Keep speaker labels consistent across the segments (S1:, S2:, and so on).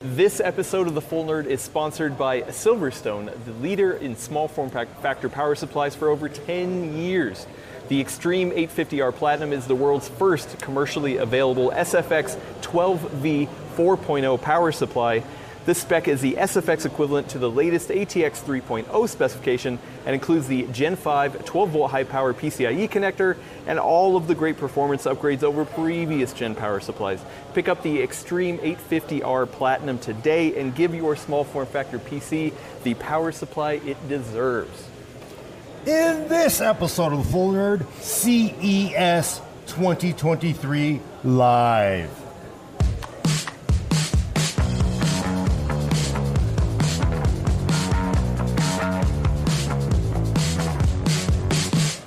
S1: This episode of The Full Nerd is sponsored by Silverstone, the leader in small form fac- factor power supplies for over 10 years. The Extreme 850R Platinum is the world's first commercially available SFX 12V 4.0 power supply. This spec is the SFX equivalent to the latest ATX 3.0 specification and includes the Gen 5 12 volt high power PCIe E connector and all of the great performance upgrades over previous Gen power supplies. Pick up the Extreme 850R Platinum today and give your small form factor PC the power supply it deserves.
S2: In this episode of The Full Nerd, E CES 2023 Live.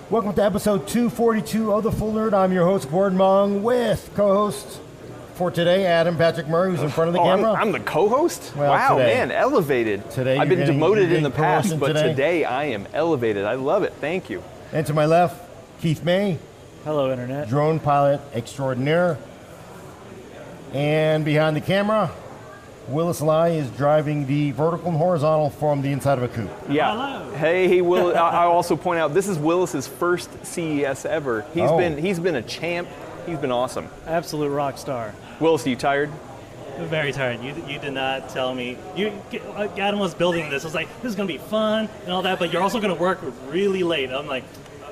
S2: Welcome to episode 242 of The Full Nerd. I'm your host, Gordon Mong, with co hosts for today, Adam Patrick Murray, who's in front of the
S1: Oh, I'm,
S2: camera.
S1: I'm the co-host.
S2: Well,
S1: wow,
S2: today.
S1: man, elevated.
S2: Today
S1: I've
S2: you're
S1: been
S2: getting-
S1: demoted
S2: you're
S1: in the
S2: getting
S1: past,
S2: promotion
S1: but
S2: today.
S1: today I am elevated. I love it. Thank you.
S2: and to my left, Keith May,
S3: Hello, Internet.
S2: drone pilot extraordinaire. And behind the camera, Willis Lai is driving the vertical and horizontal from the inside of a coupe.
S1: Yeah.
S3: Hello.
S1: Hey, Will. I I also point out this is Willis's first CES ever. He's
S2: Oh.
S1: been he's been a champ. He's been awesome.
S3: Absolute rock star.
S1: Willis, are you tired?
S4: Very tired. You, you did not tell me. You Adam was building this. I was like, this is gonna be fun and all that, but you're also gonna work really late. I'm like,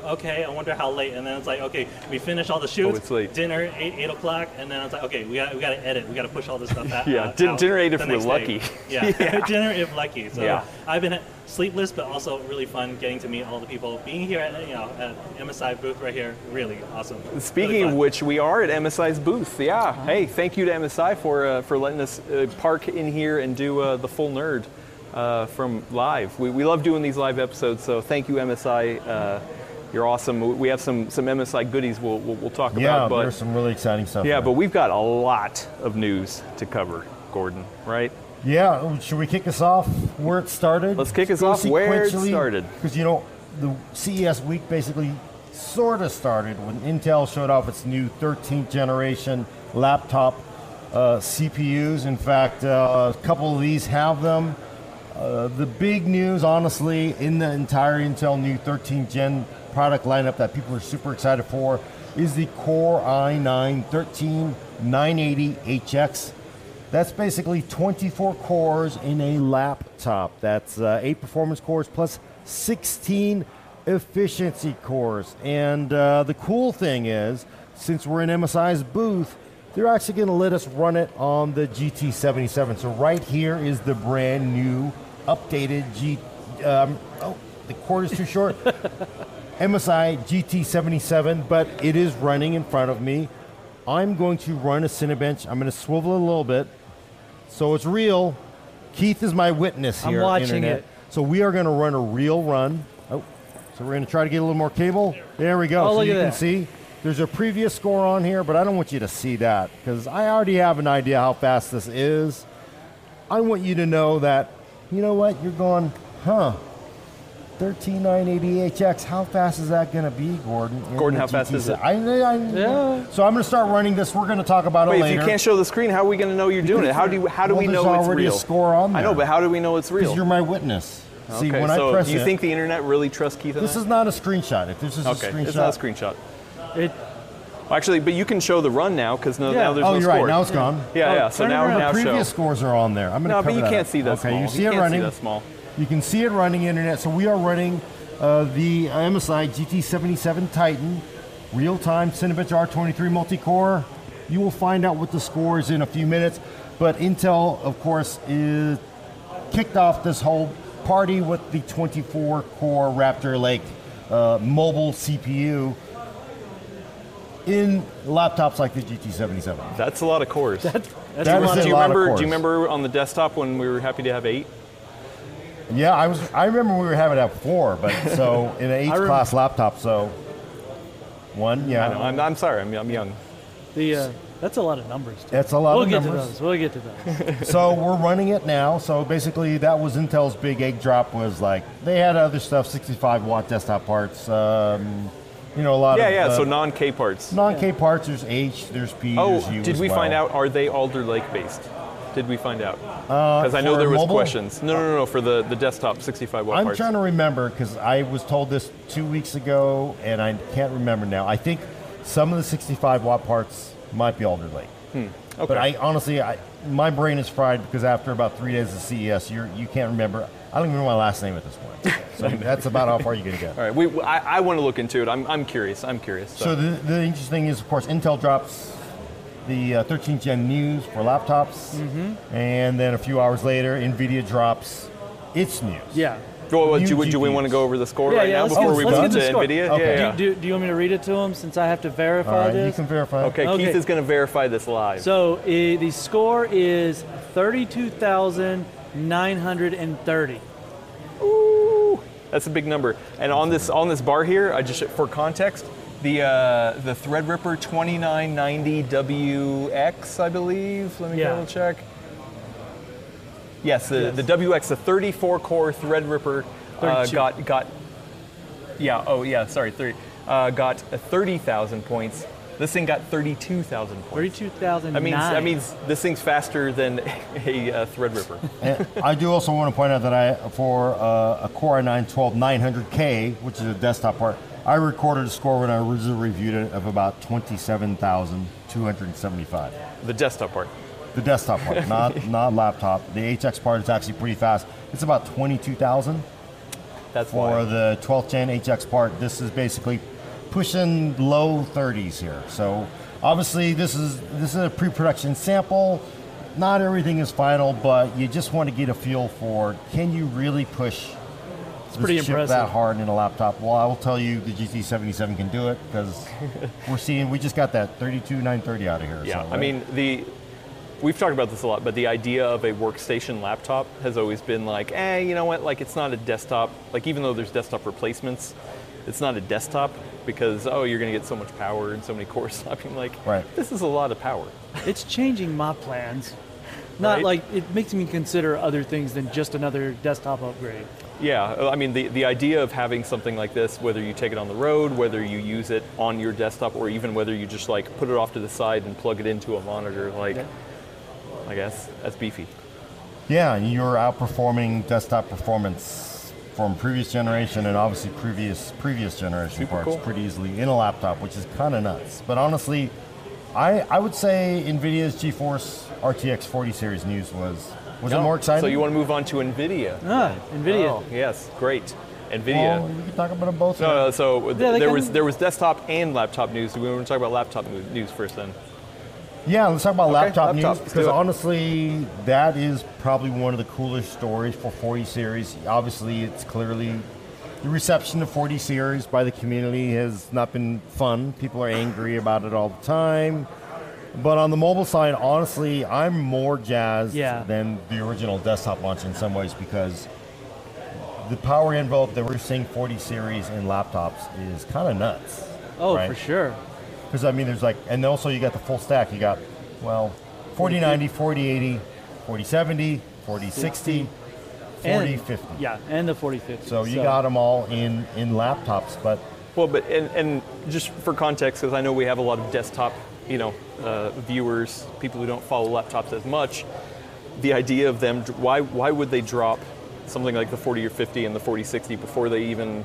S4: okay, I wonder how late. And then it's like, okay, we finish all the shoots.
S1: Oh, it's late.
S4: Dinner eight eight o'clock, and then it's like, okay, we got we got to edit. We got to push all this stuff out.
S1: Yeah,
S4: out-
S1: din-
S4: out
S1: dinner eight if
S4: the
S1: we're
S4: next day.
S1: lucky.
S4: Yeah,
S1: Yeah.
S4: dinner if lucky. So
S1: Yeah.
S4: I've been sleepless, but also really fun getting to meet all the people. Being here at you know at MSI booth right here, really awesome. Really
S1: Speaking of
S4: fun.
S1: which, we are at MSI's booth. Yeah.
S2: Uh-huh.
S1: Hey, thank you to MSI for uh, for letting us uh, park in here and do uh, the full nerd uh, from live. We, we love doing these live episodes, so thank you MSI. Uh, you're awesome. We- We have some some MSI goodies we'll we'll, we'll talk
S2: Yeah,
S1: about. But
S2: there's some really exciting stuff.
S1: yeah,
S2: there.
S1: but we've got a lot of news to cover, Gordon. Right?
S2: Yeah, should we kick us off where it started?
S1: Let's kick us off where it started.
S2: Because, you know, the CES week basically sort of started when Intel showed off its new 13th generation laptop uh, CPUs. In fact, uh, a couple of these have them. Uh, the big news, honestly, in the entire Intel new 13th gen product lineup that people are super excited for is the Core i9 13980HX. That's basically 24 cores in a laptop. That's uh, eight performance cores plus 16 efficiency cores. And uh, the cool thing is, since we're in MSI's booth, they're actually going to let us run it on the GT77. So right here is the brand new, updated G. Um, oh, the cord is too short. MSI GT77, but it is running in front of me. I'm going to run a Cinebench. I'm going to swivel it a little bit. So it's real. Keith is my witness
S3: I'm
S2: here.
S3: watching
S2: Internet.
S3: it.
S2: So we are going to run a real run. Oh, so we're going to try to get a little more cable. There we go.
S3: Oh,
S2: so
S3: look
S2: you
S3: at
S2: can
S3: that.
S2: see there's a previous score on here, but I don't want you to see that because I already have an idea how fast this is. I want you to know that, you know what, you're going, huh? 13980HX, how fast is that going to be, Gordon? in
S1: Gordon,
S2: the
S1: how fast is it?
S2: I, I,
S3: Yeah.
S2: So I'm going to start running this. We're going to talk about
S1: Wait,
S2: it
S1: if
S2: later.
S1: you can't show the screen, how are we going to know you're doing it? How do you, how do
S2: Well,
S1: we
S2: there's
S1: know it's
S2: already a
S1: real?
S2: score on
S1: I know,
S2: there.
S1: but how do we know it's real?
S2: because you're my witness. See,
S1: okay,
S2: when
S1: so
S2: I press
S1: do you
S2: it,
S1: think the internet really trusts Keith? on
S2: this
S1: that?
S2: is not a screenshot. If this is
S1: okay.
S2: a screenshot,
S1: It's not a screenshot.
S3: It,
S1: Actually, but you can show the run now because no,
S3: Yeah.
S1: now there's
S2: oh,
S1: no
S2: you're
S1: score.
S2: right. Now it's gone.
S1: yeah,
S3: Oh,
S1: yeah. So
S3: turn it
S1: now,
S3: around.
S1: now show.
S2: Previous scores are on there. I'm going to
S1: No,
S2: cover
S1: but you
S2: that
S1: can't
S2: up.
S1: see that
S2: Okay,
S1: small.
S2: you see it
S1: can't
S2: running.
S1: See that small.
S2: You can see it running internet. So we are running uh, the MSI GT77 Titan, real-time Cinebench R23 multi-core. You will find out what the score is in a few minutes. But Intel, of course, is kicked off this whole party with the 24-core Raptor Lake uh, mobile CPU in laptops like the GT77.
S1: That's a lot of cores.
S3: that's
S2: That
S3: a
S2: was
S3: lot
S2: it.
S3: of
S1: do you
S2: lot of
S1: remember?
S2: cores.
S1: Do you remember on the desktop when we were happy to have eight?
S2: Yeah, I was. I remember we were having that four, but so in an eighth
S3: remember-
S2: class laptop, so one. Yeah,
S1: I know. I'm, I'm sorry. I'm, I'm young.
S3: the. Uh, that's a lot of numbers. Too.
S2: that's a lot
S3: we'll
S2: of
S3: get to
S2: numbers.
S3: those. We'll get to those.
S2: so we're running it now. So basically, that was Intel's big egg drop. Was like they had other stuff, 65 watt desktop parts. Um, you know, a lot
S1: Yeah,
S2: of
S1: yeah.
S2: uh,
S1: So non-K parts.
S2: non K parts. There's H. There's P.
S1: Oh,
S2: there's U
S1: did
S2: as
S1: we
S2: well.
S1: find out? Are they Alder Lake based? Did we find out? Because I know
S2: Uh, for
S1: there was
S2: mobile?
S1: questions. No, no, no, no, for the, the desktop 65 watt
S2: I'm
S1: parts.
S2: trying to remember because I was told this two weeks ago, and I can't remember now. I think some of the 65 watt parts might be Alder Lake,
S1: Hmm, okay.
S2: but I honestly, I, my brain is fried because after about three days of CES, you you can't remember. I don't even know my last name at this point. So that's about how far you can get.
S1: All right, we, I, I want to look into it. I'm, I'm curious. I'm curious. So,
S2: So the, the interesting thing is, of course, Intel drops the uh, 13th gen news for laptops,
S1: Mm-hmm.
S2: and then a few hours later, Nvidia drops its news.
S3: Yeah.
S1: Well, well, do,
S2: new
S1: we- do we
S2: GPUs.
S1: want to go over the score
S3: Yeah,
S1: right
S3: yeah,
S1: now
S3: let's
S1: before
S3: get-
S1: we
S3: let's
S1: move
S3: get
S1: to
S3: the score.
S1: NVIDIA?
S2: Okay.
S1: Yeah, yeah.
S3: Do, do you want me to read it to him since I have to verify
S2: All right, you
S3: this?
S2: can verify.
S1: Okay,
S3: Okay.
S1: Keith is going to verify this live.
S3: So uh, the score is 32,930.
S1: That's a big number. And on this on this bar here, I just for context, the uh, the Threadripper 2990WX, I believe. Let me
S3: Yeah.
S1: double check. Yes, the,
S3: Yes.
S1: the WX, the 34 core Threadripper, uh,
S3: 32.
S1: got got. Yeah. Oh, yeah. Sorry, three. Uh, got 30,000 points. This thing got 32,000 points.
S3: 32,009.
S1: That means that means this thing's faster than a, uh Threadripper.
S2: And I do also want to point out that I, for uh, a Core i9 12900K, which is a desktop part, I recorded a score when I originally reviewed it of about 27,275.
S1: the desktop part.
S2: The desktop part, not not laptop. The HX part is actually pretty fast. It's about 22,000
S1: That's
S2: for
S1: why.
S2: the 12th gen HX part. This is basically pushing low 30s here. So obviously this is this is a pre-production sample. Not everything is final, but you just want to get a feel for can you really push it's
S3: pretty
S2: chip
S3: impressive.
S2: that hard in a laptop. Well, I will tell you the GT77 can do it because we're seeing we just got that 32930 out of here.
S1: Yeah,
S2: so,
S1: I
S2: right?
S1: mean the. We've talked about this a lot, but the idea of a workstation laptop has always been like, eh, you know what? Like it's not a desktop. Like even though there's desktop replacements, it's not a desktop because oh, you're going to get so much power and so many cores. I mean, like
S2: Right.
S1: this is a lot of power.
S3: it's changing my plans. Not
S1: Right?
S3: like it makes me consider other things than just another desktop upgrade.
S1: Yeah, I mean the, the idea of having something like this, whether you take it on the road, whether you use it on your desktop, or even whether you just like put it off to the side and plug it into a monitor, like I guess that's beefy.
S2: Yeah, and you're outperforming desktop performance from previous generation and obviously previous previous generation
S1: Super
S2: parts
S1: cool.
S2: pretty easily in a laptop, which is kind of nuts. But honestly, I I would say Nvidia's GeForce RTX 40 series news was was it
S1: No.
S2: more exciting?
S1: So you want to move on to Nvidia?
S3: Ah, NVIDIA.
S1: Oh, yes, great. Nvidia.
S2: Well, Oh, we can talk about them both.
S1: no, no, so th-
S3: Oh. Yeah, they
S1: there
S3: can-
S1: was there was desktop and laptop news. Do we want to talk about laptop mo- news first then?
S2: Yeah, let's talk about laptop,
S1: laptop.
S2: news
S1: Let's
S2: because
S1: do it.
S2: honestly, that is probably one of the coolest stories for 40 series. Obviously, it's clearly the reception of 40 series by the community has not been fun. People are angry about it all the time. But on the mobile side, honestly, I'm more jazzed
S3: Yeah.
S2: than the original desktop launch in some ways because the power envelope that we're seeing 40 series in laptops is kind of nuts.
S3: Oh,
S2: right?
S3: for sure.
S2: Because I mean, there's like, and also you got the full stack. You got, well, 4090, 4080, 4070, 4060, 4050.
S3: Yeah, and the 4050.
S2: So you got them all in in laptops, but
S1: Well, but and, and just for context, because I know we have a lot of desktop, you know, uh, viewers, people who don't follow laptops as much. The idea of them, why why would they drop something like the 40 or 50 and the 4060 before they even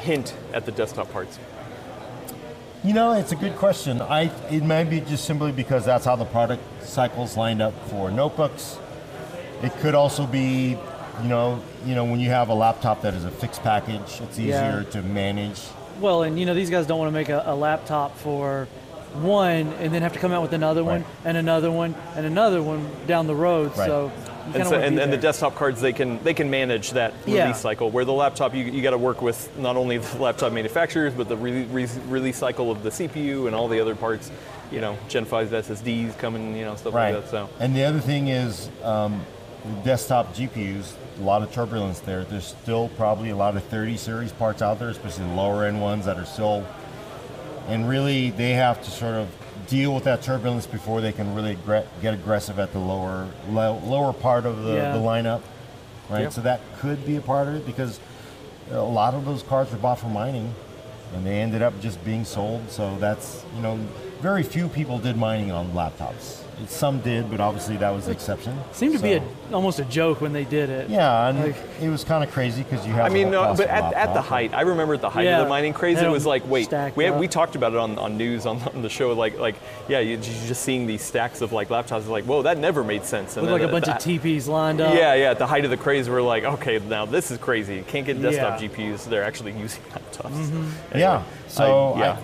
S1: hint at the desktop parts?
S2: you know, it's a good question. I it may be just simply because that's how the product cycles lined up for notebooks. It could also be, you know, you know when you have a laptop that is a fixed package, it's
S3: Yeah.
S2: easier to manage.
S3: Well, and you know, these guys don't want to make a, a laptop for one and then have to come out with another one
S2: Right.
S3: and another one and another one down the road.
S2: Right.
S3: So, you
S1: And,
S3: kinda
S1: so,
S3: wanna
S1: and,
S3: be
S1: and the
S3: there.
S1: desktop cards they can they can manage that release
S3: Yeah.
S1: cycle. Where the laptop you, you got to work with not only the laptop manufacturers but the re- re- release cycle of the CPU and all the other parts. You know, Gen 5 SSDs coming, you know, stuff
S2: Right.
S1: like that. So
S2: And the other thing is, um, the desktop GPUs, a lot of turbulence there. There's still probably a lot of 30 series parts out there, especially the lower end ones that are still. And really, they have to sort of deal with that turbulence before they can really aggre- get aggressive at the lower lo- lower part of the,
S3: Yeah.
S2: the lineup, right?
S1: Yeah.
S2: So that could be a part of it because a lot of those cards were bought for mining, and they ended up just being sold. So that's you know, very few people did mining on laptops. Some did, but obviously that was the exception.
S3: Seemed to be
S2: So-
S3: a, almost a joke when they did it.
S2: yeah, and
S3: like-
S2: it was kind of crazy because you have.
S1: I mean,
S2: a whole
S1: no,
S2: class
S1: but
S2: of
S1: at, at the
S2: laptops.
S1: height, I remember at the height
S3: Yeah.
S1: of the mining craze,
S3: They
S1: it was
S3: don't
S1: like, wait,
S3: stack
S1: we, had,
S3: up.
S1: we talked about it on, on news on, on the show, like, like yeah, you- you're just seeing these stacks of like laptops, it's like, whoa, that never made sense. And
S3: Looked like
S1: then
S3: a bunch
S1: at
S3: of
S1: the-
S3: TPs lined up.
S1: Yeah, yeah. At the height of the craze, we're like, okay, now this is crazy. You can't get desktop
S3: Yeah.
S1: GPUs; they're actually using laptops.
S2: Mm-hmm. Yeah.
S1: Anyway,
S2: So
S1: I- yeah.
S2: I-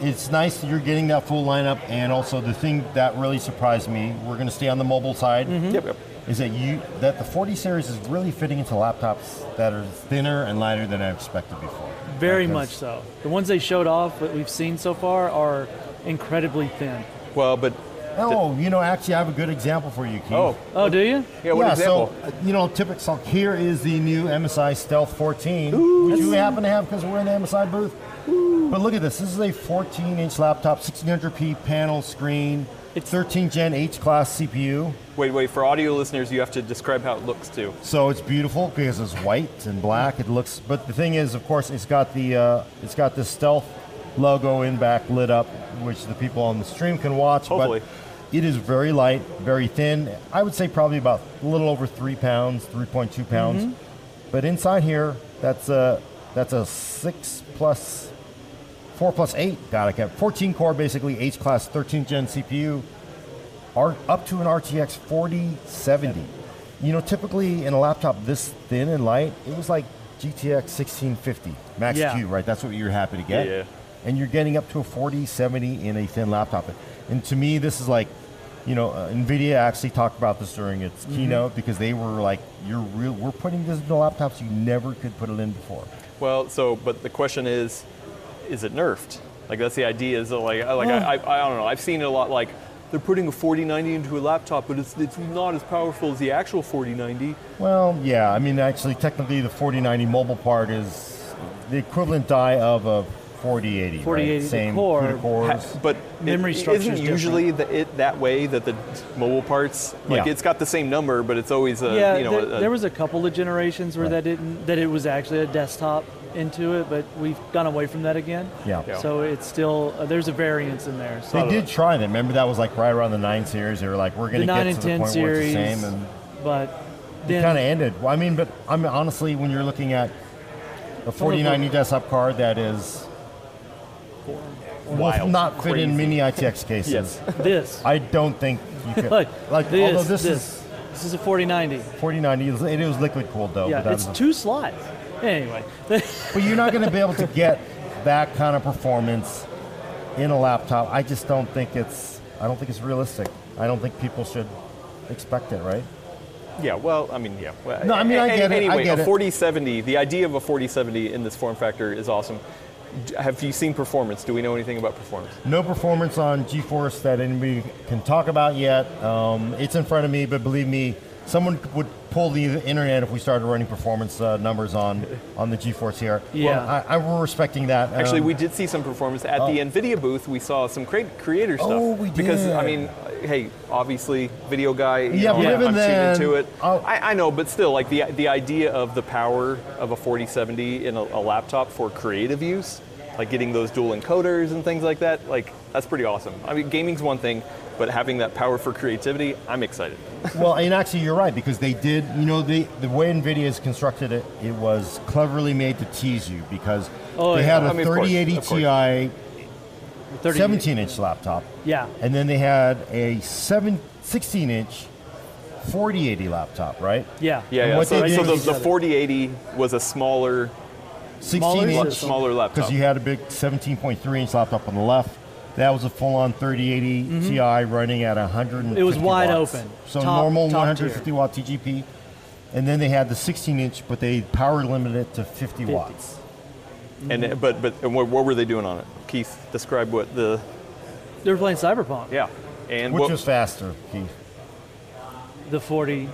S2: it's nice that you're getting that full lineup, and also the thing that really surprised me. We're going to stay on the mobile side.
S3: Mm-hmm.
S1: Yep, yep.
S2: Is that you? That the 40 series is really fitting into laptops that are thinner and lighter than I expected before.
S3: Very
S2: Because-
S3: much so. The ones they showed off that we've seen so far are incredibly thin.
S1: Well, but
S2: Oh, you know, actually, I have a good example for you, Keith.
S1: oh,
S3: Oh, do you?
S1: yeah. What
S2: yeah,
S1: example?
S2: so uh, you know, typical. So here is the new MSI Stealth 14, which we happen to have because we're in the MSI booth. But look at this. This is a 14-inch laptop, 1600p panel screen,
S3: It's-
S2: 13 Gen H class CPU.
S1: wait, wait. For audio listeners, you have to describe how it looks too.
S2: So it's beautiful because it's white and black. It looks, but the thing is, of course, it's got the uh, it's got the stealth logo in back lit up, which the people on the stream can watch.
S1: Hopefully.
S2: But it is very light, very thin. I would say probably about a little over three pounds, three point two pounds. But inside here, that's a that's a six plus four plus eight. God, I kept fourteen core, basically H class, thirteen gen CPU. R- up to an RTX 4070. You know, typically in a laptop this thin and light, it was like GTX 1650 Max
S3: Yeah.
S2: Q, right? That's what you're happy to get.
S1: Yeah, yeah.
S2: And you're getting up to a 4070 in a thin laptop. And to me, this is like, you know, uh, NVIDIA actually talked about this during its
S1: Mm-hmm.
S2: keynote because they were like, you're real, we're putting this into laptops you never could put it in before.
S1: Well, so but the question is, is it nerfed? Like that's the idea. Is that like I- like
S2: Hmm.
S1: I, I, I don't know. I've seen it a lot. Like they're putting a 4090 into a laptop, but it's it's not as powerful as the actual 4090.
S2: Well, yeah. I mean, actually, technically, the 4090 mobile part is the equivalent die of a 4080.
S3: 4080,
S2: right?
S3: the
S2: Same
S3: core.
S2: CUDA cores.
S1: Ha- but
S3: Memory
S1: it,
S3: structure's
S1: isn't
S3: different.
S1: usually the, it that way that the mobile parts like
S2: Yeah.
S1: it's got the same number, but it's always a
S3: yeah,
S1: uh, you know
S3: there,
S1: a-
S3: there was a couple of generations where
S2: Right.
S3: that didn't that it was actually a desktop into it, but we've gone away from that again.
S2: Yeah.
S1: Yeah.
S3: So it's still uh, there's a variance in there. So
S2: They did try that. Remember that was like right around the nine series. They were like, we're
S3: the
S2: going to
S3: nine
S2: get to
S3: and
S2: the
S3: ten
S2: point where it's
S3: series,
S2: the same, and
S3: but
S2: it
S3: then
S2: kind of ended. Well, I mean, but I mean, honestly, when you're looking at a 4090 desktop card that is will
S1: Wild.
S2: not fit in
S1: Crazy.
S2: many ITX cases,
S1: Yes.
S3: this
S2: I don't think you could.
S3: look
S2: like,
S3: this,
S2: although this,
S3: this
S2: is
S3: this is a 4090.
S2: 4090, is- it was liquid cooled though. but
S3: Yeah,
S2: that
S3: it's
S2: was a-
S3: two slots. Anyway,
S2: but you're not going to be able to get that kind of performance in a laptop. I just don't think it's. I don't think it's realistic. I don't think people should expect it. Right.
S1: yeah. Well, I mean yeah. Well,
S2: No, I mean, I
S1: a-
S2: get it, I
S1: anyway,
S2: get
S1: a
S2: it.
S1: 4070. The idea of a 4070 in this form factor is awesome. D- Have you seen performance? Do we know anything about performance?
S2: No performance on GeForce that anybody can talk about yet. Um, it's in front of me, but believe me, someone would pull the internet if we started running performance uh, numbers on on the GeForce here.
S3: Yeah.
S2: well, I, I we're respecting that.
S1: Actually,
S2: Um,
S1: we did see some performance at the NVIDIA booth. We saw some cre- creator stuff.
S2: Oh, we
S1: Because I
S2: did.
S1: mean, hey, obviously, video guy. you
S2: Yeah,
S1: know,
S2: but
S1: I'm-
S2: even
S1: I'm
S2: then- oh.
S1: tuned into it.
S2: I'll-
S1: I, I know, but still, like the the idea of the power of a 4070 in a, a laptop for creative use, like getting those dual encoders and things like that, like that's pretty awesome. I mean, gaming's one thing, but having that power for creativity, I'm excited.
S2: well, and actually, you're right because they did. You know, the the way Nvidia has constructed it, it was cleverly made to tease you because
S3: Oh,
S2: they
S3: yeah.
S2: had a
S1: I mean, of course,
S2: 3080
S1: of course.
S2: Ti
S3: 30,
S2: 17 inch laptop.
S3: Yeah.
S2: And then they had a seven, 16 inch 4080 laptop, right?
S3: Yeah.
S1: Yeah, yeah.
S2: what
S1: So,
S2: they
S1: so
S2: did-
S1: the, the 4080 was a smaller,
S2: 16
S1: much
S2: inch.
S3: Jesus.
S1: smaller laptop.
S2: Because you had a big 17.3 inch laptop on the left. That was a full on 3080 Ti running at 100.
S3: Mm-hmm. It was wide open.
S2: So
S3: Top-
S2: normal
S3: top
S2: 150
S3: tier.
S2: watt TGP. And then they had the 16 inch, but they power limited it to 50, watts.
S1: and
S2: Mm-hmm.
S1: it- but but and what, what were they doing on it? Keith, describe what the
S3: They were playing Cyberpunk.
S1: Yeah, and
S2: Which
S1: what,
S2: was faster, Keith?
S3: The 40.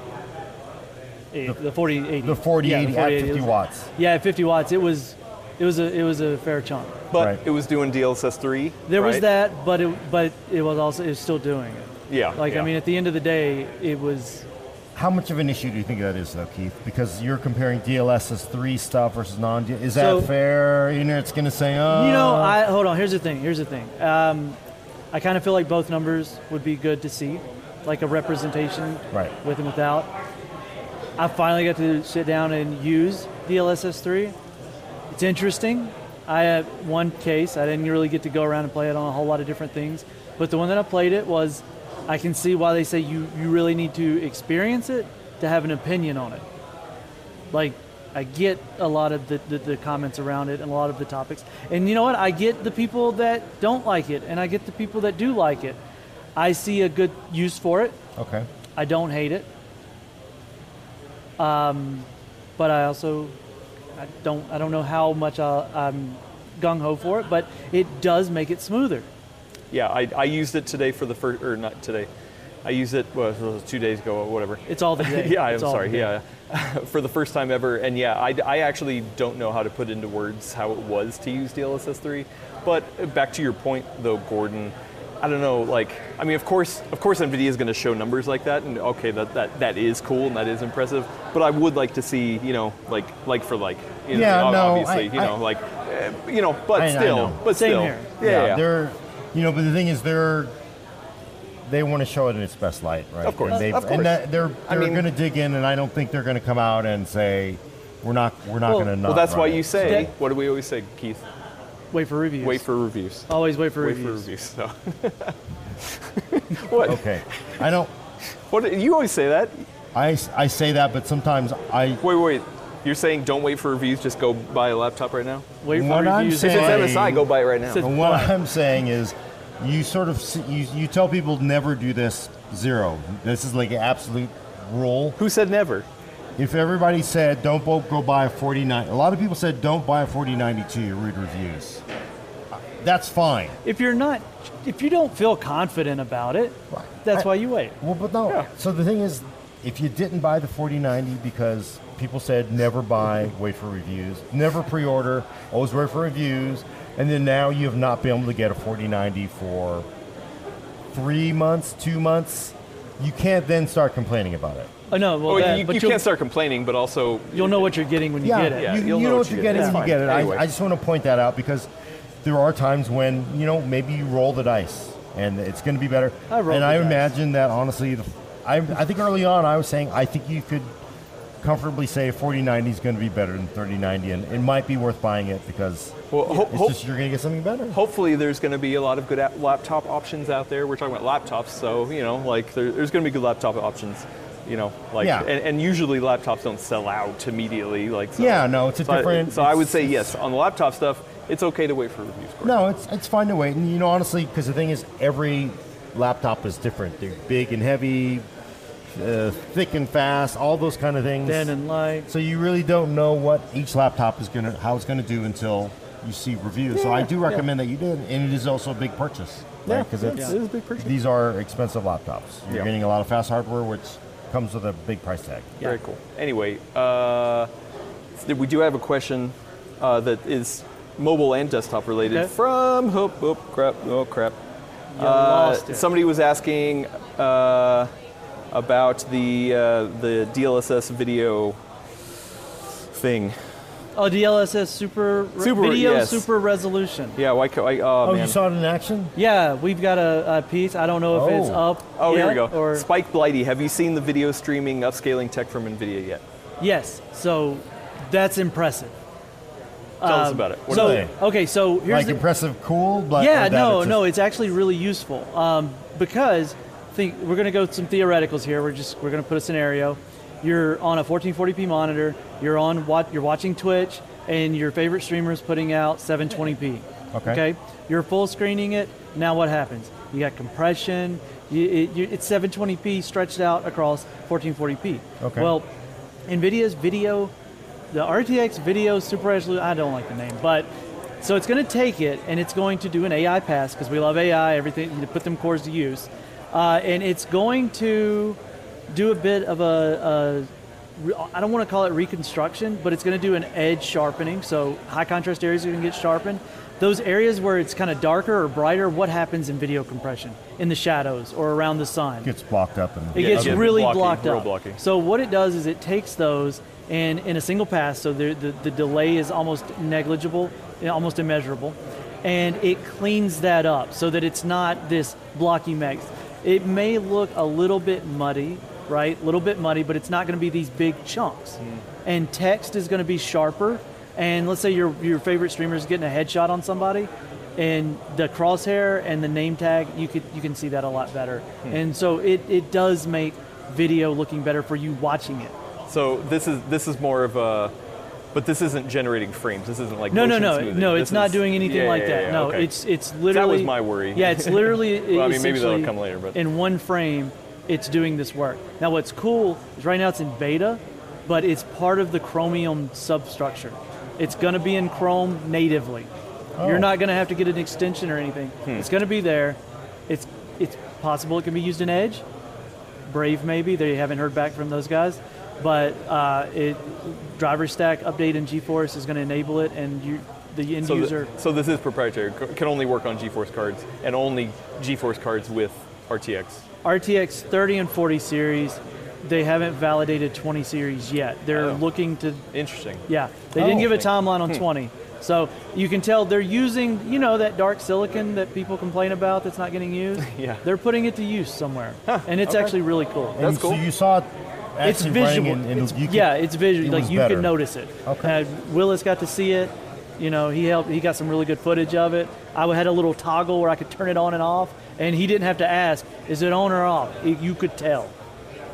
S3: eh, The 4080.
S2: The 4080
S3: yeah, the 4080
S2: at 50
S3: was-
S2: watts.
S3: Yeah, at 50 watts, it was, it was a, it was a fair chunk.
S1: but
S2: Right.
S1: it was doing DLSS three.
S3: There was
S1: right?
S3: that, but it, but it was also, it was still doing it.
S1: Yeah,
S3: Like
S1: yeah.
S3: I mean, at the end of the day, it was.
S2: How much of an issue do you think that is, though, Keith? Because you're comparing DLSS three stuff versus non. Is that
S3: So-
S2: fair? Internet's going to say, oh,
S3: You know, I hold on. Here's the thing. Here's the thing. Um, I kind of feel like both numbers would be good to see. like a representation
S2: Right.
S3: with and without. I finally got to sit down and use the LSS3. It's interesting. I had one case. I didn't really get to go around and play it on a whole lot of different things, but the one that I played it was. I can see why they say you you really need to experience it to have an opinion on it. Like, I get a lot of the, the, the comments around it and a lot of the topics. And you know what? I get the people that don't like it, and I get the people that do like it. I see a good use for it.
S2: Okay.
S3: I don't hate it. Um, but I also I don't I don't know how much I, I'm gung ho for it, but it does make it smoother.
S1: Yeah, I, I used it today for the first, or not today. I used it well, it was two days ago or whatever.
S3: It's all the day.
S1: yeah, I'm
S3: It's all the
S1: sorry.
S3: day.
S1: Yeah, for the first time ever, and yeah, I, I actually don't know how to put into words how it was to use DLSS three. But back to your point, though, Gordon, I don't know. Like, I mean, of course, of course, NVIDIA is going to show numbers like that, and okay, that, that that is cool and that is impressive. But I would like to see, you know, like like for like, you
S2: Yeah,
S1: know, ob-
S2: no,
S1: obviously,
S2: I-
S1: you
S2: I-
S1: know, like, eh, you know, but
S2: I- I
S1: still,
S2: know.
S1: but
S3: Same
S1: still,
S3: here.
S1: yeah, yeah.
S2: They're, you know, but the thing is, they're they want to show it in its best light, right?
S1: Of course,
S2: And, they've-
S1: of course.
S2: and that, they're they're
S1: I mean-
S2: going to dig in, and I don't think they're going to come out and say we're not we're not
S3: Well-
S2: going to.
S1: Well, that's
S2: run
S1: why
S2: it.
S1: you say.
S3: So-
S1: What do we always say, Keith?
S3: Wait for reviews.
S1: Wait for reviews.
S3: always wait for
S1: Wait
S3: reviews.
S1: for reviews. So. what?
S2: Okay, I don't.
S1: What? You always say that.
S2: I, s- I say that, but sometimes I.
S1: Wait, wait. You're saying don't wait for reviews. Just go buy a laptop right now.
S3: Wait for
S2: What I'm
S3: reviews.
S1: If it's
S2: Hey.
S1: MSI, go buy it right now.
S3: Said-
S2: And what I'm saying is, you sort of s- you, you tell people never do this zero. This is like an absolute rule.
S1: Who said never?
S2: If everybody said don't bo- go buy a 49, a lot of people said don't buy a 4092. You read reviews. That's fine.
S3: If you're not, if you don't feel confident about it,
S2: Right.
S3: that's
S2: I-
S3: why you wait.
S2: Well, but no.
S1: Yeah.
S2: So the thing is, if you didn't buy the 4090 because people said never buy, wait for reviews, never pre-order, always wait for reviews, and then now you have not been able to get a 4090 for three months, two months, you can't then start complaining about it.
S3: Oh no, well,
S1: oh,
S3: that,
S1: you,
S3: but
S1: you
S3: you'll,
S1: can't start complaining, but also
S3: you'll know what you're getting when you
S2: yeah,
S3: get it.
S1: Yeah,
S2: you,
S1: you'll
S2: you
S1: know
S2: know
S1: what
S2: what
S1: you
S2: you're
S1: get.
S2: getting
S1: It's
S2: when you
S1: fine.
S2: get it.
S1: Anyway.
S2: I, I just want to point that out because there are times when you know maybe you roll the dice and it's going to be better.
S3: I rolled
S2: and
S3: the
S2: I
S3: dice.
S2: imagine that honestly, the, I, I think early on I was saying I think you could comfortably say 4090 is going to be better than 3090, and it might be worth buying it because
S1: Well, ho-
S2: it's
S1: ho-
S2: just you're going to get something better.
S1: hopefully there's going to be a lot of good app- laptop options out there. We're talking about laptops, so you know, like there, there's going to be good laptop options. You know, like
S2: Yeah.
S1: and, and usually laptops don't sell out immediately. Like so,
S2: Yeah, no, it's a
S1: so I-
S2: different-
S1: so I would
S2: it's-
S1: say yes on the laptop stuff. It's okay to wait for reviews. Gordon.
S2: No, it's it's fine to wait, and you know honestly, because the thing is, every laptop is different. They're big and heavy, uh, thick and fast, all those kind of things.
S3: Then and like,
S2: So you really don't know what each laptop is gonna how it's gonna do until you see reviews. so I do recommend that you do it, and it is also a big purchase.
S1: Yeah,
S2: because
S1: yeah,
S2: it's
S1: it is a big purchase.
S2: These are expensive laptops. You're
S1: Yeah.
S2: getting a lot of fast hardware, which comes with a big price tag.
S1: Very cool. Anyway, uh, th- we do have a question uh, that is mobile and desktop related
S3: Okay.
S1: from Hoop. Oh crap! Oh crap!
S3: you
S1: Uh,
S3: lost it.
S1: Somebody was asking uh, about the uh, the DLSS video thing.
S3: oh, DLSS super, re-
S1: Super,
S3: video
S1: yes.
S3: super resolution.
S1: Yeah, why? ca- I, oh,
S2: Oh,
S1: man.
S2: you saw it in action?
S3: Yeah, we've got a, a piece. I don't know if it's
S2: Oh.
S3: up.
S1: Oh, here we go.
S3: yet Or
S1: Spike Blighty, have you seen the video streaming upscaling tech from NVIDIA yet?
S3: yes, so that's impressive.
S1: Tell us about it. What
S3: Um, so
S1: do
S2: they?
S3: okay, so here's
S2: like
S3: the,
S2: impressive, cool. Like,
S3: yeah,
S2: or that
S3: no,
S2: it's just-
S3: no, it's actually really useful um, because think we're going to go some theoreticals here. We're just we're going to put a scenario. You're on a 1440p monitor. You're on what you're watching Twitch, and your favorite streamer is putting out 720p.
S2: Okay.
S3: You're full screening it. Now what happens? You got compression. You, it, you, it's 720p stretched out across 1440p.
S2: Okay.
S3: Well, NVIDIA's video, the RTX video super resolution, I don't like the name, but so it's going to take it and it's going to do an AI pass because we love AI, everything, you know, put them cores to use. Uh, and it's going to do a bit of a, a re- I don't want to call it reconstruction, but it's going to do an edge sharpening. So high contrast areas are going to get sharpened. Those areas where it's kind of darker or brighter, what happens in video compression? In the shadows or around the sun?
S2: gets blocked up and
S3: It
S1: Yeah,
S3: gets
S1: yeah,
S3: really
S1: blocky,
S3: blocked
S1: real
S3: up.
S1: blocky.
S3: So what it does is it takes those and in a single pass, so the, the, the delay is almost negligible, you know, almost immeasurable, and it cleans that up so that it's not this blocky mess. It may look a little bit muddy, right? A little bit muddy, but it's not going to be these big chunks. And text is going to be sharper. And let's say your your favorite streamer is getting a headshot on somebody, and the crosshair and the name tag, you could you can see that a lot better. And so it, it does make video looking better for you watching it.
S1: So this is this is more of a, but this isn't generating frames. This isn't like
S3: No, no,
S1: motion
S3: no,
S1: smoothing.
S3: no.
S1: This
S3: It's not
S1: is-
S3: doing anything
S1: yeah,
S3: like
S1: yeah,
S3: that.
S1: yeah,
S3: no,
S1: okay.
S3: it's it's literally.
S1: my worry.
S3: Yeah, it's literally.
S1: Well, I mean, maybe that'll
S3: essentially
S1: come later, but-
S3: in one frame, it's doing this work. Now, what's cool is right now it's in beta, but it's part of the Chromium substructure. It's going to be in Chrome natively.
S1: Oh.
S3: You're not going to have to get an extension or anything.
S1: Hmm.
S3: It's going to be there. It's it's possible it can be used in Edge, Brave maybe. They haven't heard back from those guys, but uh, it driver stack update in GeForce is going to enable it, and you the end
S1: So, th-
S3: user.
S1: so this is proprietary. C- Can only work on GeForce cards and only GeForce cards with RTX.
S3: RTX 30 and 40 series, they haven't validated 20 series yet. They're
S1: Oh.
S3: looking to,
S1: Interesting.
S3: yeah, they didn't
S1: Oh.
S3: give a timeline
S2: Hmm.
S3: on 20. So you can tell they're using, you know, that dark silicon that people complain about that's not getting used.
S1: Yeah.
S3: They're putting it to use somewhere. and it's
S1: okay.
S3: actually really cool.
S2: And
S1: That's cool.
S2: So you saw it actually
S3: it's visual.
S2: running and, and
S3: It's-
S2: you could-
S3: yeah, it's visual.
S2: it
S3: like
S2: was
S3: you
S2: better.
S3: can notice it.
S2: Okay.
S3: Uh, Willis got to see it. You know, he helped. He got some really good footage of it. I had a little toggle where I could turn it on and off, and he didn't have to ask, "Is it on or off?" It- you could tell.
S2: Hmm.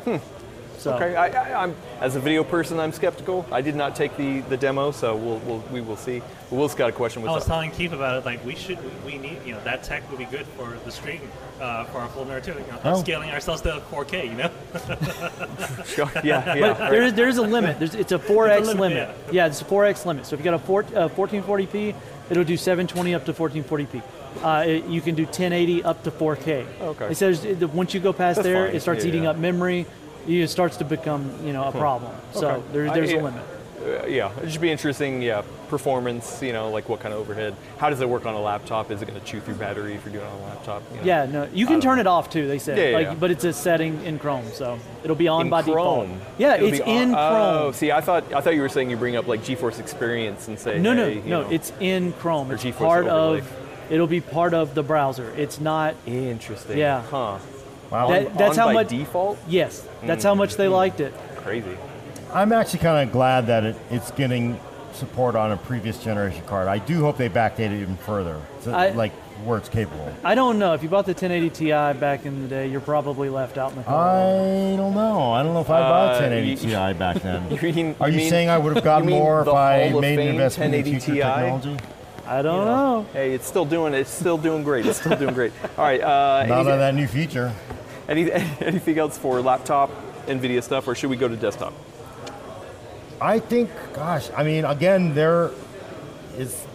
S3: So
S1: Okay, I, I, I'm as a video person, I'm skeptical. I did not take the, the demo, so we'll, we'll we will see. But Will's got a question.
S4: I
S3: Oh,
S1: What's
S4: was
S1: up?
S4: telling Keith about it. Like we should, we need, you know, that tech would be good for the stream, uh, for our full nerd too. You know,
S2: Oh.
S4: scaling ourselves to 4K. You know,
S1: Sure, yeah, yeah.
S3: But
S1: right.
S3: there is there is a limit. There's, it's a 4x
S4: It's a
S3: limit.
S4: limit,
S3: Yeah. it's a 4x limit. So if you got a four, uh, 1440p, it'll do 720 up to 1440p. Uh, it- you can do 1080 up to 4K.
S1: Okay.
S3: It says it- once you go past
S1: That's
S3: there,
S1: fine.
S3: it starts
S1: Yeah,
S3: eating
S1: yeah. Hmm.
S3: up memory. It starts to become you know a problem. So
S1: Okay.
S3: there,
S1: I-
S3: there's a
S1: yeah.
S3: limit.
S1: Uh, yeah, it should be interesting. Yeah, performance. You know, like what kind of overhead? How does it work on a laptop? Is it going to chew through battery if you're doing it on a laptop? You know?
S3: Yeah, no, you can turn it off too. They said,
S1: Yeah, yeah,
S3: like,
S1: yeah.
S3: but it's a setting in Chrome, so it'll be on
S1: in
S3: by
S1: Chrome.
S3: default. Yeah,
S1: It'll
S3: it's
S1: be on- Oh,
S3: in Chrome.
S1: see, I thought I thought you were saying you bring up like GeForce Experience and say
S3: No, no,
S1: hey, you
S3: no,
S1: know.
S3: it's in Chrome.
S1: Or
S3: It's
S1: GeForce
S3: part
S1: overlay.
S3: of. It'll be part of the browser. It's not.
S1: interesting.
S3: Yeah.
S1: huh?
S2: Wow.
S3: That-
S1: on
S3: that's how
S1: by
S3: much.
S1: default.
S3: Yes, that's how much they
S2: Mm-hmm.
S3: liked it.
S1: Crazy.
S2: I'm actually kind of glad that it, it's getting support on a previous generation card. I do hope they backdate it even further, to,
S3: I-
S2: like where it's capable.
S3: I don't know if you bought the 1080 Ti back in the day, you're probably left out in the cold.
S2: I don't know. I don't know if I bought
S1: Uh,
S2: 1080
S1: you-
S2: Ti back then.
S1: You mean-
S2: Are you,
S1: mean-
S2: saying I would have gotten
S1: you mean
S2: more if
S1: the
S2: I
S1: Hall of
S2: made an
S1: Fame
S2: investment in
S1: 1080
S2: future
S1: Ti?
S2: technology?
S3: I don't know.
S1: Hey, it's still doing it's still doing great. It's still doing great. All right. Uh,
S2: Not
S1: anything,
S2: on that new feature.
S1: any- anything else for laptop, Nvidia stuff, or should we go to desktop?
S2: I think, gosh, I mean, again, there is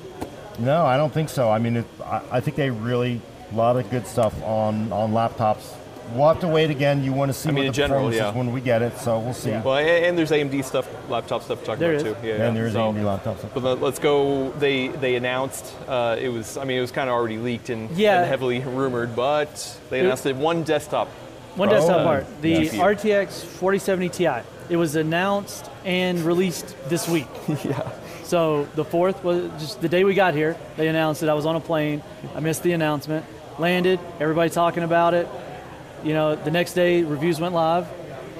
S2: no. I don't think so. I mean, it, I, I think they really a lot of good stuff on on laptops. We'll have to wait again. You want to see
S1: mean,
S2: what
S1: in
S2: the
S1: general,
S2: performance is
S1: yeah.
S2: when we get it, so we'll see.
S1: Well, and, and there's AMD stuff, laptop stuff to talk
S3: There
S1: about
S3: is.
S1: too. Yeah,
S2: and there is
S1: so-
S2: AMD laptops.
S1: But let- let's go. They they announced uh, it was. I mean, it was kind of already leaked and,
S3: Yeah.
S1: and heavily rumored, but they
S3: It-
S1: announced that one desktop.
S3: One desktop
S2: Oh,
S3: part, the
S1: yes.
S3: RTX 4070 Ti. It was announced and released this week.
S1: Yeah.
S3: So the fourth was just the day we got here. They announced it. I was on a plane. I missed the announcement. Landed. Everybody talking about it. You know, the next day reviews went live.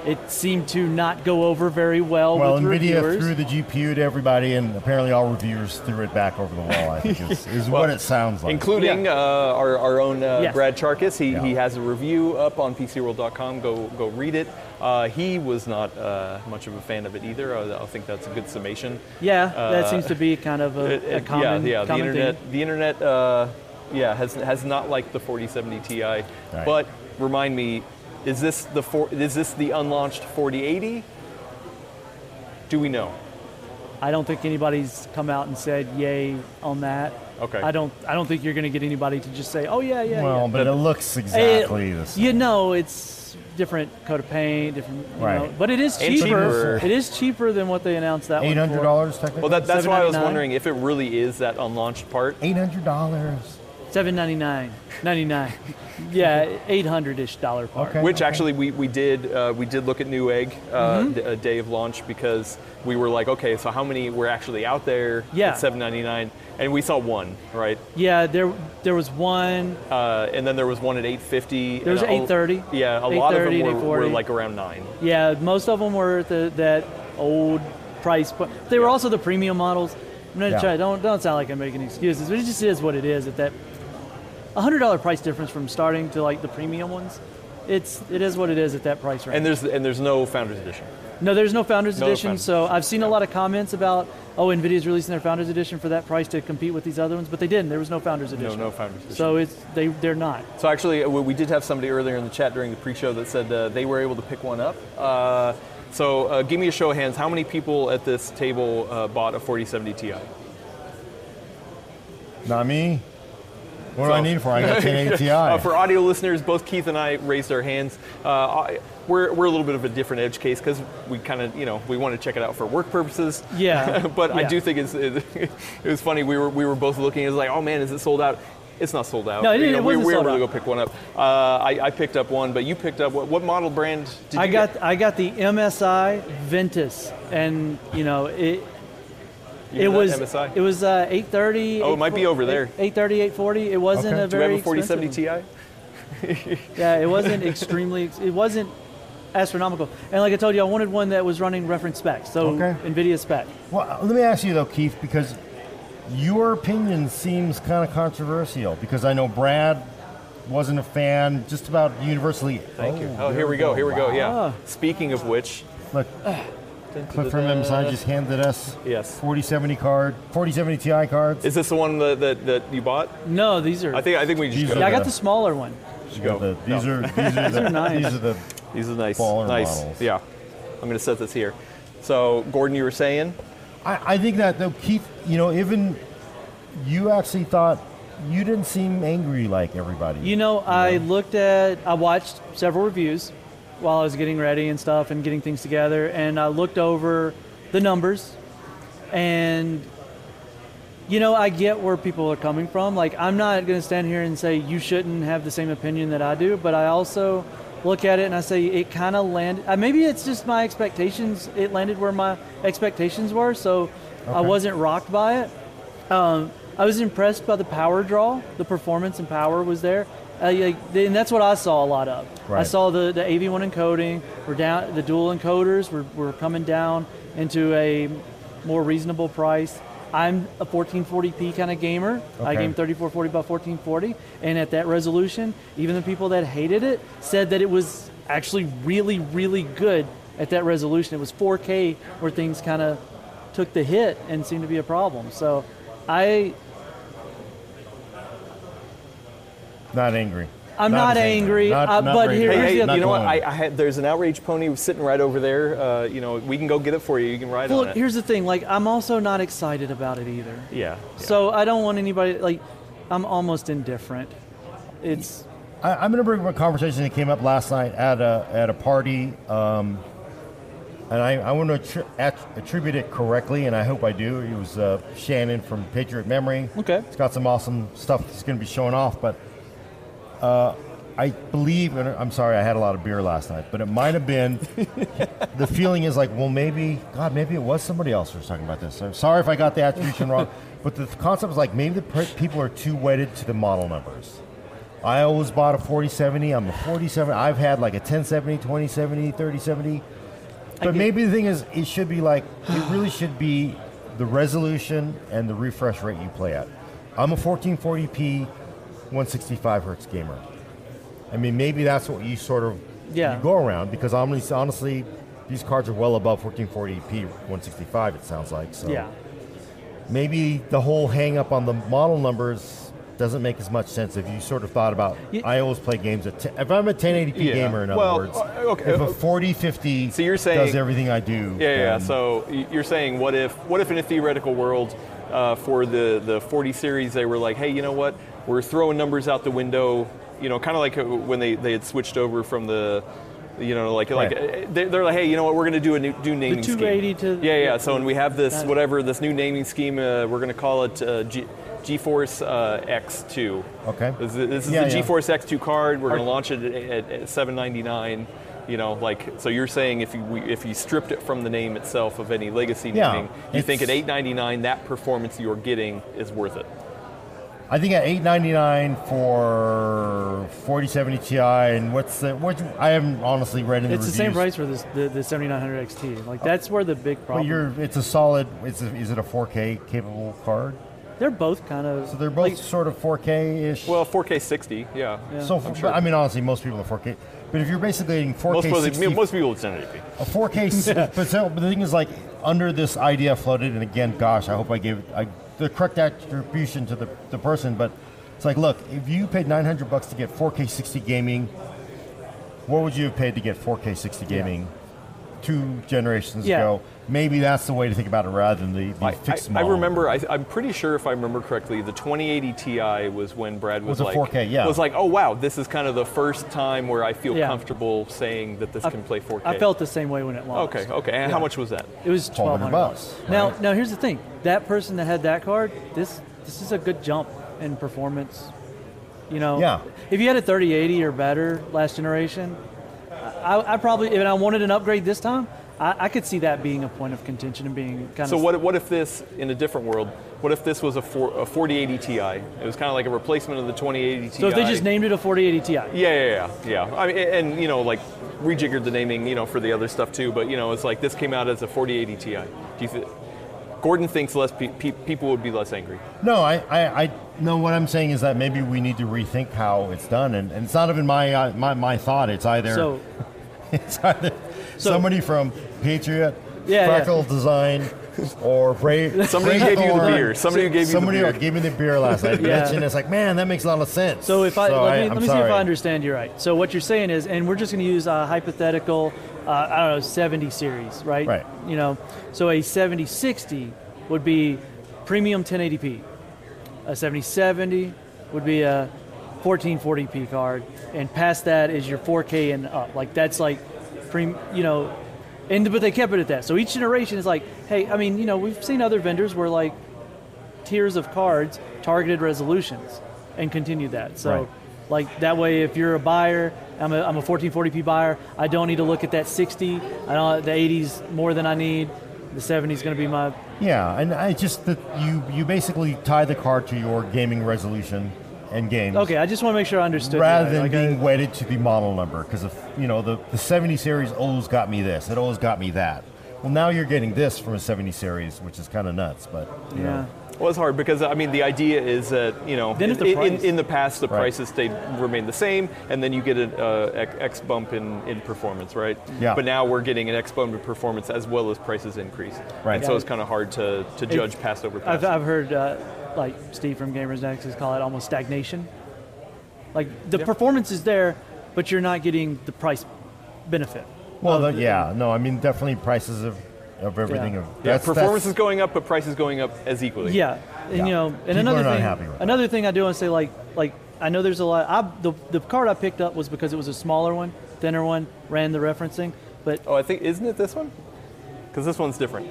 S3: It seemed to not go over very well.
S2: Well,
S3: with
S2: NVIDIA
S3: reviewers.
S2: threw the GPU to everybody, and apparently all reviewers threw it back over the wall, I think is, is
S1: Well,
S2: what it sounds like.
S1: Including uh, our, our own uh,
S3: Yes.
S1: Brad Charkis. He, he
S2: Yeah.
S1: has a review up on PCWorld.com. Go go read it. Uh, he was not uh, much of a fan of it either. I, I think that's a good summation.
S3: Yeah, that
S1: Uh,
S3: seems to be kind of
S1: It-
S3: a, a
S1: it-
S3: common,
S1: yeah, yeah.
S3: common
S1: the internet,
S3: thing.
S1: the internet, uh, yeah, has has not liked the 4070 Ti. But remind me, is this the four, is this the unlaunched 4080? Do we know?
S3: I don't think anybody's come out and said yay on that.
S1: Okay.
S3: I don't. I don't think you're going to get anybody to just say, "Oh yeah, yeah."
S2: well,
S3: yeah.
S2: but it looks
S3: It-
S2: exactly the same.
S3: You know, it's different coat of paint, different. You
S2: Right.
S3: know, but it is
S1: And
S3: cheaper.
S1: cheaper.
S3: It is cheaper than what they announced that one.
S2: Eight
S3: for.
S2: hundred dollars technically.
S1: Well, that, that's why I was
S3: $799?
S1: wondering if it really is that unlaunched part.
S2: Eight hundred dollars.
S3: Seven ninety nine, ninety nine. Yeah, eight hundred ish dollar part.
S2: Okay.
S1: Which actually we, we did uh, we did look at Newegg uh,
S3: Mm-hmm.
S1: d- a day of launch because we were like okay so how many were actually out there
S3: Yeah.
S1: at 7.99 and we saw one right
S3: Yeah, there there was one.
S1: uh, and then there was one at 8.50
S3: There was
S1: and a-
S3: 8:30.
S1: yeah a lot of
S3: 8:30,
S1: them were, were
S3: 8:40.
S1: like around nine
S3: Yeah, most of them were at the, that old price point. They were also the premium models. I'm not
S2: Yeah.
S3: trying. Don't don't sound like I'm making excuses, but it just is what it is. At that hundred dollar price difference from starting to like the premium ones, it's it is what it is at that price range.
S1: and there's and there's no founders edition
S3: No, there's no Founders
S1: No
S3: Edition.
S1: Founders.
S3: So I've seen a lot of comments about, oh, Nvidia's releasing their Founders Edition for that price to compete with these other ones, but they didn't. There was no Founders Edition.
S1: no Founders Edition.
S3: So it's they they're not.
S1: So actually, uh, we we did have somebody earlier in the chat during the pre-show that said uh, they were able to pick one up. Uh, so uh, give me a show of hands. How many people at this table uh, bought a 4070 Ti?
S2: Not me. What do I
S1: So-
S2: need it for? I got 1080 Ti.
S1: Uh, for audio listeners, both Keith and I raised our hands. Uh, I- we're, we're a little bit of a different edge case because we kind of, you know, we want to check it out for work purposes.
S3: Yeah,
S1: but I
S3: yeah.
S1: do think it's, it, it was funny. We were, we were both looking. It was like, oh man, is it sold out? It's not sold out.
S3: No, it-
S1: You
S3: it
S1: know, we
S3: wasn't
S1: we were
S3: sold
S1: able to go
S3: out.
S1: pick one up. Uh, I, I picked up one, but you picked up what, what model brand did you
S3: I
S1: get?
S3: got I got the MSI Ventus, and you know it.
S1: You
S3: it
S1: know that
S3: was
S1: MSI?
S3: it was uh, 830.
S1: Oh, it might be over there.
S3: 830, 840. It wasn't
S2: Okay.
S3: a
S1: Do we
S3: very
S1: have a 4070
S3: expensive
S1: Ti?
S3: one. Yeah, it wasn't extremely. ex- It wasn't astronomical. And like I told you, I wanted one that was running reference specs, so
S2: Okay.
S3: Nvidia spec.
S2: Well, uh, let me ask you though, Keith, because your opinion seems kind of controversial. Because I know Brad wasn't a fan, just about universally. Thank you.
S1: Oh, here we go. Here we go. Yeah.
S3: Ah.
S1: Speaking of which,
S2: Look, Cliff from MSI just handed us
S1: Yes.
S2: 4070 card, 4070 Ti cards.
S1: Is this the one that, that, that you bought?
S3: No, these are.
S1: I think I think we just
S2: These
S1: go.
S2: are-
S3: yeah, I got the smaller one.
S2: These
S1: go.
S2: are the- These are these are the
S3: nice.
S2: these are the
S1: These are nice.
S2: Baller
S1: nice.
S2: models.
S1: Yeah. I'm gonna set this here. So Gordon, you were saying
S2: I, I think that though, Keith, you know, even you actually thought you didn't seem angry like everybody.
S3: You know, I looked at, I watched several reviews while I was getting ready and stuff and getting things together, and I looked over the numbers, and you know, I get where people are coming from. Like, I'm not going to stand here and say you shouldn't have the same opinion that I do, but I also look at it and I say it kind of landed. Uh, maybe it's just my expectations. It landed where my expectations were, so I
S2: Okay.
S3: wasn't rocked by it. I was impressed by the power draw. The performance and power was there. Uh, yeah, and that's what I saw a lot of. I
S2: Right.
S3: saw the, the AV1 encoding. We're down. The dual encoders were, were coming down into a more reasonable price. I'm a 1440p kind of gamer. I
S2: Okay.
S3: game 3440 by 1440, and at that resolution, even the people that hated it said that it was actually really, really good at that resolution. It was 4K where things kind of took the hit and seemed to be a problem. So, I
S2: not angry.
S3: I'm not
S2: as
S3: angry,
S2: Not-
S3: uh,
S2: not
S3: but
S2: very
S3: here-
S1: Hey,
S2: angry.
S3: Here's
S1: hey
S3: the
S1: you
S3: other-
S1: know what?
S2: glowing.
S1: I, I had, there's an outrage pony sitting right over there. Uh, you know, we can go get it for you. You can ride on
S3: Well,
S1: it.
S3: here's the thing. Like, I'm also not excited about it either.
S1: yeah.
S3: So I don't want anybody like. I'm almost indifferent. It's
S2: I, I'm going to bring up a conversation that came up last night at a at a party, um, and I, I want to attri- att- attribute it correctly, and I hope I do. It was uh, Shannon from Patriot Memory.
S3: Okay.
S2: it's got some awesome stuff that's going to be showing off, but uh, I believe, and I'm sorry, I had a lot of beer last night, but it might have been. the feeling is like, well, maybe God, maybe it was somebody else who was talking about this. I'm sorry if I got the attribution wrong, but the concept was like maybe the pr- people are too wedded to the model numbers. I always bought a 4070. I'm a 47. I've had like a 1070, 2070, 3070. But
S3: get-
S2: maybe the thing is, it should be like, it really should be the resolution and the refresh rate you play at. I'm a 1440p, 165 hertz gamer. I mean, maybe that's what you sort of
S3: Yeah.
S2: you go around because honestly, honestly, these cards are well above 1440p, 165. It sounds like so.
S3: yeah.
S2: Maybe the whole hang up on the model numbers doesn't make as much sense if you sort of thought about.
S3: Ye-
S2: I always play games at. T- if I'm a 1080p
S1: Yeah.
S2: gamer, in
S1: Well,
S2: other words,
S1: uh, okay,
S2: if
S1: uh,
S2: a 4050
S1: So you're
S2: does
S1: saying-
S2: everything I do,
S1: Yeah, yeah. yeah.
S2: then-
S1: So y- you're saying, what if, what if in a theoretical world, uh, for the the 40 series, they were like, hey, you know what? We're throwing numbers out the window. You know, kind of like uh, when they, they had switched over from the You know, like like
S2: Right.
S1: uh, they're, they're like, hey, you know what? We're gonna do a new, new naming scheme.
S3: 280 to-
S1: yeah, yeah. So and we have this
S3: Got it.
S1: whatever this new naming scheme. Uh, we're gonna call it uh, G, GeForce uh, X2.
S2: Okay.
S1: This, is- this is
S2: Yeah,
S1: the
S2: yeah.
S1: GeForce X2 card. We're gonna launch it at, at, at 7.99. You know, like so you're saying if you we, if you stripped it from the name itself of any legacy
S2: Yeah,
S1: naming, you think at
S2: it's-
S1: 8.99 that performance you're getting is worth it.
S2: I think at eight ninety nine for forty seventy Ti, and what's the what? I haven't honestly read in the
S3: It's the same
S2: reviews,
S3: price for this, the, the 7900 XT. Like that's where the big
S2: But
S3: problem.
S2: you're, it's a solid. It's a, is it a four K capable card?
S3: they're both kind of.
S2: So they're both
S3: like,
S2: sort of four K ish.
S1: Well, 4K 60, yeah.
S2: so for- I mean, honestly, most people are four K. But if you're basically getting four
S1: Most
S2: K,
S1: people, most people it's 1080p.
S2: a four K. but so but the thing is, like under this idea floated, and again, gosh, I hope I gave it I, the correct attribution to the, the person. But it's like, look, if you paid nine hundred bucks to get four K sixty gaming, what would you have paid to get four K sixty gaming two generations
S3: Yeah.
S2: ago? Maybe that's the way to think about it rather than the, the
S1: I,
S2: fixed
S1: I, I
S2: model.
S1: remember. I, I'm pretty sure, if I remember correctly, the 2080 Ti was when Brad was,
S2: Was a
S1: like,
S2: 4K, yeah.
S1: was like, oh wow, this is kind of the first time where I feel
S3: Yeah.
S1: comfortable saying that this can play 4K.
S3: I felt the same way when it launched.
S1: Okay, okay. And how much was that?
S3: It was
S2: 1200
S3: twelve hundred
S2: bucks,
S3: bucks. Now,
S2: right?
S3: now here's the thing: that person that had that card, this this is a good jump in performance. You know,
S2: Yeah.
S3: If you had a 3080 or better last generation, I, I probably if I wanted an upgrade this time, I, I could see that being a point of contention and being kind
S1: So
S3: of.
S1: what, what if this in a different world? What if this was a, four, a 4080 Ti? It was kind of like a replacement of the 2080 Ti.
S3: So if they just named it a 4080 Ti,
S1: Yeah, yeah, yeah, yeah. I mean, and you know, like rejiggered the naming, you know, for the other stuff too. But you know, it's like this came out as a 4080 Ti. Do you th- Gordon thinks less pe- pe- people would be less angry.
S2: No, I, I, I, no. What I'm saying is that maybe we need to rethink how it's done, and, and it's not even my, uh, my, my thought. It's either
S3: so
S2: It's either
S3: So-
S2: somebody from Patriot,
S3: Yeah, yeah.
S2: Freckle Design, or Ray.
S1: Somebody
S2: Ray
S1: gave you the
S2: Thorne.
S1: beer. Somebody who gave you the
S2: Somebody
S1: beer.
S2: gave me the beer last night.
S3: Yeah.
S2: Mentioned it's like, man, that makes a lot of sense.
S3: So if I let me,
S2: I'm
S3: let me see
S2: sorry.
S3: if I understand you right. So what you're saying is, and we're just going to use a hypothetical, uh, I don't know, 70 series, right?
S2: Right.
S3: You know, so a 7060 would be premium 1080p. A 7070 would be a 1440p card, and past that is your 4K and up. Like that's like, pre, you know, and but they kept it at that. So each generation is like, hey, I mean, you know, we've seen other vendors where like tiers of cards, targeted resolutions, and continue that. So,
S2: Right.
S3: like that way, if you're a buyer, I'm a, I'm a 1440p buyer. I don't need to look at that 60. I don't the 80s more than I need. The 70 is going to be my
S2: Yeah, and I just that you you basically tie the card to your gaming resolution and games.
S3: okay. I just want to make sure I understood.
S2: Rather
S3: that.
S2: than
S3: Like, I-
S2: being wedded to the model number, because if you know the, the 70 series always got me this, it always got me that. Well, now you're getting this from a 70 series, which is kind of nuts, but you
S3: yeah.
S2: know.
S1: Well, it's hard because I mean the idea is that you know
S3: Then if
S1: in,
S3: the
S1: in-
S3: price-
S1: in the past the
S2: Right.
S1: prices stayed remained the same, and then you get an uh, X- X bump in, in performance, right?
S2: Yeah.
S1: But now we're getting an X bump in performance as well as prices increase,
S2: Right.
S1: And so it's kind of hard to, to judge past over past.
S3: I've, I've heard uh, like Steve from Gamers Nexus call it almost stagnation. Like the performance is there, but you're not getting the price benefit.
S2: Well,
S3: of
S2: the-
S3: the-
S2: yeah, no, I mean definitely prices of of everything.
S3: Yeah.
S2: Of,
S1: yeah,
S2: that's-
S1: performance
S2: that's-
S1: is going up, but prices going up as equally.
S3: Yeah, and
S2: Yeah.
S3: you know, and
S2: People
S3: another
S2: are not
S3: thing,
S2: happy with that.
S3: another thing I do want to say, like, like I know there's a lot. I, the the card I picked up was because it was a smaller one, thinner one, ran the referencing, but
S1: Oh, I think isn't it this one? Because this one's different.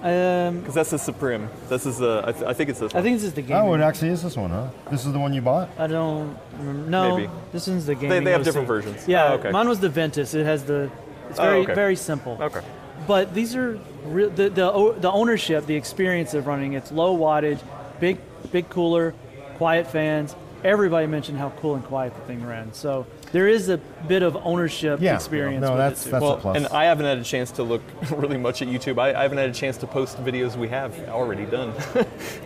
S3: um,
S1: Because that's the Supreme. This is the. I, th- I think it's this.
S3: I
S1: one.
S3: think this is the game.
S2: Oh, it actually is this one, huh? This is the one you bought.
S3: I don't. remember- No,
S1: Maybe.
S3: this one's the game.
S1: they, they have different versions.
S3: Yeah,
S1: Oh, okay.
S3: mine was the Ventus. It has the. It's
S1: Oh,
S3: very
S1: okay.
S3: very simple.
S1: Okay.
S3: But these are re- the, the o- the ownership, the experience of running. It's low wattage, big big cooler, quiet fans. Everybody mentioned how cool and quiet the thing ran. So there is a bit of ownership
S2: Yeah,
S3: experience.
S2: no,
S3: with
S2: that's-
S3: it too.
S2: that's-
S1: well,
S2: a plus.
S1: and I haven't had a chance to look really much at YouTube. I, I haven't had a chance to post videos we have already done.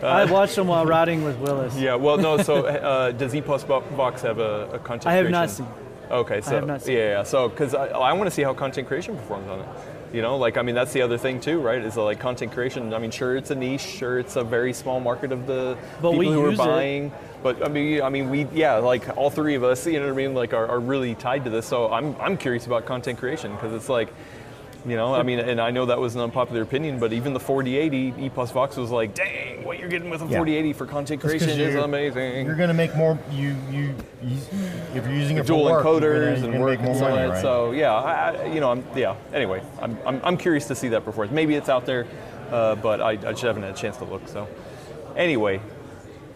S3: I watched them while riding with Willis.
S1: yeah. Well, no. So uh, does E Plus Box have a, a content?
S3: I have not
S1: creation?
S3: seen.
S1: Okay. So
S3: have not seen.
S1: yeah. yeah. So because I, I want to see how content creation performs on it. You know, like I mean, that's the other thing too, right? Is uh, like content creation. I mean, sure, it's a niche. Sure, it's a very small market of the
S3: But
S1: people
S3: we
S1: who are
S3: use it.
S1: buying. But I mean, I mean, we yeah, like all three of us, you know what I mean, like are, are really tied to this. So I'm I'm curious about content creation because it's like You know, I mean, and I know that was an unpopular opinion, but even the 4080 E plus Vox was like, dang, what you're getting with a
S2: Yeah.
S1: 4080 for content
S2: That's 'cause
S1: creation is
S2: you're-
S1: amazing.
S2: You're going to make more. You you, you if you're using it
S1: dual
S2: for work, you're gonna-
S1: encoders
S2: you're
S1: and
S2: gonna
S1: work
S2: make
S1: and
S2: more
S1: so
S2: money,
S1: on.
S2: right?
S1: So yeah, I, I- you know, I'm yeah. Anyway, I'm, I'm, I'm curious to see that performance. Maybe it's out there, uh, but I, I just haven't had a chance to look. So anyway,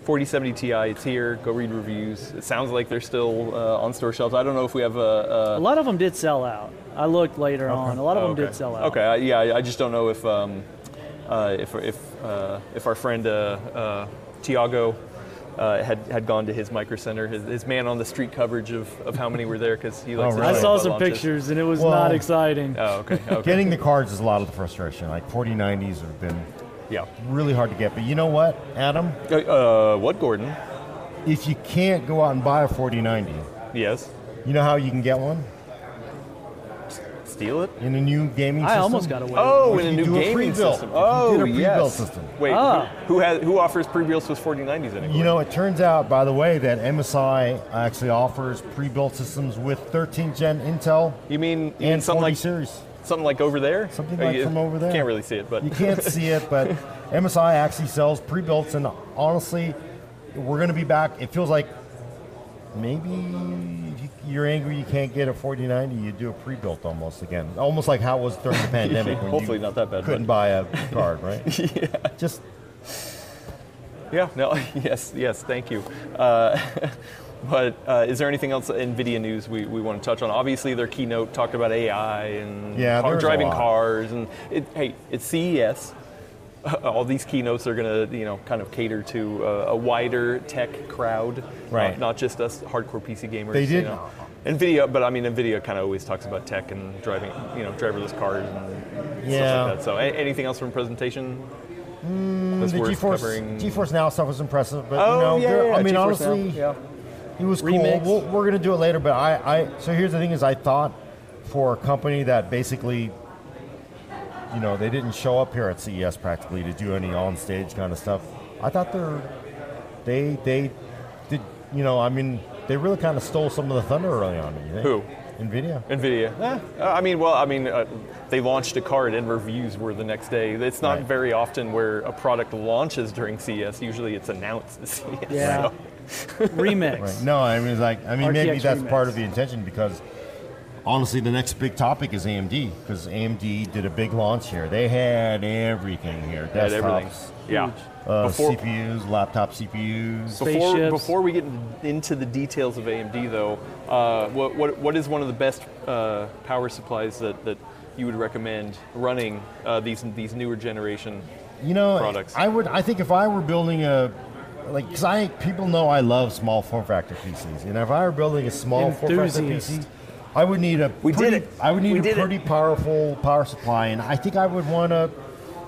S1: 4070 Ti, it's here. Go read reviews. It sounds like they're still uh, on store shelves. I don't know if we have a. Uh,
S3: A lot of them did sell out. I looked later on. A lot of them
S1: okay.
S3: did sell out.
S1: Okay, I, yeah, I- I just don't know if um, uh, if if uh, if our friend uh, uh, Tiago. Uh, had, had gone to his micro center, his, his man on the street coverage of, of how many were there because he likes.
S2: Oh,
S1: to
S2: really?
S1: show
S3: I saw
S1: up
S3: some
S1: on launches.
S3: pictures and it was
S2: Well-
S3: not exciting.
S1: Oh, okay. okay.
S2: Getting the cards is a lot of the frustration. Like 4090s have been
S1: yeah.
S2: really hard to get, but you know what, Adam?
S1: Uh, uh, what, Gordon?
S2: If you can't go out and buy a 4090,
S1: Yes.
S2: you know how you can get one
S1: Steal it?
S2: in a new gaming
S3: I
S2: system.
S3: almost got away.
S1: Oh,
S2: If
S1: in a
S2: you
S1: new
S2: do a
S1: gaming
S2: pre-built.
S1: system.
S2: If you
S1: Oh,
S2: did a
S1: yes.
S2: pre-built system.
S1: Wait,
S3: Ah.
S1: who, who has who offers pre-builds with 4090s in it?
S2: You know, it turns out, by the way, that MSI actually offers pre-built systems with 13th gen Intel
S1: you mean, you mean
S2: and 40
S1: something like
S2: series.
S1: something like over there?
S2: Something
S1: Uh,
S2: like
S1: you
S2: from over there.
S1: Can't really see it, but
S2: You can't see it, but MSI actually sells pre-built, and honestly, we're going to be back. It feels like maybe if you- you're angry you can't get a 4090, you do a pre-built almost again, almost like how it was during the pandemic. when
S1: Hopefully
S2: you
S1: not that bad,
S2: Couldn't
S1: but-
S2: buy a card, right? yeah. Just
S1: yeah, no, yes, yes, thank you. Uh, but uh, is there anything else NVIDIA news we, we want to touch on? Obviously, their keynote talked about AI and
S2: Yeah,
S1: car,
S2: there's a
S1: driving
S2: lot.
S1: cars, and it, hey, it's CES. all these keynotes are going to, you know, kind of cater to uh, a wider tech crowd,
S2: Right.
S1: Not, not just us hardcore PC gamers.
S2: They
S1: You
S2: did-
S1: know. Nvidia, but I mean, Nvidia kind of always talks about tech and driving, you know, driverless cars and
S2: Yeah. Mm,
S1: stuff like that. So, a- anything else from presentation? that's
S2: the
S1: worth
S2: GeForce
S1: covering?
S2: GeForce Now stuff was impressive, but
S1: Oh
S2: you know,
S1: yeah,
S2: there-
S1: yeah,
S2: I
S1: GeForce
S2: mean,
S1: Now,
S2: honestly,
S1: yeah.
S2: It was
S1: Remix.
S2: cool. We'll, we're going to do it later, but I, I. So here's the thing: is I thought for a company that basically, you know, they didn't show up here at CES practically to do any on-stage kind of stuff. I thought they're, they they did. You know, I mean, they really kind of stole some of the thunder early on. You think?
S1: Who?
S2: Nvidia.
S1: Nvidia. Eh, I mean, well, I mean, uh, they launched a card and reviews were the next day. It's not
S2: Right.
S1: very often where a product launches during CES. Usually, it's announced at CES.
S3: Yeah.
S1: so.
S3: Remix.
S2: Right. No, I mean, like, I mean, maybe
S3: RTX
S2: that's part
S3: remix.
S2: of the intention because honestly, the next big topic is AMD because AMD did a big launch here. They had everything here: desktops,
S1: Had everything. Yeah.
S2: uh,
S1: Before-
S2: CPUs, laptop CPUs.
S1: Before,
S3: Spaceships.
S1: before we get into the details of AMD, though, uh, what, what, what is one of the best uh, power supplies that, that you would recommend running uh, these these newer generation?
S2: You know,
S1: products.
S2: I would. I think if I were building a, like, because I people know I love small form factor PCs, and if I were building a small form factor
S3: Enthusiast.
S2: PC, I would need a.
S1: We did
S2: pretty-
S1: it.
S2: I would need
S1: We
S2: a
S1: did it.
S2: pretty powerful power supply, and I think I would want a,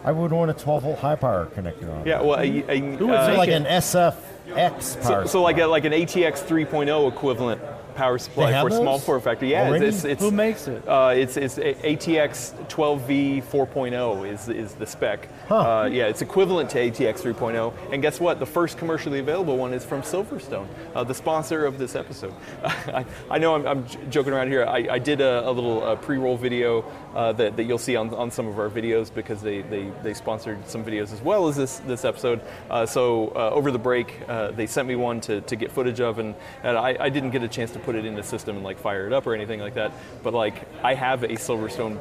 S2: I would want a 12 volt high power connector on. it.
S1: Yeah, well, a, a,
S3: would
S1: uh,
S2: So
S3: make
S2: like
S3: it.
S2: an SFX
S1: so,
S2: power.
S1: so like a,
S2: supply.
S1: like an ATX 3.0 equivalent power supply
S2: They have
S1: for small
S2: those?
S1: form factor. Yeah,
S2: Already?
S1: it's, it's,
S3: Who makes it?
S1: Uh, it's, it's a- ATX 12V 4.0 is, is the spec.
S2: Huh.
S1: Uh, yeah, it's equivalent to ATX 3.0. oh. And guess what? The first commercially available one is from Silverstone, uh, the sponsor of this episode. I, I know I'm, I'm j- joking around here. I, I did a, a little uh, pre-roll video uh, that, that you'll see on, on some of our videos because they, they, they sponsored some videos as well as this, this episode. Uh, so uh, over the break, uh, they sent me one to, to get footage of, and, and I, I didn't get a chance to put it in the system and like fire it up or anything like that. But like I have a Silverstone,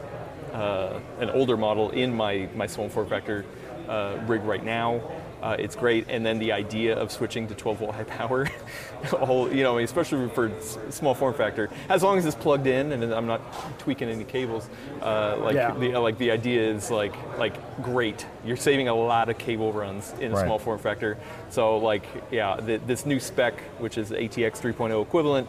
S1: uh, an older model in my my Swan four factor uh, rig right now. Uh, it's great, and then the idea of switching to 12 volt high power, a whole, you know, especially for s- small form factor. As long as it's plugged in and I'm not tweaking any cables, uh, like
S3: Yeah.
S1: the like the idea is like like great. You're saving a lot of cable runs in a
S2: Right.
S1: small form factor. So like yeah, th this new spec, which is ATX 3.0 equivalent,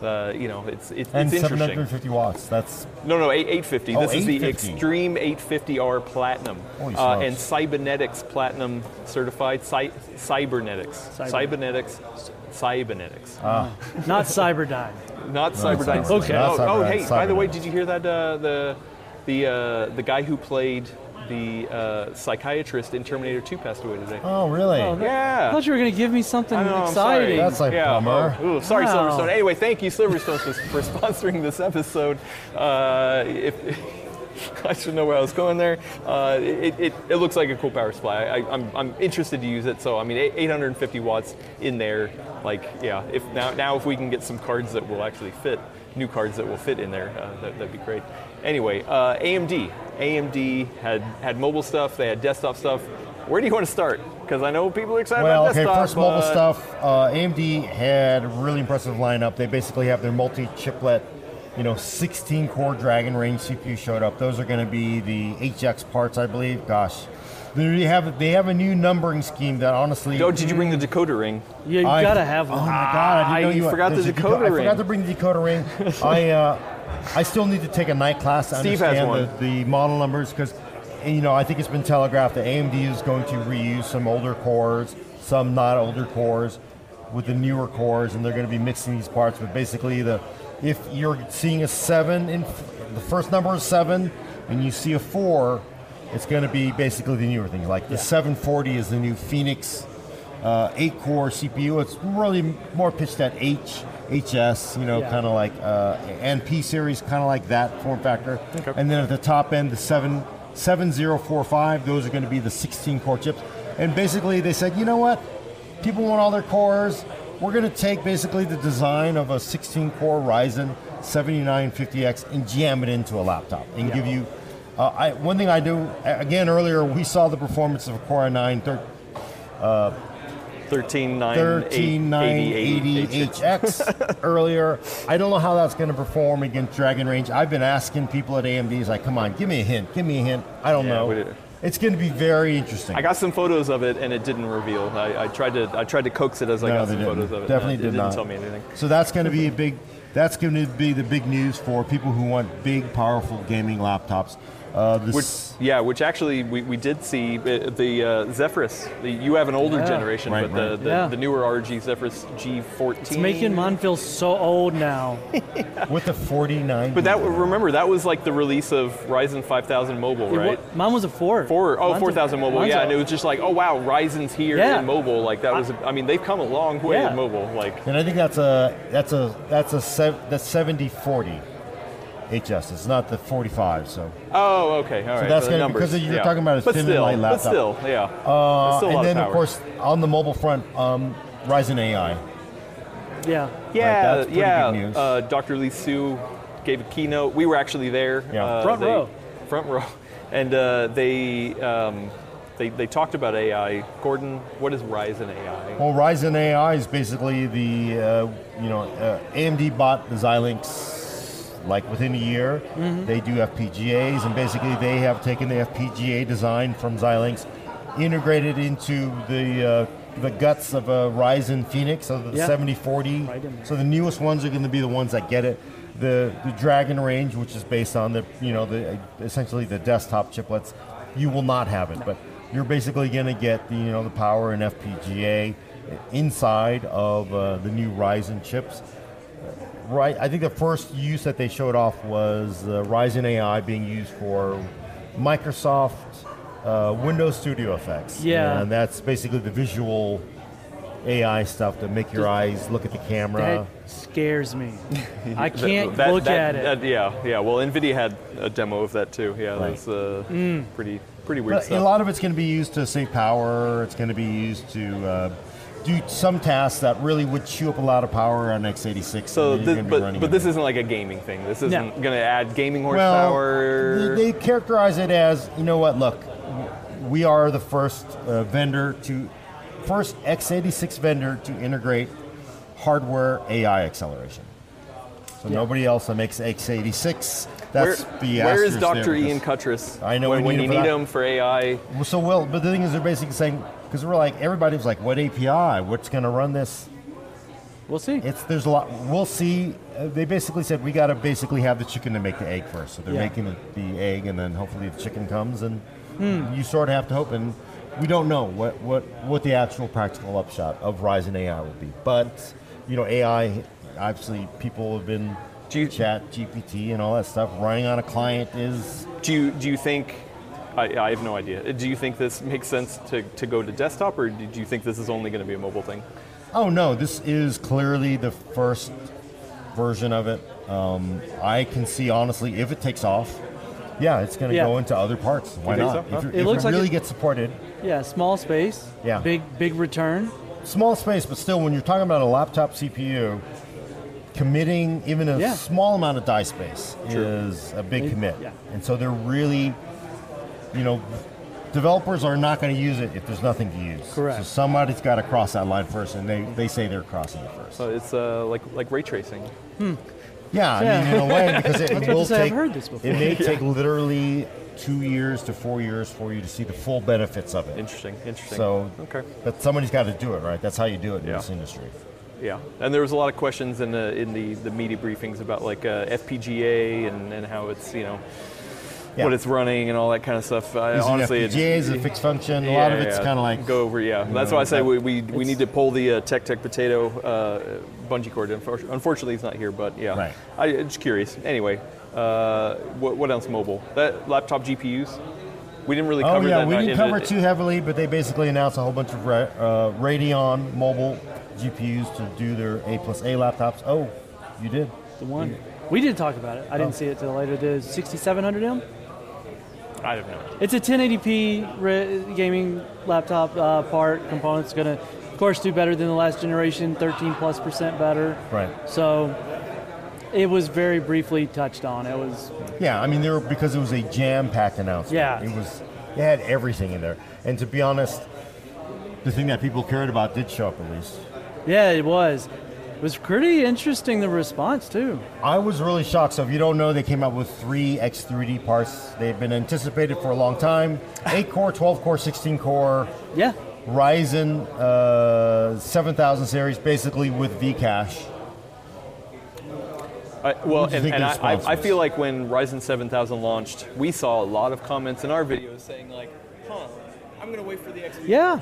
S1: uh, you know, it's it's,
S2: and
S1: it's interesting.
S2: 750 watts. That's
S1: No, no, 8- 850.
S2: Oh,
S1: this is the
S2: 850.
S1: Extreme 850R Platinum
S2: Holy
S1: uh,
S2: smokes.
S1: and Cybernetics Platinum certified. Cy- cybernetics. Cybernetics. Cybernetics.
S3: Not Cyberdyne.
S1: Not
S2: Cyberdyne.
S1: Cyberdyne.
S3: Okay.
S1: Oh,
S2: Not
S1: oh,
S2: Cyberdyne,
S1: hey, by the way,
S2: Cyberdyne.
S1: did you hear that uh, the the uh, the guy who played the uh, psychiatrist in Terminator 2 passed away today?
S2: oh really?
S1: Yeah.
S3: I thought you were going to give me something
S1: I know, I'm
S3: exciting.
S2: That's like
S1: yeah.
S2: bummer.
S1: oh, ooh, sorry,
S3: Wow.
S1: Silverstone. Anyway, thank you, Silverstone, for, for sponsoring this episode. Uh, if I should know where I was going there. Uh, it, it, it looks like a cool power supply. I, I'm, I'm interested to use it. So I mean, eight- 850 watts in there. Like yeah, if now now if we can get some cards that will actually fit, new cards that will fit in there, uh, that, that'd be great. Anyway, uh, AMD. AMD had had mobile stuff. They had desktop stuff. Where do you want to start? Because I know people are excited
S2: Well,
S1: about
S2: okay,
S1: desktop.
S2: first mobile
S1: but-
S2: stuff. Uh, AMD had a really impressive lineup. They basically have their multi-chiplet, you know, 16-core Dragon range CPU showed up. Those are going to be the HX parts, I believe. Gosh, they have they have a new numbering scheme that honestly.
S1: Oh, did you bring the decoder ring?
S3: Yeah, you
S2: I-
S3: gotta have
S2: Oh
S3: one.
S2: my God! I, didn't
S1: I
S2: know you
S1: forgot
S2: there's
S1: the
S2: a
S1: decoder
S2: I
S1: ring.
S2: forgot to bring the decoder ring. I uh, I still need to take a night class to
S1: Steve has
S2: understand
S1: one.
S2: The, the model numbers because you know I think it's been telegraphed that AMD is going to reuse some older cores, some not older cores, with the newer cores, and they're going to be mixing these parts. But basically, the if you're seeing a seven in f- the first number is seven, and you see a four, it's going to be basically the newer things. Like the 740 is the new Phoenix uh, eight core CPU. It's really more pitched at H, HS, you know,
S3: Yeah.
S2: kind of like, uh, and P series, kind of like that form factor.
S1: Okay.
S2: And then at the top end, the 7, 7045, those are going to be the 16 core chips. And basically, they said, you know what? People want all their cores. We're going to take basically the design of a 16 core Ryzen 7950X and jam it into a laptop and give you. Uh, I, one thing I do, a- again, earlier we saw the performance of a Core i9 thir-
S1: 13, 9,
S2: 13 hx earlier. I don't know how that's going to perform against Dragon Range. I've been asking people at AMD, it's like, come on, give me a hint, give me a hint. I don't
S1: Yeah, we
S2: know.
S1: did-
S2: It's going to be very interesting.
S1: I got some photos of it and it didn't reveal. I, I tried to I tried to coax it as I
S2: No,
S1: got
S2: they
S1: some
S2: didn't.
S1: photos of it.
S2: Definitely
S1: No, it
S2: did
S1: didn't
S2: not.
S1: tell me anything.
S2: so that's going to be a big, that's going to be the big news for people who want big, powerful gaming laptops. Uh, this,
S1: Which, yeah, which actually we, we did see uh, the uh, Zephyrus. The, you have an older
S3: Yeah.
S1: generation,
S2: Right,
S1: but the,
S2: right.
S1: the,
S3: Yeah.
S1: the newer RG Zephyrus G14.
S3: It's making mine feel so old now.
S2: with the 49.
S1: But that remember that was like the release of Ryzen 5000 mobile,
S3: It wa-
S1: right?
S3: mine was a four.
S1: Four, oh,
S3: Mine's a-
S1: 4000 mobile,
S3: mine's
S1: yeah,
S3: a-
S1: and it was just like, oh wow, Ryzen's here
S3: Yeah.
S1: in mobile. Like that was, a- I mean, they've come a long way
S3: Yeah.
S1: in mobile. Like,
S2: And I think that's a that's a that's a sev- that's 70 40 HS. It's not the 45. So
S1: oh, okay, all right.
S2: that's
S1: the
S2: gonna-
S1: numbers,
S2: because you're
S1: yeah.
S2: talking about a
S1: but
S2: thin and
S1: still,
S2: light
S1: but
S2: laptop.
S1: still, yeah.
S2: Uh,
S1: It's still a
S2: and
S1: lot of
S2: then, of,
S1: power.
S2: course, on the mobile front, um, Ryzen AI.
S3: Yeah.
S1: Yeah,
S2: that's pretty
S1: yeah.
S2: big news.
S1: Uh, Dr. Lee Sue gave a keynote. We were actually there.
S2: Yeah.
S1: Uh,
S3: Front
S1: they-
S3: row.
S1: Front row, and uh, they, um, they they talked about AI. Gordon, what is Ryzen AI?
S2: Well, Ryzen AI is basically the uh, you know uh, AMD bought the Xilinx like within a year.
S1: Mm-hmm.
S2: They do FPGAs, and basically they have taken the FPGA design from Xilinx, integrated into the uh, the guts of a Ryzen Phoenix of the
S3: Yeah.
S2: 7040.
S3: Right in there.
S2: so the newest ones are going to be the ones that get it. The the Dragon range, which is based on the you know the essentially the desktop chiplets, you will not have it, but you're basically going to get the you know the power and FPGA inside of uh, the new Ryzen chips. Right, I think the first use that they showed off was uh, Ryzen AI being used for Microsoft uh, Windows Studio Effects.
S3: Yeah.
S2: and that's basically the visual AI stuff to make your eyes look at the camera.
S3: That scares me. I can't
S1: That-
S3: look
S1: that-
S3: at it.
S1: that- yeah, yeah. Well, Nvidia had a demo of that too. Yeah,
S2: Right.
S1: that's uh,
S3: Mm.
S1: pretty pretty weird
S2: But
S1: stuff.
S2: a lot of it's going to be used to save power. It's going to be used to uh, do some tasks that really would chew up a lot of power on x86.
S1: so,
S2: and you're
S1: thi-
S2: gonna be
S1: but
S2: running
S1: but
S2: it.
S1: this isn't like a gaming thing. This isn't going to add gaming horsepower.
S2: Well, they, they characterize it as you know what? Look, we are the first uh, vendor to first x86 vendor to integrate hardware AI acceleration. So nobody else that makes x86. That's
S1: where,
S2: the
S1: where is
S2: asterisk there
S1: Dr.
S2: because-
S1: Ian Cuttress?
S2: I know
S1: when,
S2: we
S1: when
S2: need
S1: you
S2: him for
S1: need
S2: that.
S1: him for AI.
S2: Well, so well, but the thing is, they're basically saying because we're like everybody was like, what API? What's going to run this?
S3: we'll see.
S2: It's there's a lot. We'll see. Uh, they basically said we got to basically have the chicken to make the egg first. So they're
S3: Yeah.
S2: making the, the egg, and then hopefully the chicken comes, and you sort of have to hope. And we don't know what what what the actual practical upshot of Ryzen AI will be. But you know, AI obviously people have been
S1: Do you-
S2: chat GPT and all that stuff running on a client is
S1: Do you do you think? I, I have no idea. Do you think this makes sense to, to go to desktop, or do you think this is only going to be a mobile thing?
S2: Oh no, this is clearly the first version of it. Um, I can see honestly if it takes off, Yeah, it's going to
S3: Yeah.
S2: go into other parts. Why
S1: think
S2: not?
S1: so? Huh?
S2: If, you're-
S3: It
S2: if
S3: looks
S2: it
S3: like
S2: really
S3: it-
S2: gets supported,
S3: Yeah, small space.
S2: Yeah.
S3: Big big return.
S2: small space, but still, when you're talking about a laptop CPU, committing even a
S3: Yeah.
S2: small amount of die space
S1: True.
S2: is a big
S3: They-
S2: commit.
S3: yeah.
S2: And so they're really, you know, developers are not going to use it if there's nothing to use.
S3: Correct.
S2: So somebody's got to cross that line first, and they, they say they're crossing it first.
S1: So it's uh, like like ray tracing.
S2: Yeah, I
S3: Yeah.
S2: mean, in a way, because it, it
S3: about
S2: will
S3: to say, I've
S2: take.
S3: heard this before.
S2: It may take literally two years to four years for you to see the full benefits of it.
S1: Interesting, interesting.
S2: So,
S1: okay.
S2: but somebody's got to do it, right? That's how you do it in
S1: Yeah.
S2: this industry.
S1: Yeah, and there was a lot of questions in the in the, the media briefings about like uh, FPGA and, and how it's you know
S2: Yeah.
S1: what it's running and all that kind of stuff. I,
S2: Is
S1: honestly,
S2: it
S1: it-
S2: FPGA? Is it fixed function? A lot
S1: Yeah,
S2: of it's
S1: yeah.
S2: kind of like
S1: go over. Yeah, that's
S2: know,
S1: why I say
S2: that-
S1: we, we, we
S2: it's-
S1: need to pull the uh, tech tech potato uh, bungee cord. Unfor- Unfortunately, he's not here, but yeah,
S2: Right.
S1: I, I'm just curious. Anyway, uh, what, what else mobile? That laptop GPUs. We didn't really
S2: Oh
S1: cover
S2: yeah,
S1: that.
S2: we
S1: in-
S2: didn't
S1: in
S2: cover
S1: the-
S2: it too heavily, but they basically announced a whole bunch of Ra- uh, Radeon mobile GPUs to do their A plus A laptops. Oh, you did.
S3: The one. We did talk about it. I
S2: Oh.
S3: didn't see it till later. The 6700M.
S1: I don't know.
S3: It's a 1080p re- gaming laptop uh, part component's gonna, of course, do better than the last generation, 13 plus percent better.
S2: Right.
S3: So, it was very briefly touched on. It was
S2: Yeah, I mean, they were because it was a jam-packed announcement.
S3: Yeah.
S2: it was. It had everything in there, and to be honest, the thing that people cared about did show up at least.
S3: Yeah, it was. It was pretty interesting the response too.
S2: I was really shocked. So if you don't know, they came out with three X3D parts. They've been anticipated for a long time: eight core, twelve core, sixteen core.
S3: Yeah.
S2: Ryzen uh, 7000 series, basically with Vcache.
S1: I, well,
S2: What do you
S1: and,
S2: think
S1: and
S2: the
S1: I,
S2: response
S1: I, I
S2: was?
S1: feel like when Ryzen 7000 launched, we saw a lot of comments in our videos saying like, "Huh, I'm gonna wait for the XP."
S3: Yeah.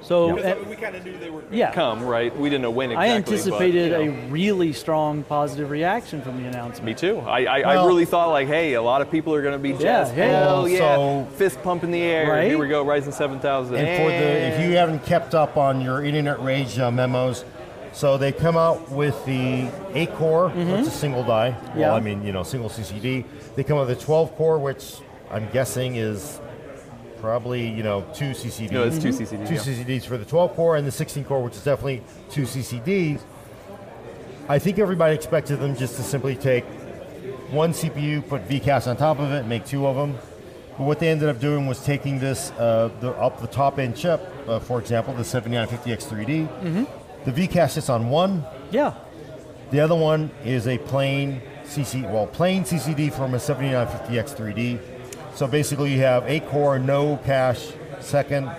S3: So uh,
S1: we kind of knew they were
S3: Yeah.
S1: come, right? We didn't know when exactly.
S3: I
S1: but,
S3: anticipated
S1: you know.
S3: a really strong positive reaction from the announcement.
S1: Me too. I, I, I
S2: Well-
S1: really thought like, hey, a lot of people are going to be jazzed.
S3: yeah.
S1: Hell yeah!
S2: So-
S1: Fist pump in the air.
S3: Right?
S1: Here we go, Ryzen 7000.
S2: And for the, if you haven't kept up on your internet rage uh, memos, so they come out with the 8 core, that's a single die.
S3: Yeah.
S2: Well, I mean, you know, single CCD. They come out with a 12 core, which I'm guessing is probably, you know, two CCDs.
S1: no, it's two CCD.
S2: two
S1: yeah.
S2: CCDs for the 12 core and the 16 core, which is definitely two CCDs. I think everybody expected them just to simply take one CPU, put VCAS on top of it, make two of them. But what they ended up doing was taking this uh, the, up the top end chip, uh, for example, the 7950X3D. The VCAS sits on one.
S3: Yeah.
S2: The other one is a plain CC, well, plain CCD from a 7950X3D. So basically, you have eight core, no cache, second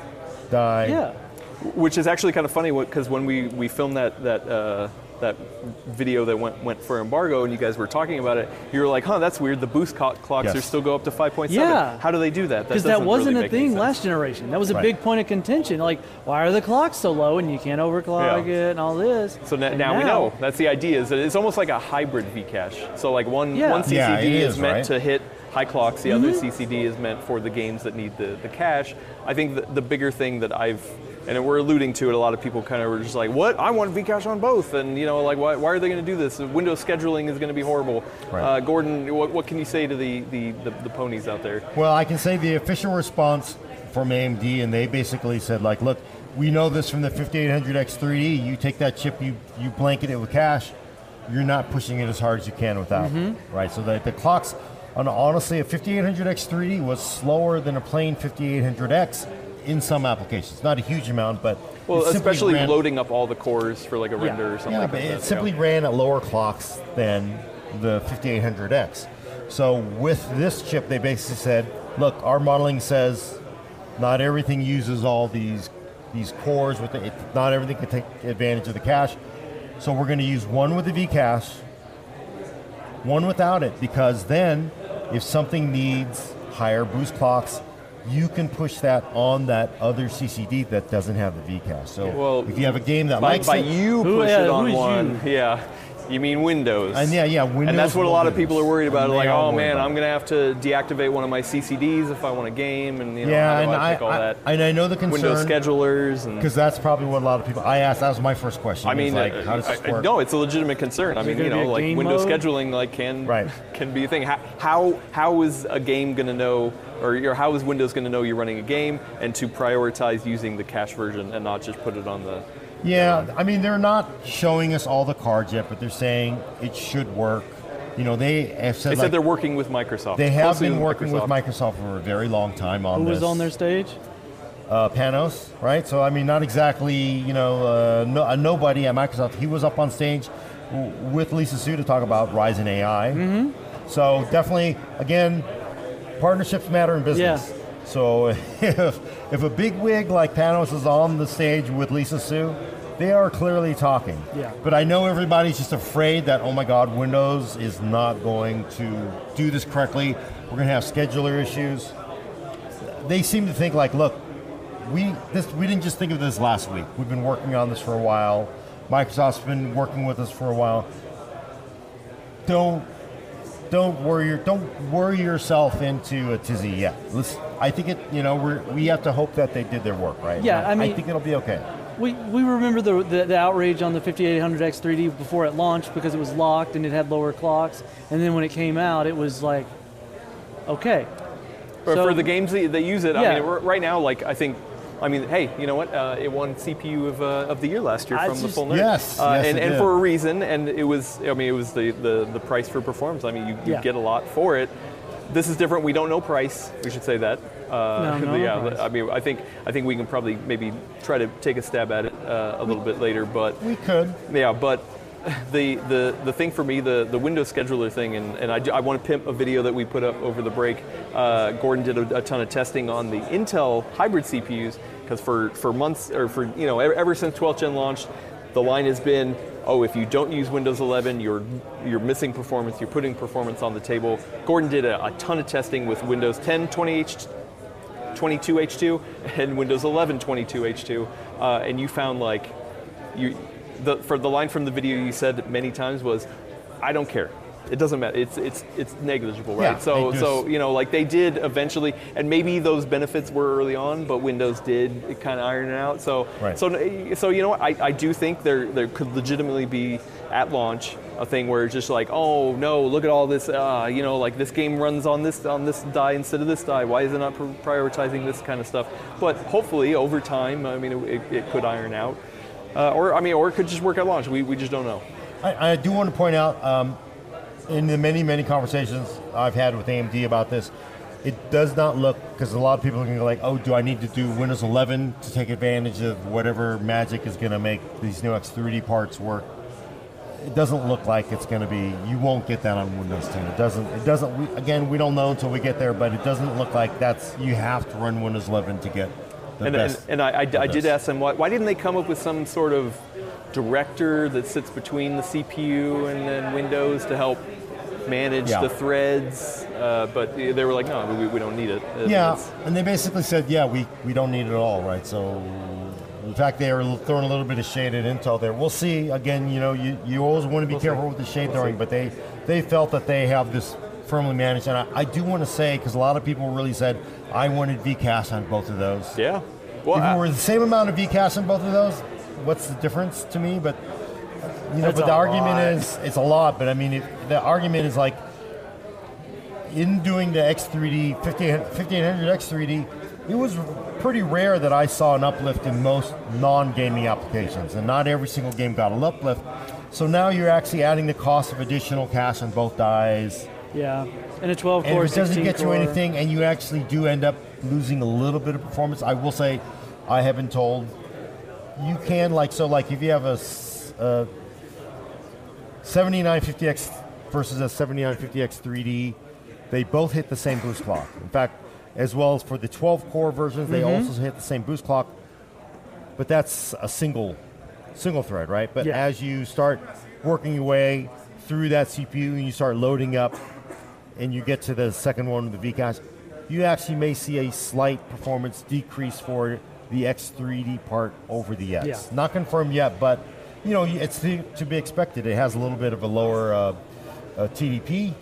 S2: die.
S3: Yeah.
S1: Which is actually kind of funny because when we, we filmed that that uh, that video that went went for embargo and you guys were talking about it, you were like, huh, that's weird. The boost co- clocks
S2: Yes.
S1: are still go up to 5.7.
S3: Yeah.
S1: How do they do that?
S3: Because that
S1: doesn't
S3: wasn't
S1: really
S3: a
S1: make any
S3: thing
S1: sense.
S3: last generation. That was a
S2: Right.
S3: big point of contention. Like, why are the clocks so low and you can't overclock
S1: Yeah.
S3: it and all this?
S1: So na-
S3: And
S1: now, we know. That's the idea. Is that it's almost like a hybrid Vcache. So like one
S3: Yeah.
S1: one CCD
S2: Yeah, it
S1: is,
S2: is,
S1: meant
S2: right?
S1: to hit high clocks. The other CCD is meant for the games that need the, the cache. I think the, the bigger thing that I've and we're alluding to it. A lot of people kind of were just like, "What? I want Vcache on both." And you know, like, why, why are they going to do this? Windows scheduling is going to be horrible.
S2: Right.
S1: Uh, Gordon, what, what can you say to the, the, the, the ponies out there?
S2: Well, I can say the official response from AMD, and they basically said, like, look, we know this from the 5800X3D. You take that chip, you, you blanket it with cache, you're not pushing it as hard as you can without.
S1: Mm-hmm.
S2: Right? So that the clocks, on honestly, a 5800X3D was slower than a plain 5800X in some applications. Not a huge amount, but.
S1: Well,
S2: it simply
S1: especially
S2: ran-
S1: loading up all the cores for like a render or something.
S2: yeah,
S1: like
S2: but
S1: that,
S2: it simply ran at lower clocks than the 5800X. So with this chip, they basically said, look, our modeling says not everything uses all these these cores. With the, it, not everything can take advantage of the cache. So we're going to use one with the Vcache, one without it, because then if something needs higher boost clocks. You can push that on that other CCD that doesn't have the Vcache. So
S1: Well,
S2: if you have a game that
S1: By,
S2: likes
S1: by
S2: it,
S1: you
S3: Who-
S1: push
S3: yeah,
S1: it
S3: who
S1: on
S3: is
S1: one, yeah. You mean Windows?
S2: And yeah, yeah, Windows.
S1: and that's what a lot of
S2: Windows.
S1: people are worried about.
S2: And they
S1: Like,
S2: are
S1: oh
S2: worried
S1: man,
S2: about
S1: I'm
S2: it.
S1: gonna have to deactivate one of my CCDs if I want a game, and you know,
S2: yeah,
S1: how do
S2: and
S1: I
S2: I,
S1: pick all
S2: I-
S1: that?
S2: and I know the concern
S1: Windows schedulers and.
S2: because that's probably what a lot of people. I asked. That was my first question.
S1: I
S2: was
S1: mean,
S2: like,
S1: uh,
S2: how does
S1: I-
S2: this
S1: I-
S2: work?
S1: no, it's a legitimate concern. I mean,
S3: there
S1: you
S3: gonna
S1: know,
S3: be a
S1: like
S3: game
S1: Windows
S3: mode?
S1: scheduling, like can
S2: Right.
S1: can be a thing. How how, how is a game going to know, or your, how is Windows going to know you're running a game, and to prioritize using the cache version and not just put it on the
S2: Yeah, I mean, they're not showing us all the cards yet, but they're saying it should work. You know, they have said,
S1: They
S2: like,
S1: said they're working with Microsoft.
S2: they have
S1: closely
S2: been working with Microsoft for a very long time on
S3: Who
S2: this.
S3: was on their stage?
S2: uh, Panos, right? So I mean, not exactly you know uh, no, a nobody at Microsoft. He was up on stage w- with Lisa Su to talk about Ryzen AI. So definitely, again, partnerships matter in business. So if if a big wig like Panos is on the stage with Lisa Su, they are clearly talking.
S3: Yeah.
S2: But I know everybody's just afraid that oh my God, Windows is not going to do this correctly. We're going to have scheduler issues. They seem to think like, look, we this we didn't just think of this last week. We've been working on this for a while. Microsoft's been working with us for a while. Don't don't worry your- don't worry yourself into a tizzy yet. Let's, I think it you know we're, we have to hope that they did their work right.
S3: Yeah, I mean-
S2: think it'll be okay.
S3: We, we remember the, the, the outrage on the 5800X3D before it launched because it was locked and it had lower clocks. And then when it came out, it was like, okay.
S1: But
S3: So-
S1: for the games that, that use it, I
S3: Yeah.
S1: mean, r- right now, like I think, I mean, hey, you know what? Uh, it won CPU of, uh, of the year last year
S3: I
S1: from the
S3: just-
S1: full nerd.
S2: Yes,
S1: uh,
S2: yes,
S1: and,
S2: it
S1: and
S2: did.
S1: for a reason. And it was, I mean, it was the, the, the price for performance. I mean, you, you
S3: Yeah.
S1: get a lot for it. This is different. We don't know price. We should say that. Uh,
S3: No, no
S1: yeah,
S3: price.
S1: I mean, I think I think we can probably maybe try to take a stab at it uh, a little bit later, but
S2: We could.
S1: yeah, but the, the, the thing for me, the, the Windows scheduler thing, and, and I, want to pimp a video that we put up over the break. Uh, Gordon did a, a ton of testing on the Intel hybrid CPUs because for, for months or for you know ever, ever since 12th gen launched, the line has been, oh, if you don't use Windows 11, you're you're missing performance. You're putting performance on the table. Gordon did a, a ton of testing with Windows 10, 20H, 22H2 and Windows 11 22H2, uh, and you found like you the for the line from the video you said many times was, "I don't care." It doesn't matter. It's it's it's negligible, right?
S2: Yeah,
S1: so
S2: they just-
S1: so you know like they did eventually, and maybe those benefits were early on, but Windows did kind of iron it out. So
S2: Right.
S1: so so you know what? I, I do think there there could legitimately be at launch a thing where it's just like oh no look at all this uh, you know like this game runs on this on this die instead of this die why is it not pr- prioritizing this kind of stuff but hopefully over time I mean it, it, it could iron out uh, or I mean or it could just work at launch we, we just don't know
S2: I, I do want to point out um, in the many, many conversations I've had with AMD about this, it does not look, because a lot of people are going to go like, oh, do I need to do Windows 11 to take advantage of whatever magic is going to make these new X3D parts work? It doesn't look like it's going to be. You won't get that on Windows 10. It doesn't. It doesn't. We, again, we don't know until we get there, but it doesn't look like that's. You have to run Windows 11 to get the
S1: and,
S2: best.
S1: and, and I, I, I did
S2: best.
S1: ask them why, why didn't they come up with some sort of director that sits between the CPU and then Windows to help manage
S2: Yeah.
S1: the threads, uh, but they they were like, no, we, we don't need it. Uh,
S2: Yeah,
S1: it's-
S2: and they basically said, yeah, we, we don't need it at all, right? So, in fact, they are throwing a little bit of shade at Intel there. We'll see. Again, you know, you, you always want to be careful with the shade throwing, but they, they felt that they have this firmly managed. And I, I do want to say, because a lot of people really said, I wanted VCast on both of those.
S1: Yeah. Well,
S2: if
S1: I-
S2: it were the same amount of VCast on both of those, what's the difference to me? But, you know,
S3: That's
S2: but the
S3: a
S2: argument
S3: lot.
S2: is, it's a lot, but I mean, it, the argument is like, in doing the X3D 1500 X3D, it was pretty rare that I saw an uplift in most non-gaming applications, and not every single game got an uplift. So now you're actually adding the cost of additional cash on both dies,
S3: Yeah. And a 12
S2: and
S3: core,
S2: if it doesn't
S3: 16
S2: get you
S3: core.
S2: anything, and you actually do end up losing a little bit of performance. I will say, I have been told you can like so like if you have a, s- a 7950X versus a 7950X 3D, they both hit the same boost clock. In fact, as well as for the 12 core versions, they
S3: Mm-hmm.
S2: also hit the same boost clock. But that's a single single thread, right? But
S3: Yeah.
S2: as you start working your way through that CPU and you start loading up and you get to the second one with the VCache, you actually may see a slight performance decrease for the X3D part over the X.
S3: Yeah.
S2: Not confirmed yet, but you know, it's to, to be expected. It has a little bit of a lower uh, uh, TDP,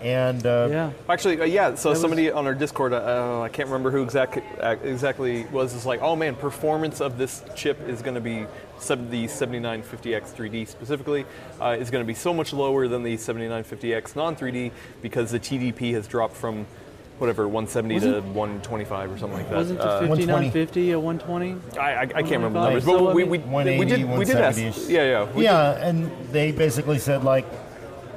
S2: and uh,
S3: Yeah.
S1: Actually, uh, yeah. So somebody on our Discord, uh, I can't remember who exact, uh, exactly was, is like, oh man, performance of this chip is going to be sub the 7950X 3D specifically uh, is going to be so much lower than the 7950X non 3D because the TDP has dropped from whatever 170 to
S3: Wasn't-
S1: 125 or something like that.
S3: Wasn't
S1: Uh,
S3: the 59
S2: 120.
S3: 50 a 120?
S1: I, I, I can't remember the
S3: 125?
S1: numbers, but
S3: So, I
S1: we,
S3: mean-
S1: we, we
S2: 180,
S1: did we did ask.
S2: 170s.
S1: Yeah, yeah. We
S2: yeah, and they basically said like,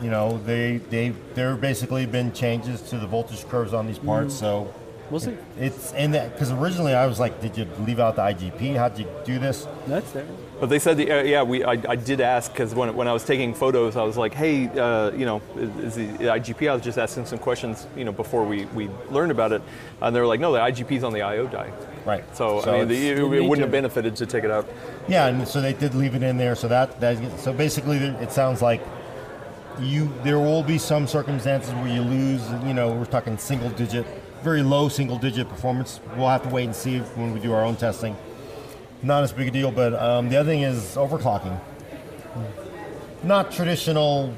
S2: you know, they they there have basically been changes to the voltage curves on these parts,
S3: Mm-hmm.
S2: so
S3: We'll see.
S2: it's and that because originally I was like, did you leave out the IGP? How'd you do this?
S3: That's there.
S1: But they said, uh, yeah, we, I, I did ask because when, when I was taking photos, I was like, hey, uh, you know, is, is the IGP? I was just asking some questions, you know, before we, we learned about it, and they were like, no, the IGP's on the IO die.
S2: Right.
S1: So, I mean,
S2: it's-
S1: the, E it, it
S3: need
S1: wouldn't
S3: to.
S1: have benefited to take it out.
S2: Yeah, and so they did leave it in there. So that, that so basically, there- it sounds like you there will be some circumstances where you lose. You know, we're talking single digit, very low single digit performance. We'll have to wait and see when we do our own testing. Not as big a deal, but um, the other thing is overclocking. Not traditional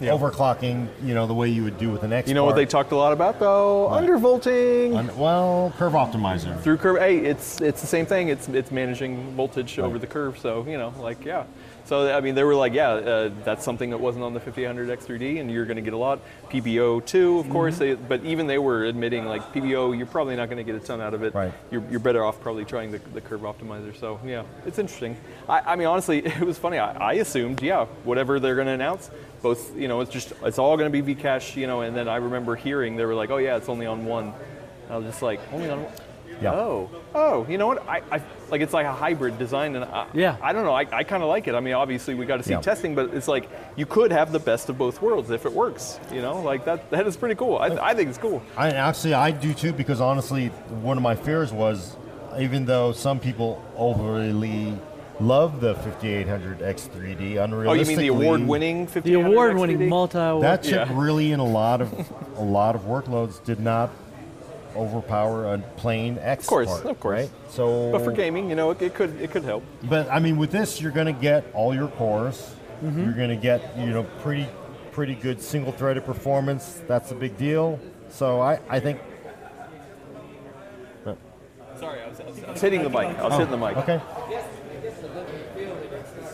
S2: overclocking. You know, the way you would do with an X.
S1: You know what they talked a lot about though? Undervolting.
S2: well, curve optimizer.
S1: through curve. Hey, it's it's the same thing. It's it's managing voltage over the curve. So you know, like yeah. So I mean, they were like, yeah, uh, that's something that wasn't on the 5800 X3D, and you're going to get a lot. PBO too, of course. They, but even they were admitting like PBO, you're probably not going to get a ton out of it.
S2: Right.
S1: You're, you're better off probably trying the, the curve optimizer. So yeah, it's interesting. I, I mean, honestly, it was funny. I, I assumed, yeah, whatever they're going to announce, both you know, it's just it's all going to be Vcache, you know. And then I remember hearing they were like, oh yeah, it's only on one. And I was just like, only on one.
S2: Yeah.
S1: Oh, oh, you know what? I, I like it's like a hybrid design, and I,
S3: Yeah.
S1: I don't know. I, I kind of like it. I mean, obviously we got to see
S2: Yeah.
S1: testing, but it's like you could have the best of both worlds if it works. You know, like that that is pretty cool. I, I think it's cool.
S2: I actually I do too because honestly, one of my fears was, even though some people overly love the 5800 X3D, unrealistically,
S1: Oh, you mean the award-winning 50?
S3: The award winning multi award.
S2: That chip
S1: Yeah.
S2: really, in a lot of a lot of workloads, did not overpower a plain X.
S1: Of course,
S2: part,
S1: of course.
S2: right? So,
S1: But for gaming, you know, it, it could it could help.
S2: but I mean, with this, you're going to get all your cores.
S1: Mm-hmm.
S2: You're going to get you know pretty pretty good single-threaded performance. That's a big deal. So I, I think
S1: Sorry, I was, I was, I was hitting the mic. I was hitting the mic.
S2: Okay.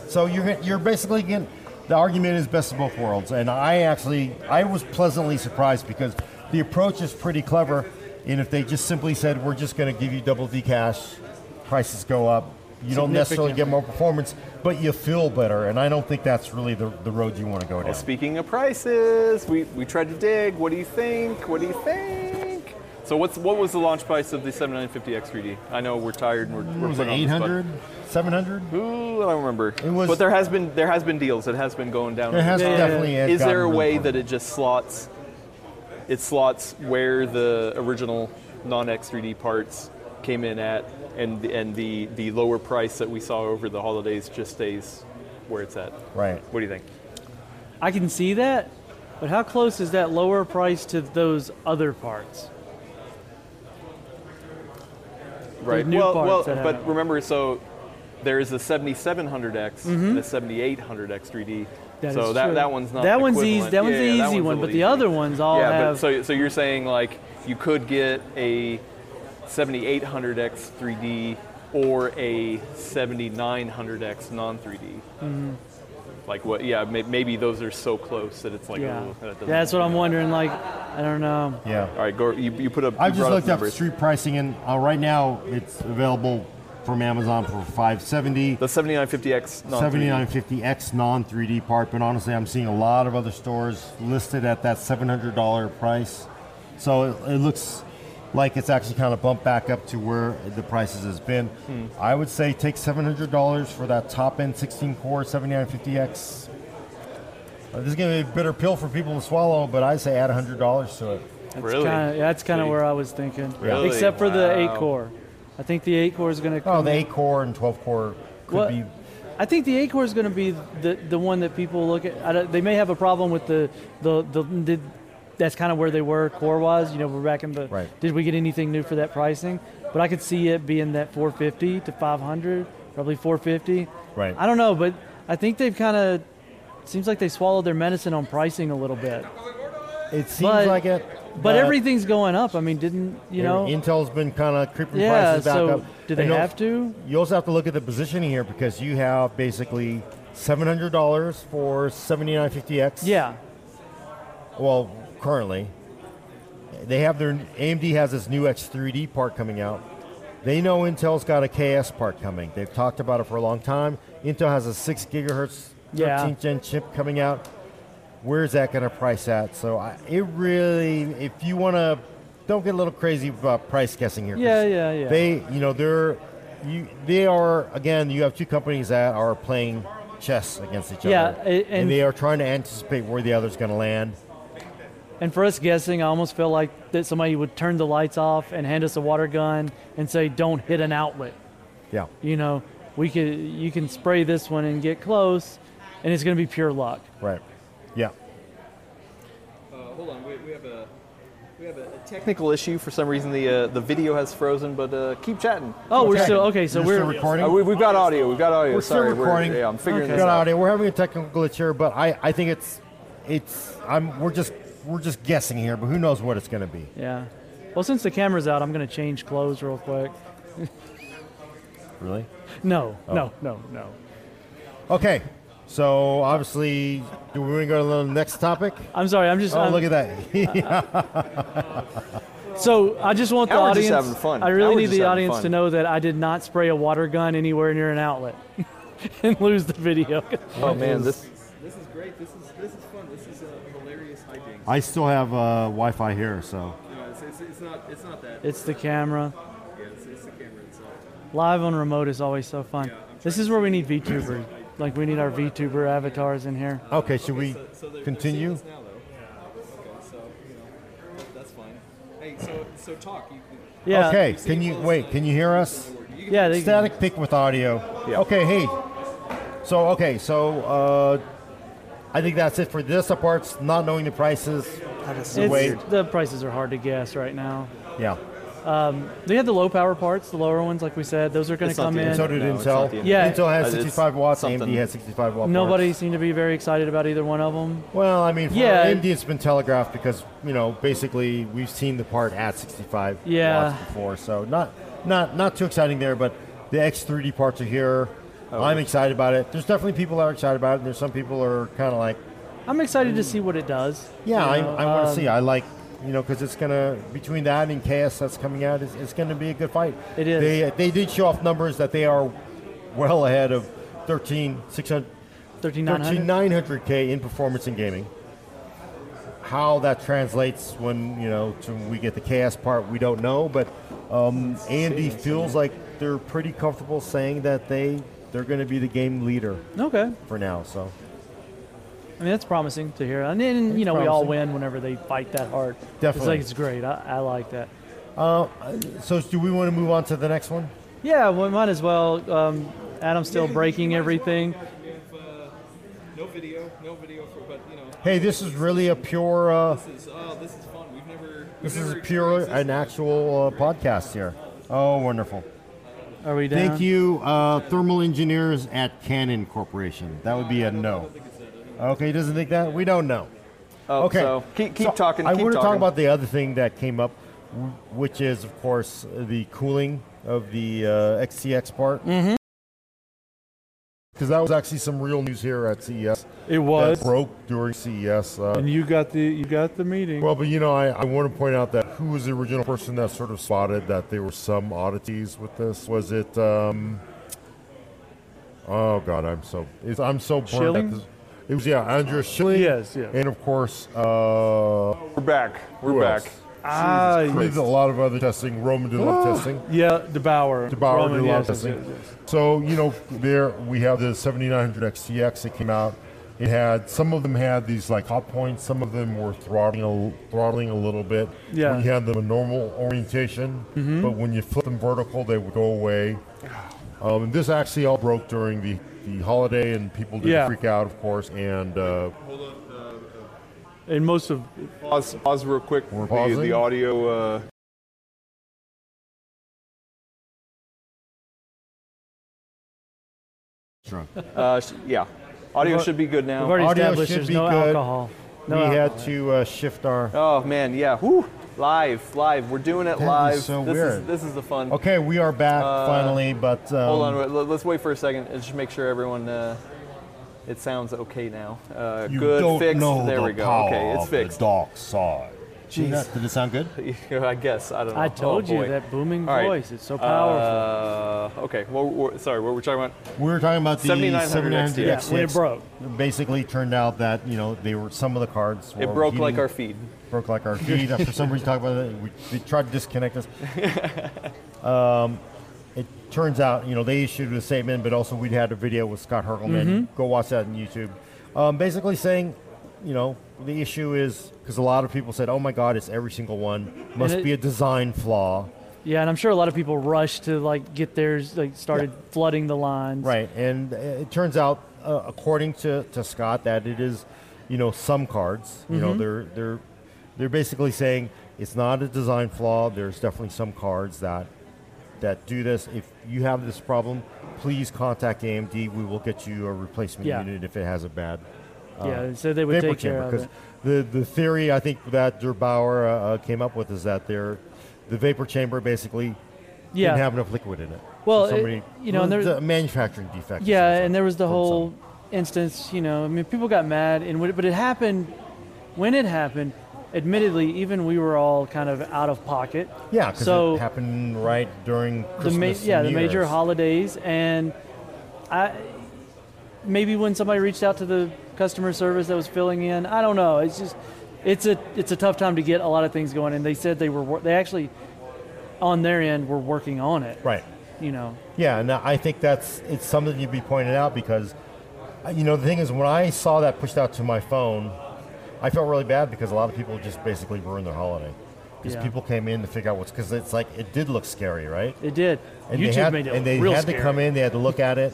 S2: So you're you're basically getting the argument is best of both worlds, and I actually I was pleasantly surprised because the approach is pretty clever. And if they just simply said we're just going to give you double D cash, prices go up, you don't necessarily get more performance, but you feel better. And I don't think that's really the, the road you want to go down.
S1: Well, Uh, speaking of prices, we, we tried to dig. What do you think? What do you think? So what's what was the launch price of the 7950X3D? I know we're tired and we're,
S2: What
S1: we're
S2: was it
S1: put on the spot.
S2: 800, 700?
S1: Ooh, I don't remember.
S2: It was-
S1: but there has been there has been deals. It has been going down.
S2: It has
S3: Yeah, yeah, yeah.
S2: definitely. had
S1: Is there a
S2: gotten
S1: way
S2: really
S1: that it just slots? It slots where the original non-X3D parts came in at, and and the the lower price that we saw over the holidays just stays where it's at.
S2: right.
S1: What do you think?
S3: I can see that, but how close is that lower price to those other parts?
S1: Right.
S3: new
S1: well,
S3: parts
S1: well,
S3: that
S1: but
S3: have-
S1: remember, so there is a 7700X and a 7800X3D.
S3: Mm-hmm. That
S1: so
S3: is
S1: that,
S3: true.
S1: that one's not
S3: That one's easy.
S1: equivalent.
S3: That one's
S1: Yeah,
S3: the
S1: yeah,
S3: easy
S1: that one's a
S3: one,
S1: little
S3: but the
S1: easy.
S3: other ones all
S1: yeah,
S3: have.
S1: but so so you're saying like you could get a 7800X 3D or a 7900X non 3D.
S3: Mm-hmm.
S1: Like what? Yeah, may, maybe those are so close that it's like
S3: yeah,
S1: oh, that doesn't-
S3: that's what I'm wondering. Like, I don't know.
S2: Yeah.
S1: All right, go, you, you put up. you
S2: I've just
S1: brought
S2: looked up
S1: numbers.
S2: street pricing, and uh, right now it's available from Amazon for 570.
S1: the 7950X non
S2: 7950X non 3D part, but honestly, I'm seeing a lot of other stores listed at that $700 price. So it, it looks like it's actually kind of bumped back up to where the prices has been.
S3: Hmm.
S2: I would say take $700 for that top end 16 core 7950X. Uh, This is going to be a bitter pill for people to swallow, but I say add $100 to it.
S3: That's
S1: Really?
S3: Kinda, yeah, that's kind of
S1: See?
S3: where I was thinking.
S1: Really?
S3: Except for the
S1: Wow.
S3: eight core. I think the eight core is going to.
S2: Oh, the eight core and twelve core could
S3: Well,
S2: be.
S3: I think the Acorn is going to be the, the one that people look at. I don't, they may have a problem with the the, the, the that's kind of where they were core wise. You know, we're back in the
S2: Right.
S3: did we get anything new for that pricing? But I could see it being that 450 to 500, probably 450.
S2: Right.
S3: I don't know, but I think they've kind of seems like they swallowed their medicine on pricing a little bit.
S2: It seems
S3: But-
S2: like it.
S3: But, everything's going up. I mean, didn't you know?
S2: Intel's been kind of creeping
S3: yeah.
S2: prices back
S3: So
S2: up.
S3: do they
S2: And you'll-
S3: have to?
S2: You also have to look at the positioning here because you have basically seven hundred dollars for seventy nine fifty X.
S3: Yeah.
S2: Well, currently, they have their AMD has this new X3D part coming out. They know Intel's got a KS part coming. They've talked about it for a long time. Intel has a six gigahertz 13th
S3: Yeah.
S2: gen chip coming out. Where's that going to price at? So I, it really, if you want to, don't get a little crazy about price guessing here. 'cause
S3: Yeah, yeah, yeah.
S2: They, you know, they're, you, they are again. You have two companies that are playing chess against each
S3: Yeah,
S2: other,
S3: a- and-
S2: they are trying to anticipate where the other's going to land.
S3: And for us guessing, I almost feel like that somebody would turn the lights off and hand us a water gun and say, "Don't hit an outlet."
S2: Yeah.
S3: You know, we could you can spray this one and get close, and it's going to be pure luck.
S2: Right. Yeah.
S1: Uh, hold on, we, we have a we have a a technical issue for some reason. The uh, the video has frozen, but uh, keep chatting.
S3: Oh, we're
S2: Okay.
S3: still okay. So
S2: You're
S3: we're
S2: still recording.
S1: Uh, we, we've got audio. We've got audio.
S2: We're still
S1: Sorry,
S2: recording.
S1: We're, yeah, I'm figuring
S3: Okay.
S1: this
S2: Got
S1: out.
S2: audio. We're having a technical glitch here, but I, I think it's it's I'm we're just we're just guessing here, but who knows what it's going to be?
S3: yeah. Well, since the camera's out, I'm going to change clothes real quick.
S2: Really?
S3: No,
S2: Oh.
S3: no, no, no.
S2: Okay. So obviously, do we want to go to the next topic?
S3: I'm sorry. I'm just.
S2: Oh,
S3: I'm-
S2: look at that!
S3: So I just want the
S1: Now we're just
S3: audience.
S1: having fun.
S3: I
S1: Now
S3: really
S1: we're
S3: need
S1: just
S3: the
S1: having
S3: audience
S1: fun.
S3: to know that I did not spray a water gun anywhere near an outlet and lose the video.
S1: Oh man, this this is great. This is this is fun. This is a hilarious hijinks.
S2: I still have uh, Wi-Fi here, so
S1: it's, not it's not that.
S3: it's the camera.
S1: Yeah, it's, the camera itself.
S3: Live on remote is always so fun. this is where we need VTuber. like we need our VTuber avatars in here.
S2: okay. Should we continue?
S1: now, though. Okay, so you know that's fine. Hey, so so talk. You,
S3: Yeah.
S2: Okay. Can you wait? Can you hear us?
S3: Yeah. They,
S2: Static pick with audio.
S1: Yeah.
S2: Okay. Hey. So okay. So uh, I think that's it for this. Apart not knowing the prices.
S3: it's-
S2: weird.
S3: the prices are hard to guess right now.
S2: Yeah.
S3: They had the low power parts, the lower ones, like we said. Those are going to
S1: It's not
S3: come
S1: the
S3: in.
S2: And so did
S1: No, it's not
S2: Intel.
S1: the Intel.
S3: Yeah.
S2: Intel
S1: Uh,
S2: has
S1: it's
S2: 65 watts.
S1: something-
S2: AMD has 65 watt.
S3: Nobody
S2: parts.
S3: seemed to be very excited about either one of them.
S2: Well, I mean, for
S3: Yeah.
S2: AMD, it's been telegraphed because you know basically we've seen the part at 65
S3: Yeah.
S2: watts before, so not not not too exciting there. But the X3D parts are here.
S1: Oh,
S2: I'm excited about it. There's definitely people that are excited about it. And there's some people are kind of like,
S3: I'm excited to see what it does.
S2: yeah,
S3: you
S2: I,
S3: know,
S2: I want to
S3: um,
S2: see. I like. You know, because it's gonna between that and KS that's coming out, it's, it's gonna be a good fight.
S3: It is.
S2: They they did show off numbers that they are well ahead of 13 600
S3: 3900.
S2: 13900K in performance in gaming. How that translates when you know to when we get the chaos part, we don't know. But um, AMD feels like they're pretty comfortable saying that they they're going to be the game leader
S3: Okay. I mean,
S2: for now. So
S3: that's promising to hear. And then, you know, we all win whenever they fight that hard. It's
S2: Definitely.
S3: like, it's great. I, I like that.
S2: so do we want to move on to the next one?
S3: Yeah, we might as well. Um, Adam's still breaking everything.
S1: no video, no video for, but you know,
S2: Hey, this is really a pure uh,
S1: this is oh, this is fun. We've never.
S2: this is pure an actual uh, podcast here. Oh, wonderful.
S3: Are we down?
S2: Thank you, uh, thermal engineers at Canon Corporation. That would be a no. Okay, he doesn't think that? We don't know.
S1: Oh,
S2: Okay.
S1: So keep keep
S2: So
S1: talking.
S2: I
S1: keep
S2: want to talk
S1: talking.
S2: about the other thing that came up, wh- which is, of course, the cooling of the uh, XCX part.
S1: Mm-hmm.
S2: Because that was actually some real news here at CES
S5: It
S2: that
S5: was.
S2: broke during CES. Uh,
S5: And you got the you got the meeting.
S2: well, but you know, I, I want to point out that who was the original person that sort of spotted that there were some oddities with this? Was it? Um, oh God, I'm so it's, I'm so burnt. at
S5: Schilling?
S2: this- It was yeah, Andrea Schilling.
S5: Yes, yes.
S2: and of course, uh,
S1: We're back. We're
S2: who
S1: back.
S2: else?
S5: ah,
S2: We did a lot of other testing. Roman did a lot of testing.
S5: yeah, DeBauer.
S2: DeBauer did
S5: Roman,
S2: a lot of
S5: yes, yes,
S2: testing.
S5: yes, yes.
S2: So you know, there we have the 7900 XTX that came out. It had some of them had these like hot points. Some of them were throttling a, throttling a little bit.
S5: Yeah. Mm-hmm.
S2: We had them in normal orientation, but when you flip them vertical, they would go away. Um, and this actually all broke during the, the holiday, and people did
S5: Yeah.
S2: freak out, of course. And uh,
S5: And most of
S1: Pause pause real quick.
S2: We're
S1: the,
S2: pausing.
S1: the audio. Uh, uh, sh- yeah. Audio
S3: We've al-
S1: should be good now.
S3: We've already
S2: Audio
S3: established
S2: should
S3: there's
S2: be
S3: no
S2: good.
S3: alcohol. No
S2: we
S3: alcohol.
S2: had to uh, shift our.
S1: Oh man, yeah. Whew. Live, live. We're doing it
S2: That is
S1: live.
S2: so
S1: this is
S2: weird.
S1: this is the fun.
S2: Okay, we are back finally, but um,
S1: Uh, Hold on, wait, let- let's wait for a second and just make sure everyone. Uh, it sounds okay now. Uh,
S2: You
S1: good
S2: don't
S1: fix.
S2: know
S1: there
S2: the
S1: we go.
S2: power
S1: okay, it's
S2: of the
S1: fixed.
S2: dark side.
S1: Jeez.
S2: Jeez. Did it sound good?
S1: I guess I don't know.
S3: I told
S1: Oh,
S3: you
S1: boy.
S3: that booming
S1: All right.
S3: voice. It's so powerful.
S1: Uh, okay. Well, we're, sorry, what were we talking about?
S2: We were talking about the
S1: 7900
S2: 7900
S1: XT.
S3: yeah, when it broke.
S2: Basically, turned out that you know they were some of the cards.
S1: It
S2: were
S1: broke like
S2: heating-
S1: our feed.
S2: broke like our feed. For some reason, talk about it. We, they tried to disconnect us. um, it turns out, you know, they issued a statement, but also we had a video with Scott Herkelman. Go watch that on YouTube. Um, basically saying, you know, the issue is because a lot of people said, "Oh my God, it's every single one. Must
S3: it-
S2: be a design flaw."
S3: Yeah, and I'm sure a lot of people rushed to like get theirs, like started flooding the lines.
S2: Right, and uh, it turns out, uh, according to, to Scott, that it is, you know, some cards. You
S3: Mm-hmm.
S2: know, they're they're they're basically saying it's not a design flaw. There's definitely some cards that that do this. If you have this problem, please contact AMD. We will get you a replacement
S3: Yeah.
S2: unit if it has a bad
S3: Yeah, so they would
S2: Uh, vapor
S3: take care
S2: chamber.
S3: of
S2: Because
S3: it.
S2: the the theory I think that Derbauer uh, uh, came up with is that they're the vapor chamber basically
S3: Yeah.
S2: didn't have enough liquid in it.
S3: Well, it-
S2: so somebody,
S3: you know, and there-
S2: the manufacturing defect. or
S3: Yeah,
S2: something
S3: and there was the
S2: from
S3: whole
S2: some-
S3: instance, you know, I mean, people got mad, and what, but it happened, when it happened, admittedly, even we were all kind of out of pocket.
S2: yeah, because
S3: so
S2: it happened right during
S3: the
S2: Christmas.
S3: ma-
S2: and
S3: yeah,
S2: New
S3: the major
S2: Year's.
S3: holidays, and I maybe when somebody reached out to the customer service that was filling in, I don't know. It's just it's a it's a tough time to get a lot of things going, and they said they were wor- they actually on their end were working on it,
S2: Right.
S3: You know,
S2: Yeah, and I think that's it's something you'd be pointed out because, uh, you know, the thing is when I saw that pushed out to my phone, I felt really bad because a lot of people just basically ruined their holiday because
S3: Yeah.
S2: people came in to figure out what's because it's like it did look scary, right?
S3: it did.
S2: And
S3: YouTube
S2: they had,
S3: made it
S2: and they
S3: real
S2: had
S3: scary.
S2: to come in. They had to look at it,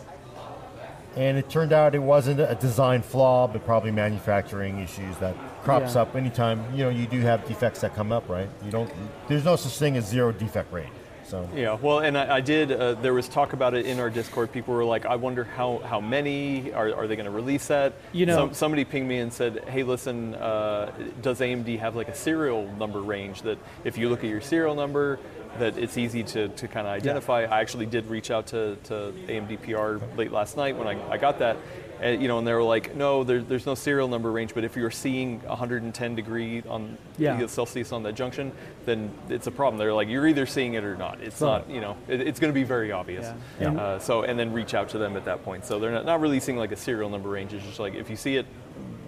S2: and it turned out it wasn't a design flaw, but probably manufacturing issues that crops
S3: Yeah.
S2: up anytime you know you do have defects that come up, right? You don't. There's no such thing as zero defect rate. So
S1: Yeah, well, and I, I did. Uh, there was talk about it in our Discord. People were like, "I wonder how how many are, are they going to release that?"
S3: You know-
S1: Some, somebody pinged me and said, "Hey, listen, uh, does AMD have like a serial number range that if you look at your serial number, that it's easy to, to kind of identify?" I actually did reach out to, to AMD PR late last night when I, I got that. And, you know, and they were like, "No, there, there's no serial number range, but if you're seeing 110 degree on
S3: Yeah.
S1: Celsius on that junction, then it's a problem. They're like, you're either seeing it or not. It's not, you know, it, it's going to be very obvious.
S3: Yeah. Yeah.
S1: Uh, so, and then reach out to them at that point. So they're not, not releasing like a serial number range. It's just like, if you see it,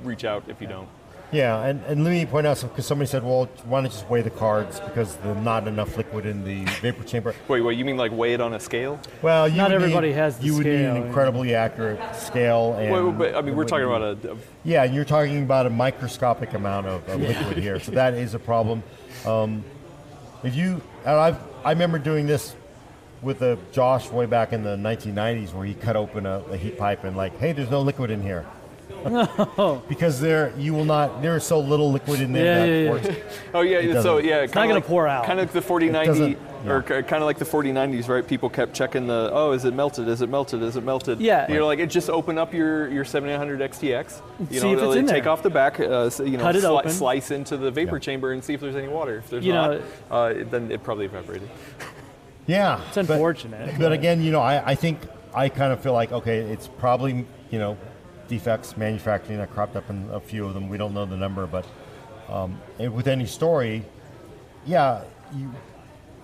S1: reach out. If you don't,
S2: yeah, and, and let me point out because somebody said, well, why not just weigh the cards because there's not enough liquid in the vapor chamber.
S1: wait, what, you mean like weigh it on a scale?
S2: Well, you
S3: Not
S2: would
S3: everybody
S2: need,
S3: has the
S2: you would need
S3: scale,
S2: an
S3: yeah.
S2: incredibly accurate scale. And
S1: Wait, wait, but I mean, we're talking about a, a
S2: Yeah, and you're talking about a microscopic amount of, of liquid here, so that is a problem. Um, if you, and I've, I remember doing this with uh Josh way back in the 1990s, where he cut open a, a heat pipe and like, hey, there's no liquid in here, because there you will not. There is so little liquid in there
S3: Yeah,
S2: that
S3: yeah, yeah.
S2: works.
S1: Oh yeah, so
S2: doesn't-
S1: yeah,
S3: not
S1: kinda
S3: gonna pour out.
S1: Kind of like the
S2: doesn't-
S1: 4090,
S2: yeah.
S1: or kind of like the 4090s, right? People kept checking the, oh, is it melted? Is it melted? Is it melted?
S3: Yeah.
S1: You're like, it just open up your your 7900 XTX. You know,
S3: See if it's
S1: they
S3: in
S1: take
S3: there.
S1: off the back, uh, so, you know,
S3: Cut it
S1: sli-
S3: open.
S1: slice into the vapor
S2: Yeah.
S1: chamber and see if there's any water. If there's
S3: You
S1: not,
S3: know-
S1: uh, it- then it probably evaporated.
S2: Yeah,
S3: It's unfortunate.
S2: But, but again, you know, I, I think I kind of feel like okay, it's probably you know defects manufacturing that cropped up in a few of them. We don't know the number, but um, and with any story, yeah, you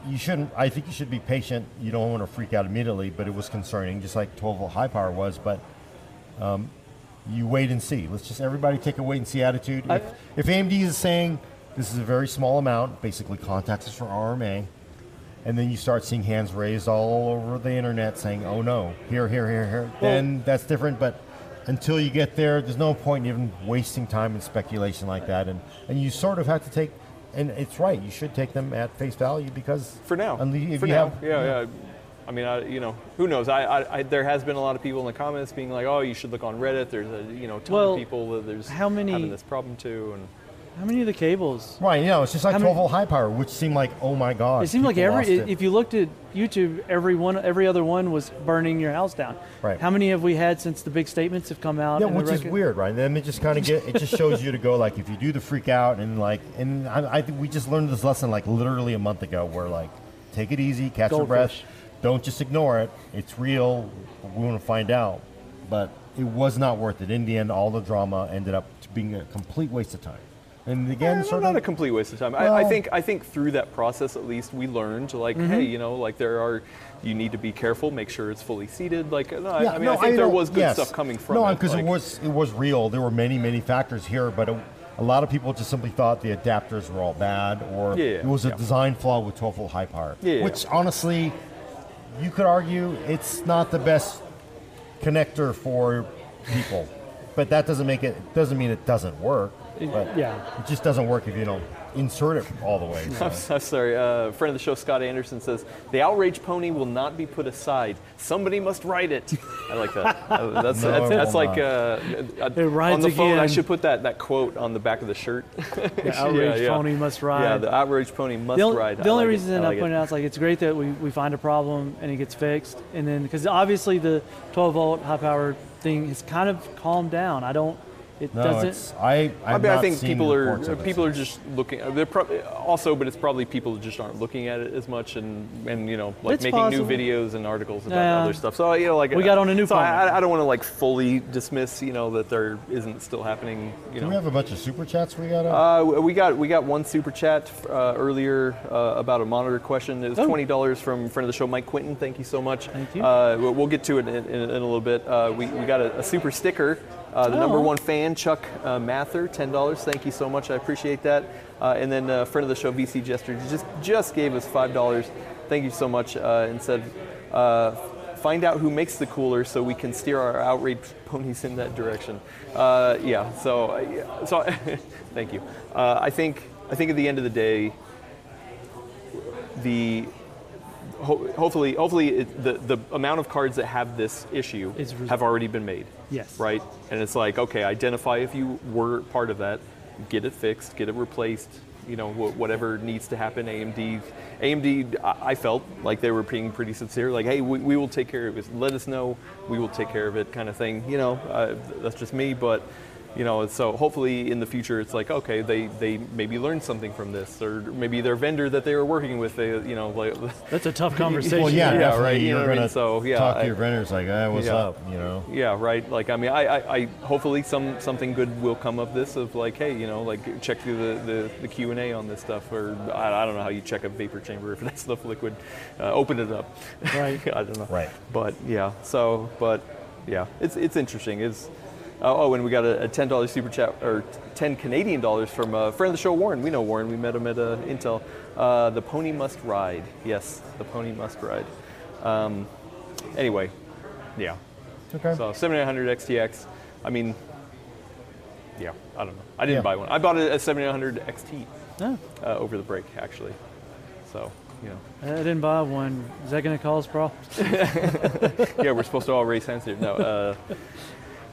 S2: you shouldn't. I think you should be patient. You don't want to freak out immediately, but it was concerning, just like 12 volt high power was. But um, you wait and see. Let's just everybody take a wait and see attitude.
S3: I-
S2: if, if AMD is saying this is a very small amount, basically contact us for RMA. And then you start seeing hands raised all over the internet saying, oh no, here, here, here, here. then that's different, but until you get there, there's no point in even wasting time in speculation like that. And, and you sort of have to take, and it's right, you should take them at face value because.
S1: For now.
S2: Unle- if
S1: For
S2: you
S1: now.
S2: have-
S1: yeah, yeah. I mean, I, you know, who knows? I, I, I, there has been a lot of people in the comments being like, "Oh, you should look on Reddit." There's a, you know, ton
S3: Well,
S1: of people that there's
S3: how many-
S1: having this problem too, and
S3: How many of the cables?
S2: Right, you know, it's just like
S3: How
S2: 12
S3: many-
S2: volt high power, which seemed like, oh my god.
S3: It seemed like
S2: people
S3: every.
S2: lost it.
S3: If you looked at YouTube, every one, every other one was burning your house down.
S2: Right.
S3: How many have we had since the big statements have come out?
S2: Yeah,
S3: and the
S2: which is
S3: record-
S2: weird, right? Then it just kind of get it just shows you to go like if you do the freak out and like and I, I think we just learned this lesson like literally a month ago where like take it easy, catch your breath,
S3: Goldfish.
S2: don't just ignore it. It's real. We want to find out, but it was not worth it. In the end, all the drama ended up being a complete waste of time. And again,
S1: Eh,
S2: sort
S1: not
S2: of
S1: a complete waste of time. I, I
S2: Well- Mm-hmm.
S1: think I think through that process, at least, we learned like, hey, you know, like there are, you need to be careful, make sure it's fully seated. Like, no, I- I mean, I think there
S2: don't-
S1: was good
S2: yes.
S1: stuff coming from
S2: No,
S1: it.
S2: because
S1: like-
S2: it was it was real. There were many many factors here, but it, a lot of people just simply thought the adapters were all bad, or
S1: Yeah, yeah,
S2: it was a
S1: yeah.
S2: design flaw with 12 volt high power.
S1: Yeah, yeah,
S2: which honestly, you could argue it's not the best connector for people, but that doesn't make it doesn't mean it doesn't work. But
S3: yeah.
S2: it just doesn't work if you don't insert it all the way. so.
S1: I'm so sorry. Uh, friend of the show, Scott Anderson says the outrage pony will not be put aside. Somebody must ride it. I like that. Uh, that's
S2: No,
S1: that's,
S2: it
S1: that's
S2: will
S1: like uh, uh, on
S3: rides
S1: the phone. I
S3: again.
S1: should put that, that quote on the back of the shirt.
S3: The outrage pony must ride.
S1: Yeah, the outrage pony must
S3: the only,
S1: ride.
S3: the
S1: I
S3: only
S1: like it.
S3: reason
S1: I
S3: I,
S1: like it.
S3: pointed out is like it's great that we, we find a problem and it gets fixed, and then because obviously the 12 volt high power thing has kind of calmed down. I don't. It
S2: no,
S3: doesn't.
S2: it's, I
S1: I,
S2: I've
S1: mean, I
S2: not
S1: think
S2: seen
S1: people are uh,
S2: reports of it,
S1: people
S2: so.
S1: are just looking. uh, They're probably also, but it's probably people just aren't looking at it as much, and and you know, like
S3: It's
S1: making
S3: possible.
S1: new videos and articles about
S3: Yeah.
S1: other stuff. So you know, like
S3: We got on a new
S1: So I,
S3: problem.
S1: I- I don't want to like fully dismiss, you know, that there isn't still happening. You
S2: Do
S1: know,
S2: we have a bunch of super chats we got?
S1: uh, we got we got one super chat uh, earlier uh, about a monitor question. It was
S3: Oh.
S1: twenty dollars from friend of the show Mike Quinton. Thank you so much.
S3: Thank you.
S1: Uh, we- we'll get to it in, in, in a little bit. Uh, we, we got a, a super sticker. Uh, the number
S3: Oh.
S1: one fan Chuck uh, Mather, ten dollars. Thank you so much. I appreciate that. Uh, and then uh, friend of the show VC Jester just just gave us five dollars. Thank you so much. Uh, and said. Uh, Find out who makes the cooler so we can steer our outrage ponies in that direction. Uh, yeah, so, uh, yeah, so thank you. Uh, I, think, I think at the end of the day, the, ho- hopefully, hopefully it, the, the amount of cards that have this issue
S3: Is res-
S1: have already been made.
S3: Yes.
S1: Right? And it's like, okay, identify if you were part of that, get it fixed, get it replaced, you know, wh- whatever needs to happen. AMD, AMD, I I felt like they were being pretty sincere, like, hey, we, we will take care of it. Let us know, we will take care of it, kind of thing. You know, uh, that's just me, but. You know, so hopefully in the future it's like okay, they, they maybe learned something from this, or maybe their vendor that they were working with, they you know like
S3: that's a tough conversation.
S2: Well, yeah,
S1: Yeah,
S2: definitely.
S1: right, you
S2: You're
S1: know what I
S2: gonna
S1: mean? So, yeah,
S2: talk to
S1: I-
S2: your vendors like, hey, what's
S1: Yeah.
S2: up? You know.
S1: Yeah, right. Like I mean, I, I, I hopefully some something good will come of this. Of like, hey, you know, like check through the the, the Q and A on this stuff, or I, I don't know how you check a vapor chamber if that stuff liquid. Uh, open it up.
S3: Right.
S1: I don't know.
S2: Right.
S1: But yeah. So, but yeah, it's it's interesting. It's. Oh, oh, and we got a, a ten dollars super chat or ten Canadian dollars from a friend of the show, Warren. We know Warren. We met him at uh, Intel. Uh, the pony must ride. Yes, the pony must ride. Um, anyway, yeah.
S2: Okay.
S1: So 7900 XTX. I mean, yeah, I don't know. I didn't
S2: Yeah.
S1: buy one. I bought a, a 7900 XT
S3: No,
S1: uh, over the break, actually. So, you know.
S3: I didn't buy one. Is that going to cause problems?
S1: yeah, we're supposed to all race sensitive. No. Uh,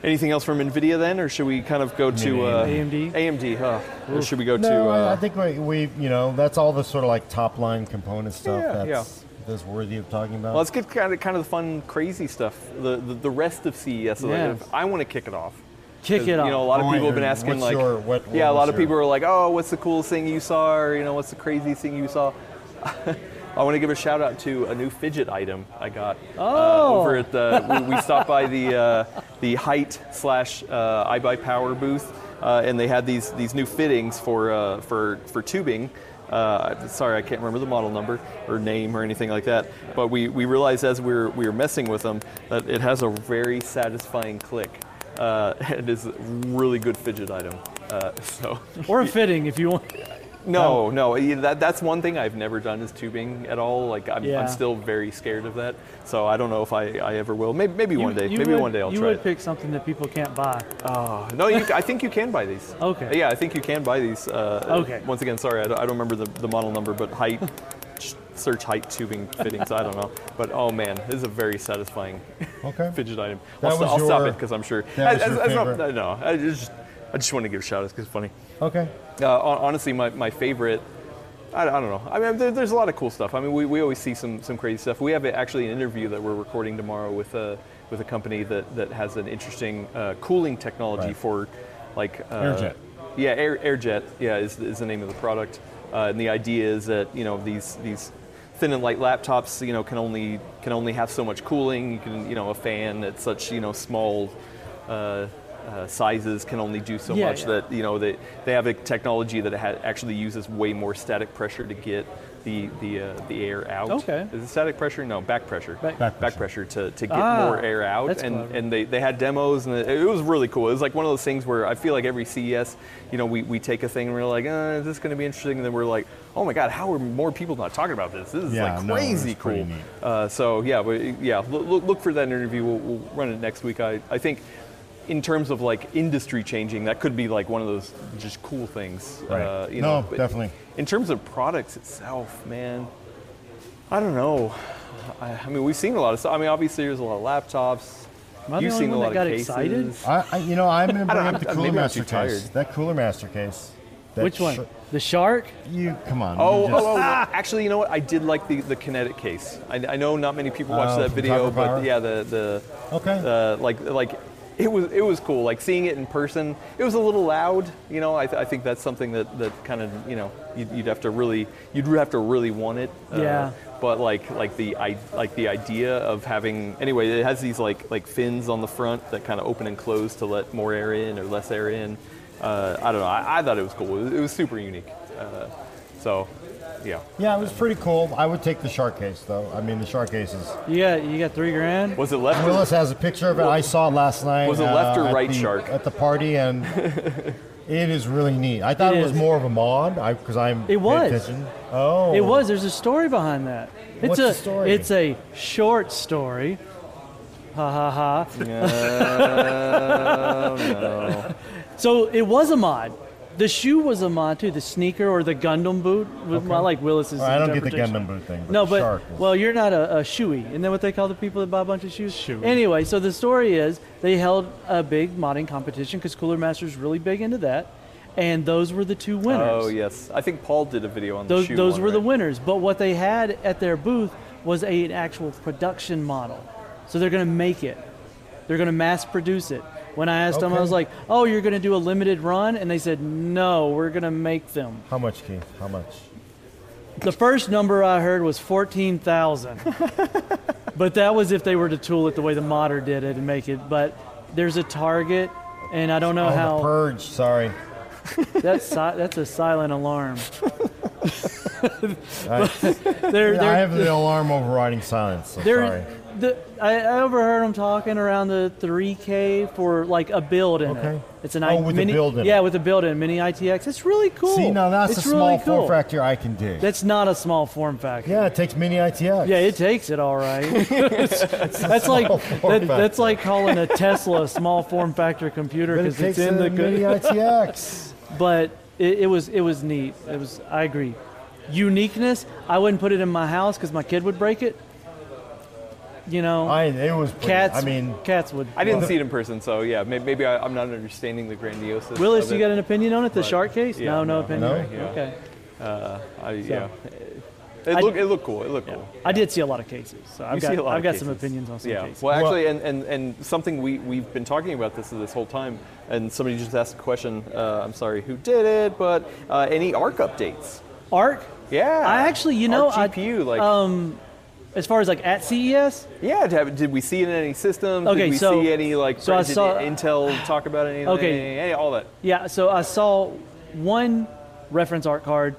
S1: anything else from NVIDIA then, or should we kind of go to uh,
S3: AMD?
S1: AMD, huh? Or should we go
S2: no,
S1: to.
S2: I-
S1: Uh,
S2: I think we, we, you know, that's all the sort of like top line component stuff
S1: Yeah,
S2: that's that's worthy of talking about.
S1: well, let's get kind of, kind of the fun, crazy stuff, the, the, the rest of CES. So, like,
S3: Yes.
S1: if I want to kick it off.
S3: Kick
S1: 'Cause,
S3: it off.
S1: You know, a lot of
S2: Oh,
S1: people have been
S2: wait,
S1: asking
S2: what's
S1: like,
S2: your- what- what
S1: yeah, a
S2: was
S1: lot of
S2: your-
S1: people are like, oh, what's the coolest thing you saw? Or, you know, what's the craziest thing you saw? I want to give a shout out to a new fidget item I got uh,
S3: Oh.
S1: over at the. we, we stopped by the uh, the height slash uh, I buy power booth, uh, and they had these these new fittings for uh, for for tubing. Uh, I'm sorry, I can't remember the model number or name or anything like that. But we, we realized as we were, we were messing with them that it has a very satisfying click. Uh, it is a really good fidget item. Uh, so
S3: or a fitting if you want.
S1: no, no. yeah, That, that's one thing I've never done is tubing at all. Like I'm,
S3: Yeah.
S1: I'm still very scared of that. So I don't know if I, I ever will. Maybe, maybe one
S3: You-
S1: day.
S3: you
S1: Maybe
S3: would-
S1: one day I'll
S3: You
S1: try
S3: would
S1: it.
S3: pick something that people can't buy.
S1: Oh, no, you, I think you can buy these.
S3: Okay.
S1: Yeah, I think you can buy these. Uh,
S3: Okay.
S1: Once again, sorry, I don't, I don't remember the, the model number, but height. just Search height tubing fittings. I don't know, but oh man, this is a very satisfying
S2: okay.
S1: fidget item.
S2: That
S1: I'll, st-
S2: was
S1: I'll stop
S2: your-
S1: it because I'm sure.
S2: that was your
S1: not-
S2: favorite?
S1: no, I just- I just want to give a shout out because it's funny.
S2: Okay.
S1: Uh, hon- honestly, my, my favorite. I, I don't know. I mean, there, there's a lot of cool stuff. I mean, we, we always see some, some crazy stuff. We have a- actually an interview that we're recording tomorrow with a with a company that, that has an interesting uh, cooling technology
S2: Right.
S1: for like uh,
S2: Airjet.
S1: Yeah, Air, Airjet. Yeah, is, is the name of the product. Uh, and the idea is that you know these these thin and light laptops you know can only can only have so much cooling. You can you know a fan at such you know small. Uh, uh, sizes can only do so
S3: Yeah,
S1: much
S3: yeah.
S1: that you know they, they have a technology that ha- actually uses way more static pressure to get the the uh, the air out.
S3: Okay.
S1: Is it static pressure? No, back pressure.
S3: Back-
S2: Back
S1: pressure to, to get
S3: Ah,
S1: more air out.
S3: that's
S1: and
S3: clever.
S1: and they, they had demos and it, it was really cool. It was like one of those things where I feel like every CES, you know, we, we take a thing and we're like, uh, is this going to be interesting? And then we're like, oh my god, how are more people not talking about this? This is
S2: Yeah,
S1: like
S2: no, it's
S1: crazy
S2: pretty
S1: cool.
S2: neat.
S1: Uh, so yeah, we, yeah. Look, look, look for that interview. We'll, we'll run it next week. I, I think, in terms of like industry changing, that could be like one of those just cool things.
S2: Right.
S1: Uh, you
S2: No,
S1: know, but
S2: definitely.
S1: In terms of products itself, man, I don't know. I, I mean, we've seen a lot of stuff. I mean, obviously, there's a lot of laptops.
S3: Am I the
S1: You've
S3: only
S1: seen a
S3: one
S1: lot
S3: that got
S1: of cases.
S3: excited?
S2: I, I, you know, I'm gonna bring
S1: don't-
S2: up the
S1: I'm-
S2: Cooler
S1: maybe I'm
S2: Master
S1: too
S2: case.
S1: tired.
S2: That Cooler Master case. That
S3: Which one?
S2: shir-
S3: The shark?
S2: you come on.
S1: Oh,
S2: you
S1: oh, oh, actually, you know what? I did like the, the kinetic case. I, I know not many people watch
S2: Oh,
S1: that
S2: from
S1: video,
S2: Tucker Power?
S1: but yeah, the the
S2: Okay.
S1: uh, like like it was it was cool. Like seeing it in person, it was a little loud. You know, I, th- I think that's something that, that kind of you know you'd, you'd have to really you'd have to really want it. uh,
S3: Yeah.
S1: But like like the I like the idea of having anyway, it has these like like fins on the front that kind of open and close to let more air in or less air in. Uh, I don't know. I, I thought it was cool. It was, it was super unique. Uh, so, yeah.
S2: yeah, it was pretty cool. I would take the shark case though. I mean, the shark case is.
S3: You got you got three grand.
S1: Was it left? or-
S2: Willis has a picture of it. I saw it last night. uh,
S1: Was it left or
S2: at
S1: right
S2: the-
S1: shark?
S2: At the party, and it is really neat. I thought
S3: It
S2: it, was
S3: is.
S2: more of a mod because I'm.
S3: It was.
S2: paying attention. Oh.
S3: It was. There's a story behind that. It's
S2: What's
S3: a
S2: the story?
S3: it's a short story. Ha ha ha. So it was a mod. The shoe was a mod too. The sneaker or the Gundam boot. With my, like Willis's.
S2: All right, I don't get the
S3: interpretation.
S2: Gundam boot thing. But
S3: No,
S2: the
S3: but
S2: shark was-
S3: well, you're not a, a shoey. Isn't that what they call the people that buy a bunch of shoes?
S5: Shoey.
S3: Anyway, so the story is they held a big modding competition because Cooler Master's really big into that, and those were the two winners.
S1: Oh yes, I think Paul did a video on
S3: Those,
S1: the shoe.
S3: those
S1: one,
S3: were the
S1: right?
S3: winners. But what they had at their booth was a, an actual production model. So they're going to make it, they're going to mass produce it. When I asked them, I
S2: Okay.
S3: was like, oh, you're going to do a limited run? And they said, no, we're going to make them.
S2: How much, Keith? How much?
S3: The first number I heard was 14,000. but that was if they were to tool it the way the modder did it and make it. But there's a target, and I don't know
S2: Oh, the
S3: how.
S2: purge. Sorry.
S3: That's, si- that's a silent alarm.
S2: I,
S3: They're,
S2: I
S3: they're-
S2: have the alarm overriding silence. So sorry.
S3: There, the, I, I overheard them talking around the 3K for like a build in
S2: Okay.
S3: it. It's an
S2: Oh,
S3: I-
S2: with a
S3: mini,
S2: build in
S3: yeah,
S2: it.
S3: with a build in mini ITX. It's really cool.
S2: See, now that's
S3: it's
S2: a small
S3: really cool.
S2: form factor I can do.
S3: That's not a small form factor.
S2: yeah, it takes mini ITX.
S3: Yeah, it takes it all right. that's like
S2: form
S3: that,
S2: factor.
S3: that's like calling a Tesla a small form factor computer
S2: But it
S3: because
S2: takes
S3: it's in the
S2: a mini ITX.
S3: but it, it was it was neat. It was I agree. Uniqueness. I wouldn't put it in my house because my kid would break it. You know,
S2: I, it was. Pretty,
S3: cats.
S2: I mean,
S3: cats would.
S1: I didn't see it in person, so yeah, maybe, maybe I, I'm not understanding the grandiose.
S3: Willis,
S1: of
S3: you
S1: it.
S3: got an opinion on it? The shark case?
S1: Yeah,
S3: no, no,
S1: no,
S3: opinion.
S2: no.
S1: Yeah.
S3: Okay.
S1: I, yeah.
S3: uh, I-
S1: It looked, it looked cool. It looked cool.
S3: I did see a lot of cases, so I've
S1: You
S3: got,
S1: see a lot
S3: I've
S1: of
S3: got
S1: cases.
S3: some opinions on some
S1: yeah.
S3: cases.
S1: Well, actually, and, and, and something we, we've been talking about this this whole time, and somebody just asked a question. Uh, I'm sorry, who did it? But uh, any ARC updates?
S3: Arc,
S1: Yeah.
S3: I actually- you know, I- um,
S1: ARC GPU, like,
S3: as far as like at E CES,
S1: yeah. Did, did we see it in any systems?
S3: Okay,
S1: did we
S3: so-
S1: see any like?
S3: so I
S1: did
S3: saw-
S1: Intel talk about anything?
S3: Okay.
S1: any- all that.
S3: yeah. So I saw one reference art card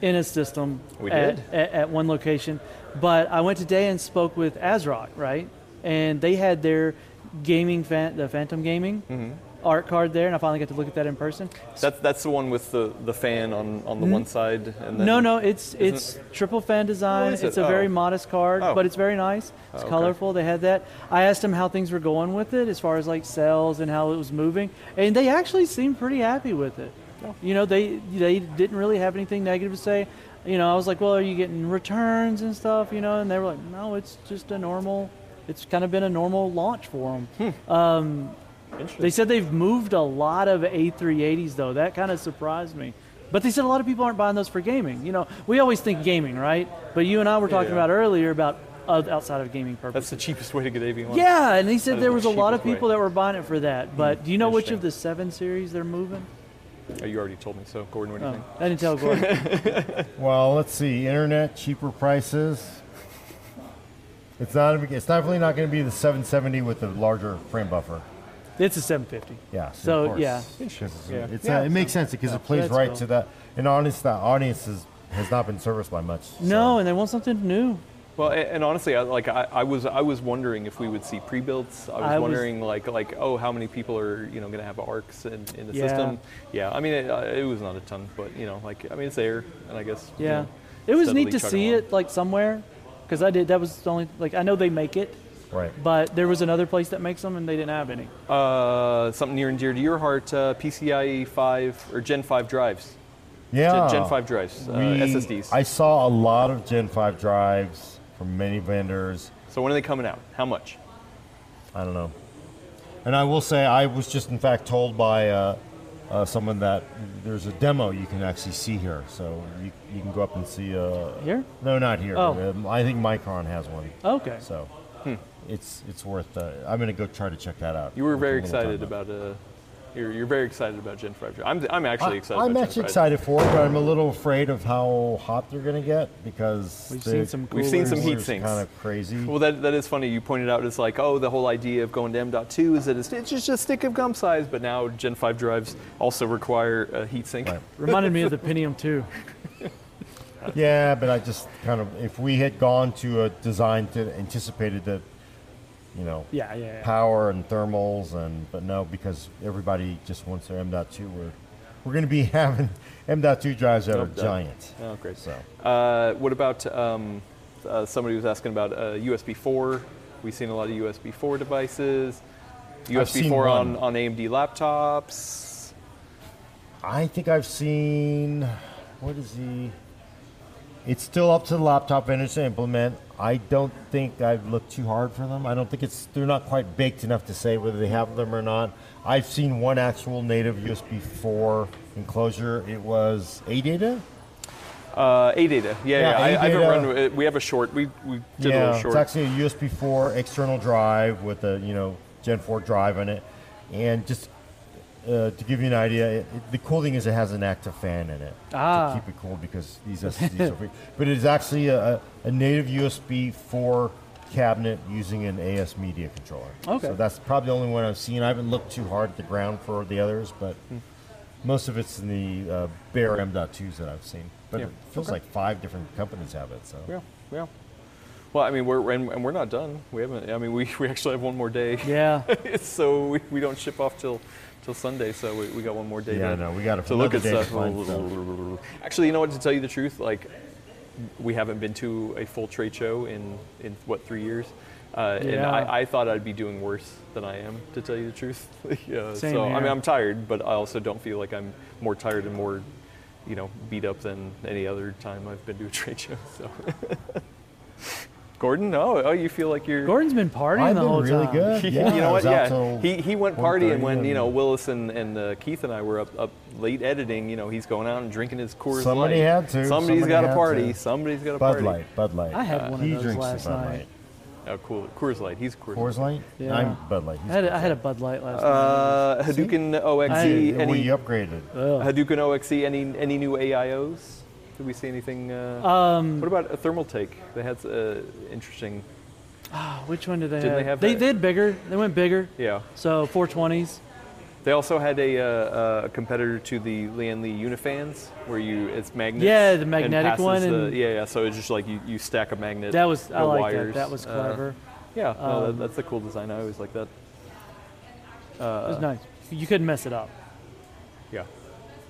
S3: in a system
S1: We
S3: at,
S1: did.
S3: At, at one location, but I went today and spoke with ASRock, right? And they had their gaming, fan, the Phantom Gaming
S1: Mm-hmm.
S3: art card there, and I finally got to look at that in person.
S1: That's that's the one with the, the fan on, on the one side, and then
S3: No, no, it's it's triple fan design.
S1: Oh, is
S3: It's
S1: it?
S3: a very
S1: Oh.
S3: modest card,
S1: Oh.
S3: but it's very nice. It's
S1: okay.
S3: colorful. They had that. I asked them how things were going with it, as far as like sales and how it was moving, and they actually seemed pretty happy with it.
S1: Oh.
S3: You know, they they didn't really have anything negative to say. You know, I was like, well, are you getting returns and stuff? You know, and they were like, no, it's just a normal. It's kind of been a normal launch for them. Um,
S1: Interesting.
S3: They said they've moved a lot of A380s though. That kind of surprised me. But they said a lot of people aren't buying those for gaming. You know, we always think gaming, right? But you and I were talking
S1: yeah.
S3: about earlier about uh, outside of gaming
S1: That's
S3: purposes.
S1: the cheapest way to get AV1.
S3: yeah, and he
S1: That
S3: said
S1: is
S3: there
S1: the
S3: was a lot of
S1: cheapest way.
S3: people that were buying it for that. But do you know which of
S1: Interesting.
S3: the seven series they're moving?
S1: Oh, you already told me so. Gordon, what do you
S3: Oh,
S1: think?
S3: I didn't tell Gordon.
S2: Well, let's see. Internet, cheaper prices. It's not. It's definitely not going to be the 770 with the larger frame buffer.
S3: It's a 750.
S2: Yeah. So,
S3: So,
S2: of course.
S3: yeah.
S2: It's,
S1: Yeah.
S2: it's,
S1: Yeah.
S2: uh, it makes sense because it plays
S3: That's
S2: right
S3: cool.
S2: to that. And honest, that audience is, has not been serviced by much. so-
S3: No, and they want something new.
S1: Well, a- and honestly, I, like I, I was, I was wondering if we would see pre-builds. I was
S3: I was-
S1: wondering, like, like, oh, how many people are you know going to have arcs in, in the
S3: Yeah.
S1: system? Yeah. I mean, it, uh, it was not a ton, but you know, like, I mean, it's there, and I guess. you
S3: Yeah,
S1: know,
S3: it was
S1: steadily
S3: neat to
S1: chugging
S3: see
S1: along.
S3: it like somewhere, because I did. That was the only like I know they make it,
S2: Right.
S3: but there was another place that makes them and they didn't have any.
S1: Uh, something near and dear to your heart: uh, PCIe five or Gen five drives,
S2: Yeah.
S1: Gen, Gen five drives, uh,
S2: We-
S1: SSDs.
S2: I saw a lot of Gen 5 drives from many vendors.
S1: so when are they coming out? How much?
S2: I don't know. And I will say, I was just in fact told by uh, uh, someone that there's a demo you can actually see here. So you, you can go up and see. Uh,
S3: Here?
S2: No, not here.
S3: Oh.
S2: Um, I think Micron has one.
S3: Okay.
S2: So it's it's worth. Uh, I'm gonna go try to check that out.
S1: Hmm. You were
S2: We
S1: very
S2: can talk
S1: excited about. Uh, you're, you're very excited about Gen five drive. I'm, I'm
S2: I,
S1: actually excited.
S2: I'm
S1: about
S2: actually
S1: Gen 5.
S2: excited for it, but I'm a little afraid of how hot they're gonna get because
S3: We've
S2: the
S3: seen some
S1: We've seen some heat
S2: cooler's
S1: sinks.
S2: Kind of crazy.
S1: Well, that, that is funny. You pointed out it's like, oh, the whole idea of going to M.2 is that it's, it's just a stick of gum size, but now Gen 5 drives also require a heat sink.
S2: Right.
S3: Reminded me of the Pentium 2.
S2: Yeah, but I just kind of if we had gone to a design that anticipated that, you know,
S3: Yeah, yeah, yeah.
S2: power and thermals and but no because everybody just wants their M.2. We're we're going to be having M.2 drives that are
S1: done.
S2: giant.
S1: Oh, great.
S2: So
S1: Uh, what about um, uh, somebody was asking about uh, USB 4? We've seen a lot of USB 4 devices, USB
S2: seen
S1: 4 on,
S2: one.
S1: on AMD laptops.
S2: I think I've seen what is the. It's still up to the laptop vendors to implement. I don't think I've looked too hard for them. I don't think it's they're not quite baked enough to say whether they have them or not. I've seen one actual native USB 4 enclosure. It was A data.
S1: Uh, A data. Yeah, yeah.
S2: Yeah,
S1: I, I haven't
S2: ADATA.
S1: run, uh, we have a short. We, we did a
S2: Yeah,
S1: little short.
S2: it's actually a USB 4 external drive with a you know Gen 4 drive in it, and just uh, to give you an idea, it, it- the cool thing is it has an active fan in it
S3: Ah.
S2: to keep it cool because these SSDs are free. But it is actually a, a- a native USB 4 cabinet using an AS media controller.
S3: Okay.
S2: so that's probably the only one I've seen. I haven't looked too hard at the ground for the others, but. Most of it's in the uh, bare M.2s that I've seen, but
S1: Yeah,
S2: it feels
S1: okay.
S2: like five different companies have it. So
S1: Yeah, yeah. Well, I mean, we're and, and we're not done. We haven't. I mean, we, we actually have one more day.
S3: Yeah.
S1: so we, we don't ship off till till Sunday. So we, we got one more day.
S2: Yeah,
S1: to,
S2: I know. We got a-
S1: to look at
S2: another day to
S1: stuff.
S2: find
S1: Actually, you know what? To tell you the truth, like we haven't been to a full trade show in in what three years. Uh, And
S3: Yeah.
S1: I, I thought I'd be doing worse than I am, to tell you the truth. yeah,
S3: Same
S1: so I mean,
S3: here.
S1: I'm tired, but I also don't feel like I'm more tired and more, you know, beat up than any other time I've been to a trade show. So, Gordon, oh, oh, you feel like you're
S3: Gordon's been partying
S2: I've
S3: the
S2: been
S3: whole
S2: really
S3: time.
S2: good. Yeah,
S1: you know
S2: I
S1: what?
S2: was out
S1: Yeah,
S2: till
S1: he, he went partying
S2: 1:30
S1: when you know
S2: and
S1: Willis and, and uh, Keith and I were up, up late editing. You know, he's going out and drinking his Coors
S2: Somebody
S1: Light.
S2: had to.
S1: Somebody's
S2: Somebody
S1: got a
S2: had
S1: party.
S2: to.
S1: Somebody's got a
S2: Bud
S1: party.
S2: Light, Bud Light.
S3: I had one of
S2: Uh, he
S3: those
S2: drinks the
S3: last
S2: Bud
S3: night.
S2: Light.
S1: Oh, cool. Coors Light. He's Coors.
S2: Coors Light?
S3: Yeah.
S2: I'm Bud Light.
S3: I
S2: He's
S3: had,
S2: Bud
S3: I had a
S2: Light.
S3: Bud Light last
S1: Uh, Hadouken OXE.
S2: See,
S1: Any
S2: we upgraded.
S3: Uh,
S1: Hadouken OXE. Any any new AIOs? Did we see anything? Uh,
S3: night. Um,
S1: what about a thermal take? They had uh, interesting.
S3: which one did they
S1: Didn't
S3: have?
S1: they have
S3: they
S1: that?
S3: did bigger. They went bigger.
S1: Yeah.
S3: So 420s.
S1: They also had a, uh, a competitor to the Lian Li Unifans, where you it's magnets.
S3: Yeah, the
S1: and
S3: magnetic
S1: passes
S3: one
S1: the-
S3: and-
S1: yeah, yeah. So it's just like you, you stack a magnet.
S3: That was I
S1: no
S3: like that.
S1: wires.
S3: That was
S1: Uh,
S3: clever.
S1: yeah, no,
S3: Um,
S1: that, that's a cool design. I always like that.
S3: it
S1: uh,
S3: was nice. You couldn't mess it up.
S1: Yeah,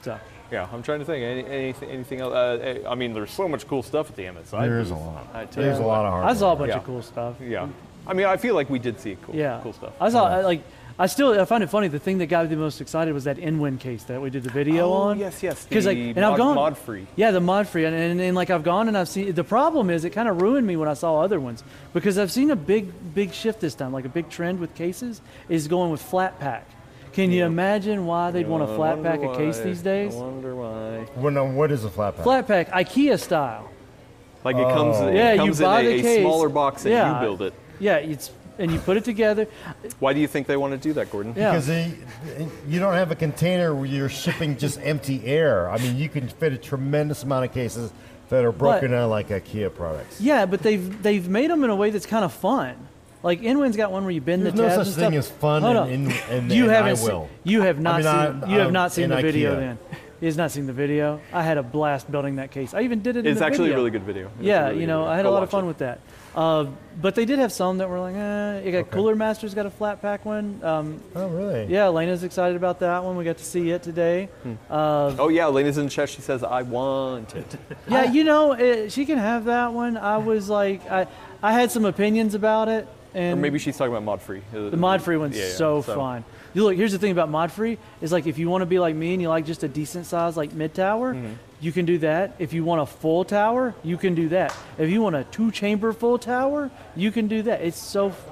S3: So
S1: yeah. I'm trying to think. Any, anything, anything else? Uh, I mean, there's so much cool stuff at the MSI.
S2: There's a
S1: booth.
S2: lot.
S1: I tell
S2: There's
S1: you
S2: a
S1: what.
S2: lot of hardware.
S3: I saw a bunch
S1: Yeah.
S3: of cool stuff.
S1: Yeah. I mean, I feel like we did see cool,
S3: Yeah.
S1: cool stuff.
S3: I saw I, like I still I find it funny. The thing that got me the most excited was that Inwin case that we did the video
S1: Oh,
S3: on.
S1: yes, yes,
S3: Because like
S1: the
S3: and
S1: mod-
S3: I've gone
S1: mod free.
S3: Yeah, the mod free and, and, and like I've gone and I've seen the problem is it kind of ruined me when I saw other ones because I've seen a big big shift this time. Like a big trend with cases is going with flat pack. Can you imagine why they'd want
S1: I
S3: a flat
S1: wonder
S3: pack a case
S1: why.
S3: these days?
S1: I wonder why.
S2: Well, now, what is a flat pack?
S3: Flat pack, IKEA style.
S1: Like it comes, it
S3: Yeah, you
S1: comes in
S3: buy
S1: a,
S3: the
S1: a
S3: case.
S1: smaller box and
S3: Yeah.
S1: you build it.
S3: Yeah, it's and you put it together.
S1: Why do you think they want to do that, Gordon?
S3: Yeah.
S2: Because they, you don't have a container where you're shipping just empty air. I mean, you can fit a tremendous amount of cases that are broken down like IKEA products.
S3: Yeah, but they've they've made them in a way that's kind of fun. Like Inwin's got one where you bend
S2: There's
S3: the
S2: no
S3: tabs
S2: such
S3: and
S2: thing as
S3: stuff.
S2: fun
S3: Hold
S2: and,
S3: on.
S2: and, and,
S3: you
S2: and
S3: haven't
S2: I
S3: seen-
S2: will.
S3: you have not
S2: mean, I- um,
S3: seen you have
S2: I-
S3: not seen
S2: in
S3: the video
S2: IKEA.
S3: then. He has not seen the video. I had a blast building that case. I even did it in
S1: It's
S3: the
S1: actually
S3: video.
S1: a really good video. It's a
S3: Yeah,
S1: really
S3: you
S1: good
S3: know,
S1: video.
S3: I had a
S1: Go
S3: lot of
S1: watch
S3: fun
S1: it.
S3: with that. Uh, but they did have some that were like, eh, you got Cooler Masters got a flat pack one. Um,
S2: Oh, really?
S3: yeah, Elena's excited about that one. We got to see it today.
S2: Hmm.
S3: Uh,
S1: Oh yeah, Lena's in the chat. She says, "I want it."
S3: yeah, you know, it, she can have that one. I was like, I, I had some opinions about it,
S1: Or
S3: and
S1: maybe she's talking about mod free.
S3: The mod free one's so, fun. You look, here's the thing about mod free is like if you want to be like me and you like just a decent size like mid tower,
S1: Mm-hmm.
S3: you can do that. If you want a full tower, you can do that. If you want a two chamber full tower, you can do that. It's so, f-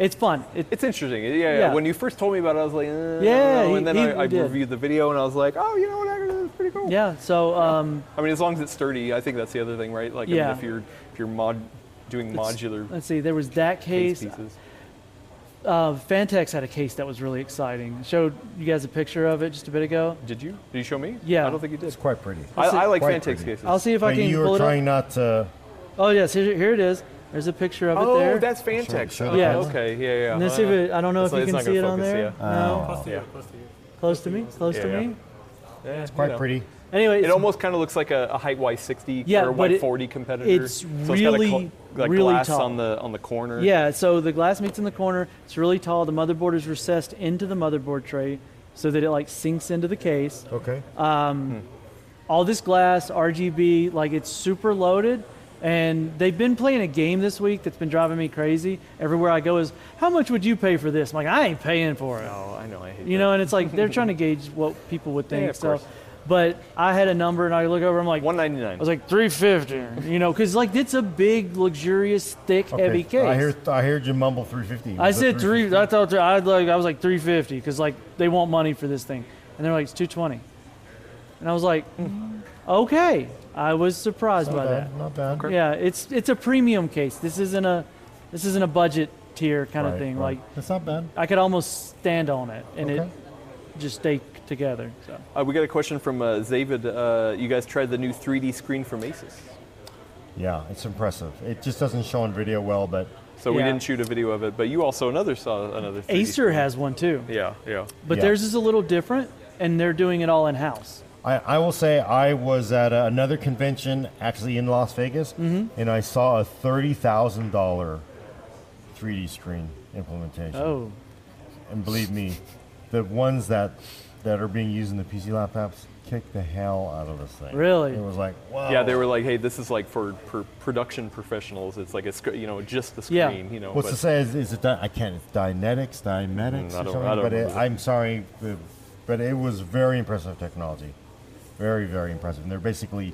S3: it's fun. It,
S1: It's interesting. Yeah, yeah.
S3: Yeah.
S1: When you first told me about it, I was like, eh, I don't
S3: Yeah,
S1: know.
S3: he-
S1: and then
S3: he-
S1: I, I
S3: he did.
S1: reviewed the video and I was like, oh, you know what, actually, that's pretty cool.
S3: yeah. So um,
S1: I mean, as long as it's sturdy, I think that's the other thing, right? Like, I mean,
S3: Yeah.
S1: if you're if you're mod doing modular
S3: let's see. There was that
S1: case
S3: case.
S1: pieces,
S3: Uh, Fantex had a case that was really exciting. Showed you guys a picture of it just a bit ago.
S1: did you? Did you show me?
S3: Yeah.
S1: I don't think you did.
S2: It's quite pretty.
S1: I, I like
S2: quite
S1: Fantex
S2: pretty.
S1: cases.
S3: I'll see if I
S2: But
S3: can
S2: you
S3: pull
S2: were
S3: it up.
S2: trying not to.
S3: Oh yes, here, here it is. There's a picture of it
S1: oh,
S3: there.
S1: that's Fantex.
S2: sure
S1: Oh,
S3: that is.
S1: okay. Yeah, yeah.
S3: And let's see if it, I don't know
S1: It's
S3: if
S1: not-
S3: you
S1: it's not
S3: can see it
S1: gonna
S3: on
S1: focus,
S3: there.
S1: yeah.
S3: No,
S2: Oh,
S4: Yeah.
S3: close to me, close to
S1: Yeah, yeah.
S3: me.
S1: it's
S2: quite pretty.
S3: Anyway,
S1: It
S3: it's,
S1: almost kind of looks like a, a height Y60
S3: Yeah,
S1: or a
S3: but it-
S1: Y40 competitor.
S3: it's
S1: so it's got a
S3: really,
S1: cl- like
S3: really
S1: glass
S3: tall.
S1: on the on the corner.
S3: yeah. So the glass meets in the corner. It's really tall. The motherboard is recessed into the motherboard tray so that it like sinks into the case.
S2: Okay.
S3: Uh, All this glass, RGB, like it's super loaded. And they've been playing a game this week that's been driving me crazy. Everywhere I go is, how much would you pay for this? I'm like, I ain't paying for it.
S1: Oh, I know. I hate
S3: You know, and it's like they're trying to gauge what people would think.
S1: of
S3: so,
S1: course.
S3: but I had a number, and I look over. I'm like,
S1: One ninety nine.
S3: I was like 350, you know, because like it's a big, luxurious, thick,
S2: okay.
S3: heavy case.
S2: I heard, I heard you mumble 350.
S3: I
S2: Was it
S3: said three. I thought I would like I was like 350 because like they want money for this thing, and they're like it's 220, and I was like, okay, I was surprised by
S2: Hmm. Not
S3: that.
S2: bad. Not bad.
S3: Yeah, it's it's a premium case. This isn't a this isn't a budget tier kind
S2: Right,
S3: of thing.
S2: right.
S3: Like
S2: That's not bad.
S3: I could almost stand on it and
S2: Okay.
S3: it just stay together. So
S1: Uh, we got a question from uh, Zavid. Uh, you guys tried the new 3D screen from Asus.
S2: Yeah, it's impressive. It just doesn't show on video well, but
S1: So we
S3: Yeah.
S1: didn't shoot a video of it, but you also another saw another. 3D
S3: Acer
S1: screen.
S3: has one too,
S1: Yeah, yeah.
S3: but
S2: Yeah.
S3: theirs is a little different, and they're doing it all in house.
S2: I, I will say I was at a, another convention actually in Las Vegas,
S3: Mm-hmm.
S2: and I saw a thirty thousand dollar 3D screen implementation.
S3: Oh.
S2: And believe me, the ones that that are being used in the PC laptops kick the hell out of this thing.
S3: Really?
S2: It was like wow.
S1: Yeah, they were like, "Hey, this is like for, for production professionals. It's like a sc- you know just the
S3: Yeah.
S1: screen. You know,
S2: What's
S1: but
S2: to say is, is it? Di- I can't. It's Dynetics, Dynetics,
S1: Mm, I
S2: or
S1: don't-
S2: something.
S1: I don't
S2: but it,
S1: remember.
S2: I'm sorry, uh, but it was very impressive technology, very very impressive. And they're basically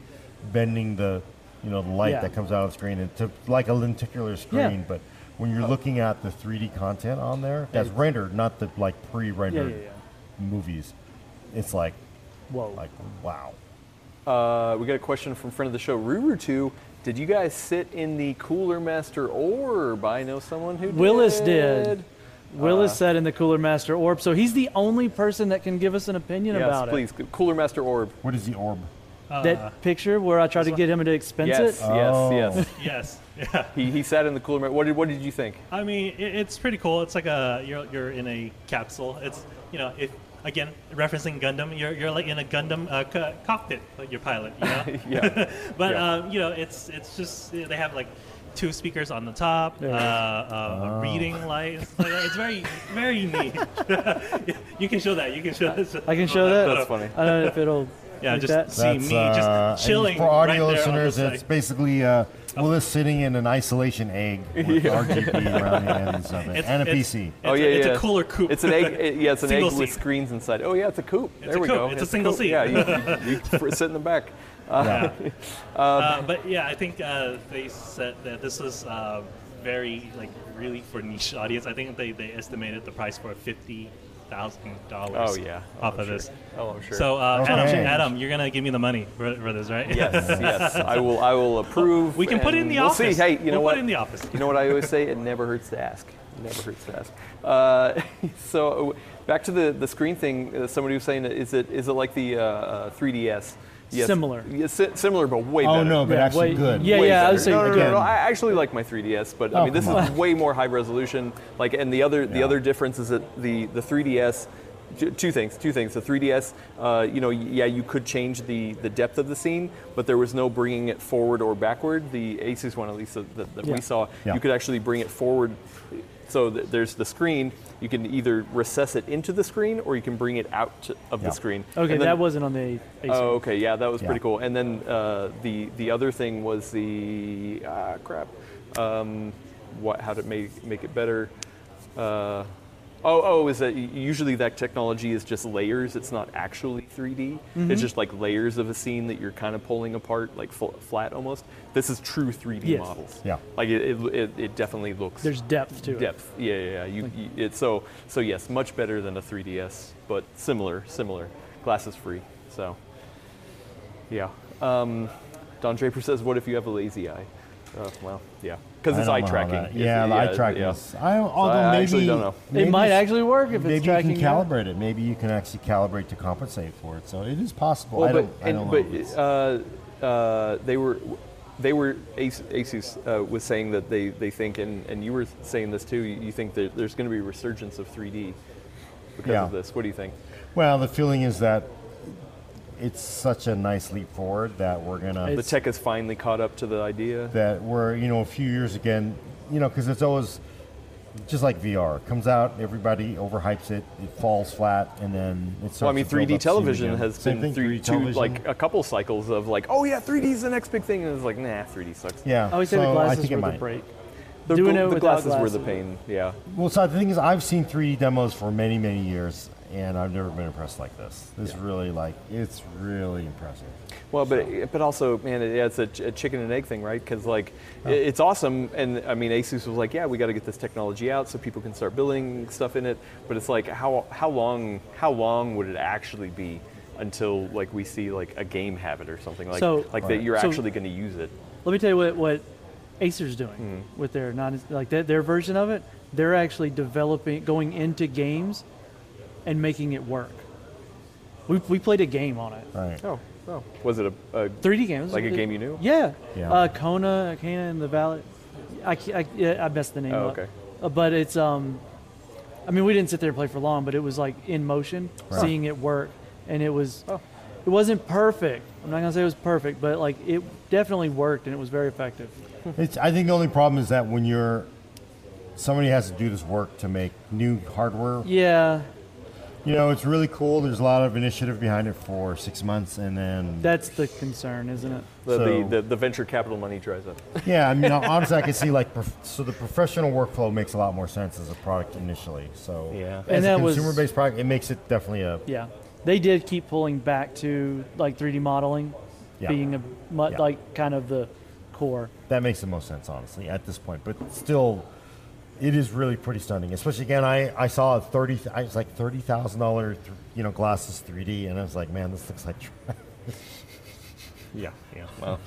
S2: bending the, you know, the light
S3: Yeah.
S2: that comes out of the screen into like a lenticular
S3: Yeah.
S2: screen. But when you're looking at the 3D content on there that's rendered, not the like pre-rendered
S3: Yeah, yeah,
S2: movies, it's like
S3: Whoa.
S2: like wow.
S1: uh, we got a question from friend of the show, Ruru Two. Did you guys sit in the Cooler Master Orb? I know someone who
S3: Willis
S1: did.
S3: did. Willis
S1: Uh,
S3: said in the Cooler Master Orb, so he's the only person that can give us an opinion
S1: Yes,
S3: about
S1: please. Cooler Master Orb.
S2: What is the orb?
S3: it.
S4: Uh-huh.
S3: That picture where I tried to get him to expense
S1: Yes,
S3: it.
S2: Oh.
S1: yes, yes.
S4: Yes. Yeah.
S1: He, he sat in the Cooler Master. What did what did you think?
S4: I mean, it, it's pretty cool. It's like a you're you're in a capsule. It's you know if again referencing Gundam, you're you're like in a Gundam uh, co- cockpit, like your pilot. You know.
S1: Yeah.
S4: But
S1: Yeah.
S4: um, you know, it's it's just they have like two speakers on the top, uh,
S3: it is.
S4: uh, a reading light. It's, like, it's very very neat. you can show that. You can show that.
S3: I can show that.
S1: That's funny.
S3: I don't know if it'll.
S4: Yeah,
S3: make
S4: just
S3: that.
S4: see me
S2: uh,
S4: just chilling.
S2: and For audio
S4: right there on the
S2: listeners, it's
S4: side.
S2: basically uh, Willis sitting in an isolation egg with RGB around the ends of it
S4: It's-
S2: and a
S4: it's-
S2: PC.
S4: It's a- it's a cooler coupe.
S1: Oh, It's an egg. it- yeah, it's an
S4: Single
S1: egg with
S4: seat.
S1: screens inside. Oh yeah, it's a coupe. there
S4: a
S1: we
S4: coupe.
S1: go.
S4: It's a single
S1: coupe.
S4: seat.
S1: Yeah, you, you, you fr- sit in the back.
S2: Yeah.
S4: Uh, but yeah, I think uh, they said that this was uh, very like really for niche audience. I think they, they estimated the price for a fifty thousand
S1: Oh,
S4: dollars.
S1: yeah. Oh,
S4: off
S1: I'm
S4: of
S1: sure.
S4: this.
S1: Oh, I'm sure.
S4: So uh,
S2: Okay.
S4: Adam, Adam, you're gonna give me the money for, for this, right?
S1: yes, yes, I will. I will approve.
S4: We can put it in
S1: and
S4: the
S1: we'll
S4: office.
S1: See. Hey, you know
S4: We'll
S1: what?
S4: Put it in the office.
S1: You know what I always say? It never hurts to ask. It never hurts to ask. Uh, so uh, back to the, the screen thing. Uh, somebody was saying, is it is it like the uh, uh, 3DS?
S3: Similar.
S1: Yeah, si- similar, but way
S2: Oh
S1: better.
S2: no, but
S3: Yeah,
S2: actually
S3: wait,
S2: good.
S3: yeah,
S1: Way
S3: I would
S1: better.
S3: say
S1: no, no, no, no,
S2: again.
S1: no, I actually like my 3DS, but I
S2: Oh,
S1: mean this
S2: come
S1: is way more high resolution. Like, and the other the
S2: Yeah.
S1: other difference is that the the 3DS. t- Two things. Two things. The 3DS, uh, you know, yeah, you could change the, the depth of the scene, but there was no bringing it forward or backward. The Asus one, at least that, that, that we
S3: Yeah.
S1: saw,
S2: Yeah.
S1: you could actually bring it forward. So th- there's the screen. You can either recess it into the screen, or you can bring it out to, of
S2: Yeah.
S1: the screen.
S3: Okay,
S1: And then-
S3: that wasn't on the AC.
S1: Oh, okay. Yeah, that was
S2: Yeah.
S1: pretty cool. And then uh, the the other thing was the ah, crap. Um, what? How to make make it better? Uh, oh, oh, is that u- usually that technology is just layers? It's not actually 3D. It's just like layers of a scene that you're kind of pulling apart, like fl- flat almost. This is true 3D
S3: Yes.
S1: models.
S2: Yeah.
S1: Like it, it, it, it definitely looks
S3: There's depth to it.
S1: depth. Yeah, yeah, yeah. You, you, it's so so yes, much better than a 3DS, but similar, similar. Glasses free. So yeah. Um, Don Draper says, "What if you have a lazy eye?" Uh, well, yeah, because
S2: I
S1: it's
S2: don't
S1: eye
S2: know how
S1: tracking.
S2: that-
S1: It's-
S2: Yeah, the eye
S1: it's-
S2: tracking.
S1: yeah.
S2: is- I although
S1: I
S2: maybe
S1: actually don't know. It
S3: It
S2: maybe
S3: might
S2: s-
S3: actually work if
S2: Maybe
S3: it's
S2: you
S3: tracking.
S2: can calibrate it. Maybe you can actually calibrate to compensate for it. So it is possible.
S1: Well,
S2: I don't.
S1: but,
S2: I don't know.
S1: and-
S2: if it's-
S1: but uh, uh, they were, they were As- Asus uh, was saying that they, they think, and, and you were saying this too. You you think that there's going to be a resurgence of 3D because
S2: Yeah.
S1: of this. What do you think?
S2: well, the feeling is that it's such a nice leap forward that we're gonna
S1: the tech has finally caught up to the idea.
S2: that were you know a few years again you know because it's always just like VR It comes out everybody overhypes it it falls flat and then it's
S1: Well, I mean, 3D television has been through two, like a couple cycles of like, oh yeah, 3D is the next big thing, and it's like, nah, 3D sucks.
S2: yeah
S3: I always say
S2: so
S3: the
S2: I
S3: glasses
S2: think it
S3: were the
S2: might.
S3: break.
S1: the,
S3: Doing
S1: gl-
S3: it
S1: the
S3: without
S1: glasses were the
S3: glasses.
S1: pain. Yeah,
S2: well so the thing is I've seen 3D demos for many many years and I've never been impressed like this this really like it's really impressive
S1: Well, but but also, man, it, yeah, it's a, ch- a chicken and egg thing, right? Because like,
S2: Oh.
S1: i- it's awesome, and I mean, ASUS was like, yeah, we got to get this technology out so people can start building stuff in it. But it's like, how how long how long would it actually be until like we see like a game have it or something like
S3: So-
S1: like
S2: Right.
S1: that you're
S3: So-
S1: actually going to use it?
S3: Let me tell you what what Acer's doing
S1: Hmm.
S3: with their non like their, their version of it. They're actually developing, going into games, and making it work. We, we played a game on it,
S2: right
S1: Oh, oh, was it a, a
S3: 3D games.
S1: Like a game you knew?
S3: Yeah.
S2: Yeah.
S3: Uh, Kona, Kona and the Valley. I, ca- I, yeah, I messed the name
S1: Oh,
S3: up.
S1: okay.
S3: Uh, but it's um, I mean, we didn't sit there and play for long, but it was like in motion,
S2: Right.
S3: seeing it work, and it was,
S1: Oh.
S3: it wasn't perfect. I'm not gonna say it was perfect, but like it definitely worked and it was very effective.
S2: It's, I think the only problem is that when you're somebody has to do this work to make new hardware
S3: Yeah,
S2: You know, it's really cool. There's a lot of initiative behind it for six months, and then
S3: that's the concern, isn't it?
S1: The,
S2: So-
S1: the, the, the venture capital money dries up.
S2: yeah, I mean, honestly, I can see like prof- so the professional workflow makes a lot more sense as a product initially. So
S1: Yeah.
S2: as
S3: And that
S2: a
S3: was-
S2: consumer-based product, it makes it definitely a
S3: Yeah, they did keep pulling back to like 3D modeling,
S2: Yeah.
S3: being a mu-
S2: Yeah.
S3: like kind of the core.
S2: that makes the most sense honestly at this point. But still, it is really pretty stunning. Especially again, I, I saw a thirty, I was like thirty thousand dollar, you know, glasses 3D, and I was like, man, this looks like. trash.
S1: Yeah, yeah. Well,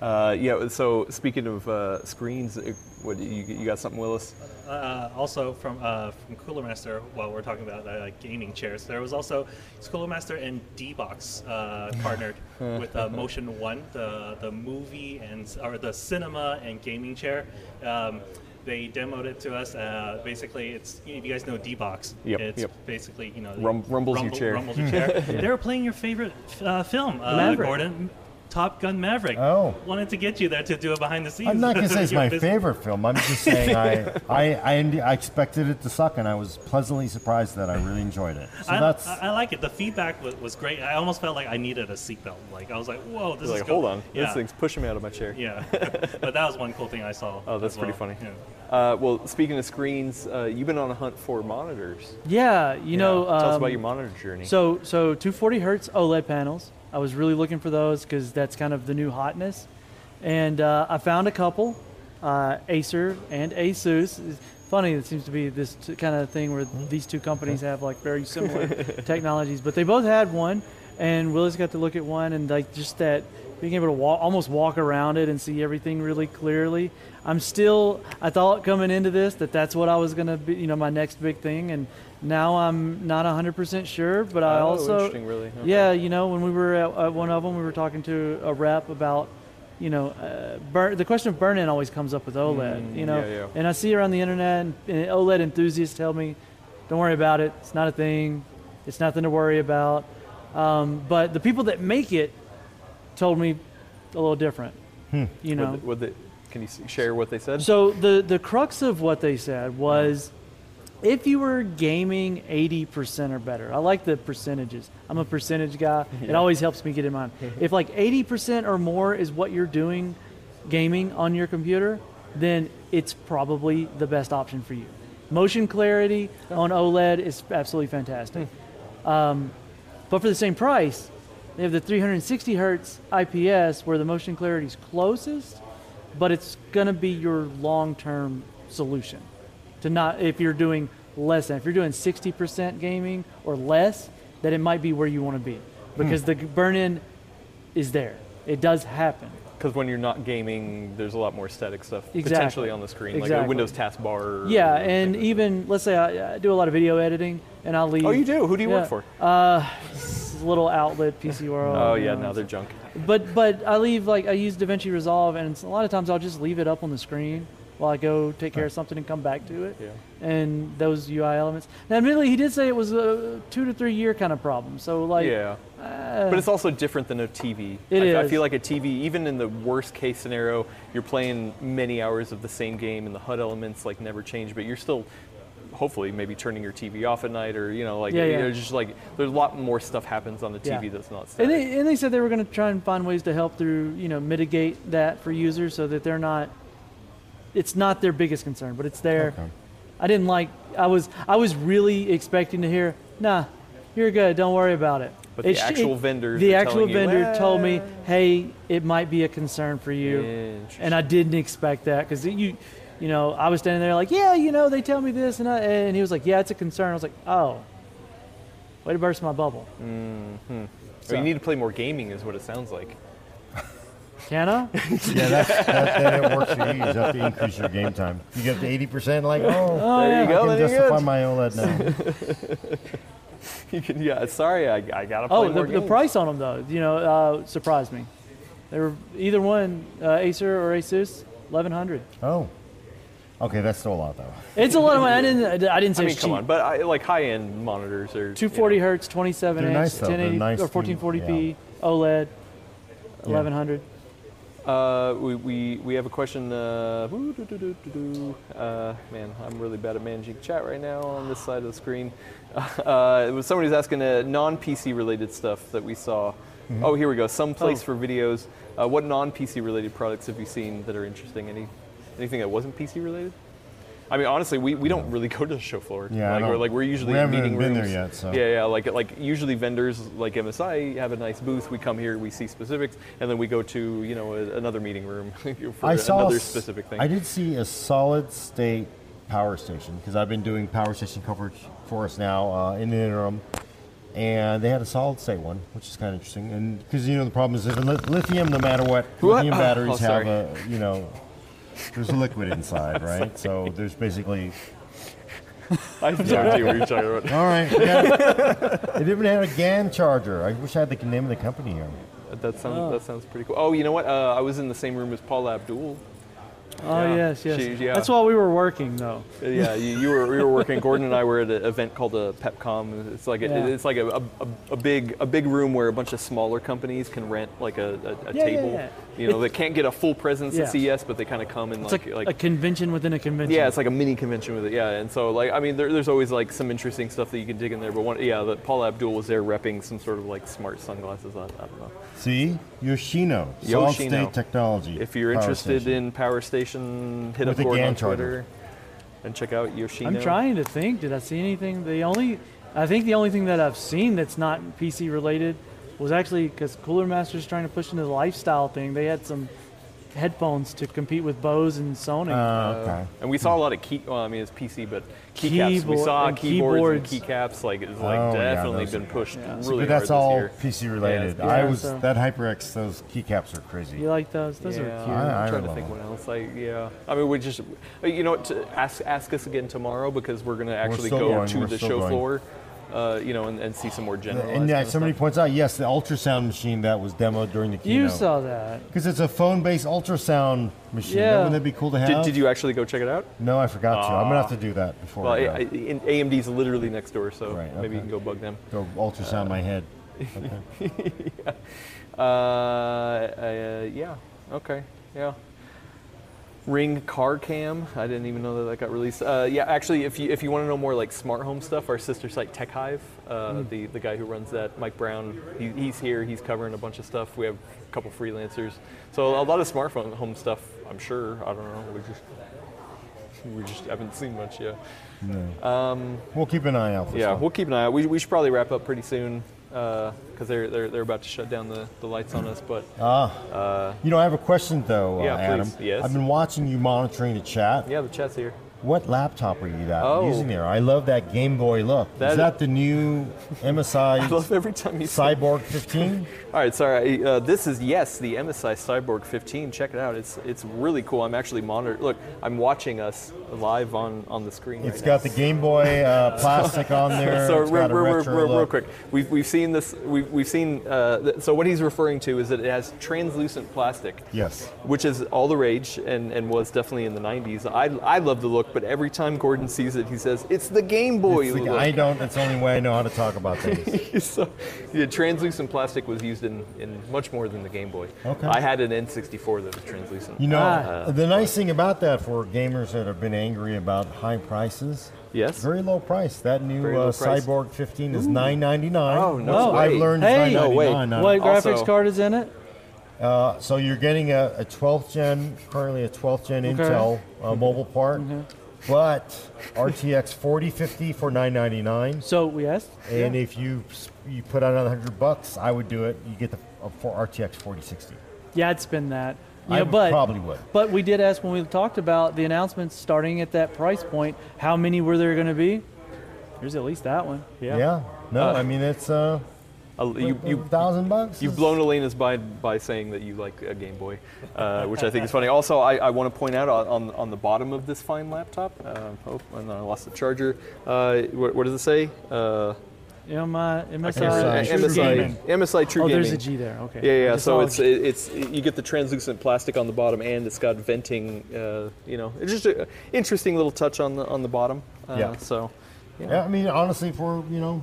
S1: uh, yeah. So speaking of uh, screens, uh, what you, you got something, Willis?
S4: uh, also from uh, from Cooler Master, while we're talking about uh, gaming chairs, there was also Cooler Master and D Box uh, partnered with uh, Motion One, the the movie and or the cinema and gaming chair. Um, they demoed it to us. Uh, basically, it's if you guys know D Box,
S1: Yep,
S4: it's
S1: yep.
S4: basically you know
S1: Rum- rumbles your chair.
S4: Rumbles your chair. They were playing your favorite uh, film, uh,
S3: Maverick.
S4: Gordon. Top Gun Maverick.
S2: Oh.
S4: wanted to get you there to do a behind the scenes.
S2: I'm not gonna say it's
S4: You're
S2: my
S4: busy.
S2: favorite film. I'm just saying I, I, I, I expected it to suck, and I was pleasantly surprised that I really enjoyed it. So
S4: I,
S2: that's
S4: I, I like it. The feedback was, was great. I almost felt like I needed a seatbelt. Like I was like, whoa, this
S1: You're
S4: is
S1: like,
S4: go-
S1: hold on,
S4: Yeah.
S1: this thing's pushing me out of my chair.
S4: yeah. but that was one cool thing I saw.
S1: Oh, that's
S4: as
S1: pretty funny.
S4: well. Yeah.
S1: Uh, well, speaking of screens, uh, you've been on a hunt for monitors.
S3: Yeah, you know.
S1: tell us
S3: um,
S1: about your monitor journey.
S3: So, so 240 hertz OLED panels. I was really looking for those because that's kind of the new hotness, and uh, I found a couple, uh, Acer and ASUS. funny. It seems to be this t- kind of thing where these two companies have like very similar technologies, but they both had one, and Willie's got to look at one, and like just that being able to walk, almost walk around it and see everything really clearly. I'm still, I thought coming into this that that's what I was gonna be, you know, my next big thing, and now I'm not 100% sure, but I
S1: Oh,
S3: also,
S1: interesting, really. Okay.
S3: yeah, you know, when we were at, at one of them, we were talking to a rep about, you know, uh, burn, the question of burn-in always comes up with OLED, you know,
S1: Mm, yeah, yeah.
S3: and I see around the internet, and, and OLED enthusiasts tell me, don't worry about it, it's not a thing, it's nothing to worry about, um, but the people that make it told me a little different,
S1: Hmm.
S3: you know.
S1: What the, can you s- share what they said?
S3: So the the crux of what they said was, if you were gaming eighty percent or better, I like the percentages. I'm a percentage guy. It always helps me get in mind. If like eighty percent or more is what you're doing, gaming on your computer, then it's probably the best option for you. Motion clarity on OLED is absolutely fantastic. Um, But for the same price, they have the 360 hertz IPS where the motion clarity is closest, but it's going to be your long-term solution. To not if you're doing less than if you're doing 60% gaming or less, then it might be where you want to be
S1: Hmm.
S3: because the burn-in is there. It does happen.
S1: Because when you're not gaming, there's a lot more static stuff
S3: Exactly.
S1: potentially on the screen, like a
S3: Exactly.
S1: Windows taskbar. or
S3: Yeah,
S1: things
S3: and
S1: like
S3: even let's say I, I do a lot of video editing and I'll leave
S1: that. oh, you do. Who do you
S3: Yeah. um,
S1: work for?
S3: this little outlet PC World.
S1: oh,
S3: you
S1: yeah,
S3: know,
S1: now they're junk.
S3: But but I leave like I use DaVinci Resolve, and it's- a lot of times I'll just leave it up on the screen while I go take care of something and come back to it.
S1: Yeah.
S3: And those UI elements. Now, admittedly, he did say it was a two to three year kind of problem. So like,
S1: yeah. but it's also different than a TV.
S3: Uh, It
S1: I, I
S3: is.
S1: feel like a TV, even in the worst case scenario, you're playing many hours of the same game and the HUD elements like never change, but you're still hopefully maybe turning your TV off at night or you know like
S3: Yeah, yeah.
S1: there's just like there's a lot more stuff happens on the TV
S3: Yeah.
S1: that's not
S3: and
S1: static.
S3: they and they said they were going to try and find ways to help through you know mitigate that for users so that they're not. It's not their biggest concern, but it's there. I didn't like. I was I was really expecting to hear, nah, you're good. Don't worry about it.
S1: But the
S3: sh-
S1: actual vendors
S3: The
S1: are
S3: actual
S1: telling you,
S3: vendor told me, hey, it might be a concern for you,
S1: Interesting.
S3: and I didn't expect that because you, you know, I was standing there like, yeah, you know, they tell me this, and I, and he was like, yeah, it's a concern. I was like, oh, way to burst my bubble,
S1: So you need to play more gaming is what it sounds like.
S3: can I?
S2: Yeah, that's, that, that it works for you. You just have to increase your game time. You get up to eighty percent. Like, oh,
S1: there you go,
S2: I can
S1: there you
S2: justify
S1: go.
S2: my OLED now.
S1: You can- yeah, sorry, I, I gotta play
S3: Oh,
S1: more
S3: the, the
S1: games.
S3: price on them though, you know, uh, surprised me. They were either one, uh, Acer or Asus, eleven hundred.
S2: Oh, okay, that's still a lot though.
S3: It's a lot of money. I didn't. I didn't say
S1: I mean,
S3: it's
S1: come
S3: cheap.
S1: on, but I, like high-end monitors are you know,
S3: 240 hertz, 27
S2: They're
S3: inch,
S2: nice, though. They're
S3: 1080
S2: nice
S3: or
S2: to-
S3: 1440p OLED, 1100.
S1: Uh, we, we, we have a question. Uh, woo, doo, doo, doo, doo, doo. Uh, man, I'm really bad at managing chat right now on this side of the screen. Uh, it was somebody was asking uh, non PC related stuff that we saw.
S2: Mm-hmm.
S1: Oh, here we go. Some place for videos. Uh, what non PC related products have you seen that are interesting? Any anything that wasn't PC related? I mean, honestly, we, we don't really go to the show floor.
S2: Yeah, I
S1: like, we're,
S2: don't-
S1: like we're usually
S2: we
S1: in
S2: haven't
S1: meeting
S2: been there
S1: rooms.
S2: yet, so.
S1: Yeah, yeah, like like usually vendors like MSI have a nice booth. We come here, we see specifics, and then we go to you know a, another meeting room for
S2: I saw
S1: another
S2: s-
S1: specific thing.
S2: I did see a solid state power station because I've been doing power station coverage for us now uh, in the interim, and they had a solid state one, which is kind of interesting. And because you know the problem is that li- lithium, no matter what,
S1: What?
S2: lithium
S1: Oh,
S2: batteries
S1: oh,
S2: have
S1: sorry.
S2: a you know there's liquid inside, right? So there's basically
S1: I have no idea what you're talking about.
S2: all right. we got- it even had a GAN charger. I wish I had the name of the company here.
S1: That sounds that sounds pretty cool. Oh, you know what? Uh, I was in the same room as Paula Abdul.
S3: Oh
S1: Yeah.
S3: yes, yes.
S1: She- yeah.
S3: That's while we were working though.
S1: Uh, Yeah, you, you were we were working. Gordon and I were at an event called a PepCom. It's like a,
S3: Yeah.
S1: it's like a, a, a big a big room where a bunch of smaller companies can rent like a, a, a
S3: Yeah, yeah,
S1: table.
S3: yeah.
S1: You know, they can't get a full presence at
S3: Yeah.
S1: CES, but they kind of come and
S3: It's like,
S1: like
S3: a convention within a convention.
S1: Yeah, it's like a mini convention with it. Yeah, and so like I mean, there, there's always like some interesting stuff that you can dig in there. But one, yeah, that Paula Abdul was there repping some sort of like smart sunglasses on. I don't know.
S2: See, Yoshino, solid
S1: Yoshino.
S2: state technology.
S1: If you're
S2: power
S1: interested
S2: station.
S1: in Power Station, hit
S2: With
S1: up
S2: a
S1: Gordon
S2: GAN
S1: on
S2: charger.
S1: Twitter and check out Yoshino.
S3: I'm trying to think. Did I see anything? The only, I think the only thing that I've seen that's not PC related was actually because Cooler Master's trying to push into the lifestyle thing. They had some headphones to compete with Bose and Sony.
S2: Ah,
S1: uh,
S2: okay.
S1: And we saw a lot of key. Well, I mean, it's PC, but keycaps. we
S3: Keyboard-
S1: saw
S3: and
S1: keyboards,
S3: keyboards.
S1: and keycaps. Like it's like
S2: Oh, yeah,
S1: definitely
S2: those-
S1: been pushed really
S2: But that's all
S1: hard this year.
S2: PC related.
S1: Yeah,
S2: I
S3: yeah,
S2: was
S3: so-
S2: that HyperX. Those keycaps are crazy.
S3: you like those? Those
S1: Yeah,
S3: are cute.
S2: I- I
S1: I'm trying to
S2: love
S1: think
S2: them.
S1: what else. Like, yeah. I mean, we just, uh, you know, what, to ask ask us again tomorrow because we're gonna actually
S2: still
S1: go
S2: going,
S1: to
S2: we're
S1: the
S2: still
S1: show
S2: going.
S1: floor, uh, you know, and, and see some more general.
S2: and yeah, somebody points out yes, the ultrasound machine that was demoed during the
S3: You
S2: keynote.
S3: saw that.
S2: Because it's a phone-based ultrasound machine.
S3: Yeah.
S2: Wouldn't that be cool to have?
S1: Did, did you actually go check it out?
S2: No, I forgot to. I'm gonna have to do that before
S1: Well,
S2: I uh,
S1: I,
S2: go,
S1: I, in- AMD's literally next door, so
S2: Right,
S1: maybe you can
S2: okay.
S1: go bug them.
S2: go ultrasound my head.
S1: Uh, uh, yeah. Okay. Yeah. Ring car cam. I didn't even know that that got released. Uh, yeah, actually, if you if you want to know more like smart home stuff, our sister site Tech Hive, uh, the the guy who runs that, Mike Brown, he, he's here. He's covering a bunch of stuff. We have a couple freelancers, so a lot of smartphone home stuff. I'm sure. I don't know. We just we just haven't seen much yet.
S2: We'll keep an eye out for
S1: Yeah,
S2: stuff.
S1: we'll keep an eye out. We, we should probably wrap up pretty soon because they're, they're they're about to shut down the, the lights on us, but.
S2: You know, I have a question though,
S1: Yeah,
S2: uh, Adam.
S1: please. Yes.
S2: I've been watching you monitoring the chat.
S1: Yeah, the chat's here.
S2: What laptop are you that
S1: Oh.
S2: using there? I love that Game Boy look. Is
S1: That-
S2: that the new MSI
S1: I love every time you say.
S2: Cyborg 15?
S1: All right, sorry. Uh, this is yes, the MSI Cyborg 15. Check it out. It's it's really cool. I'm actually monitoring. Look, I'm watching us live on on the screen.
S2: It's
S1: right
S2: got the Game Boy uh, plastic on there.
S1: now. So
S2: it's
S1: real,
S2: got a
S1: real, real,
S2: retro
S1: real- real
S2: look.
S1: quick, we've, we've seen this. We've, we've seen. Uh, th- so what he's referring to is that it has translucent plastic.
S2: Yes.
S1: which is all the rage and, and was definitely in the 90s. I, I love the look, but every time Gordon sees it, he says, It's the Game Boy.
S2: It's the-
S1: look."
S2: I don't. That's the only way I know how to talk about things.
S1: so, yeah, translucent plastic was used in, in much more than the Game Boy.
S2: Okay.
S1: I had an N64 that was translucent.
S2: You know,
S3: Ah.
S2: the nice thing about that for gamers that have been angry about high prices,
S1: yes.
S2: very low price. That new
S1: Very
S2: uh,
S1: low price.
S2: Cyborg 15 is 9.99.
S1: Oh, no
S2: I've
S1: way. oh,
S2: learned
S3: Hey.
S2: it's 9.99.
S1: No way.
S2: now.
S3: What
S1: Also-
S3: graphics card is in it?
S2: Uh, so you're getting a, a 12th gen, currently a 12th gen
S3: Okay. Mm-hmm.
S2: Intel uh, mobile part, but RTX 4050 for 9.99.
S3: So we asked.
S2: And if you s- you put out another hundred bucks, I would do it. You get the uh, for RTX 4060.
S3: Yeah, it's been that.
S2: I
S3: Yeah, but
S2: probably would.
S3: But we did ask when we talked about the announcements starting at that price point, how many were there going to be? There's at least that one.
S2: Yeah. No, I mean it's uh,
S1: Uh, you, you,
S2: thousand bucks.
S1: You've
S2: is-
S1: blown Elena's mind by saying that you like a Game Boy, uh, which I think is funny. Also, I, I want to point out on- on, on the bottom of this fine laptop, uh, oh, and I lost the charger. Uh, what, what does it say? Uh,
S3: Yeah, my
S2: MSI.
S3: MSI.
S2: True
S1: MSI,
S2: Gaming.
S1: MSI True
S3: Oh,
S1: Gaming.
S3: there's a G there. Okay.
S1: Yeah,
S3: I
S1: yeah.
S3: just
S1: So
S3: saw
S1: it's
S3: a G.
S1: it, it's you get the translucent plastic on the bottom, and it's got venting. Uh, you know, it's just an interesting little touch on the on the bottom. Uh,
S2: Yeah.
S1: So
S2: Yeah, I mean honestly, for you know,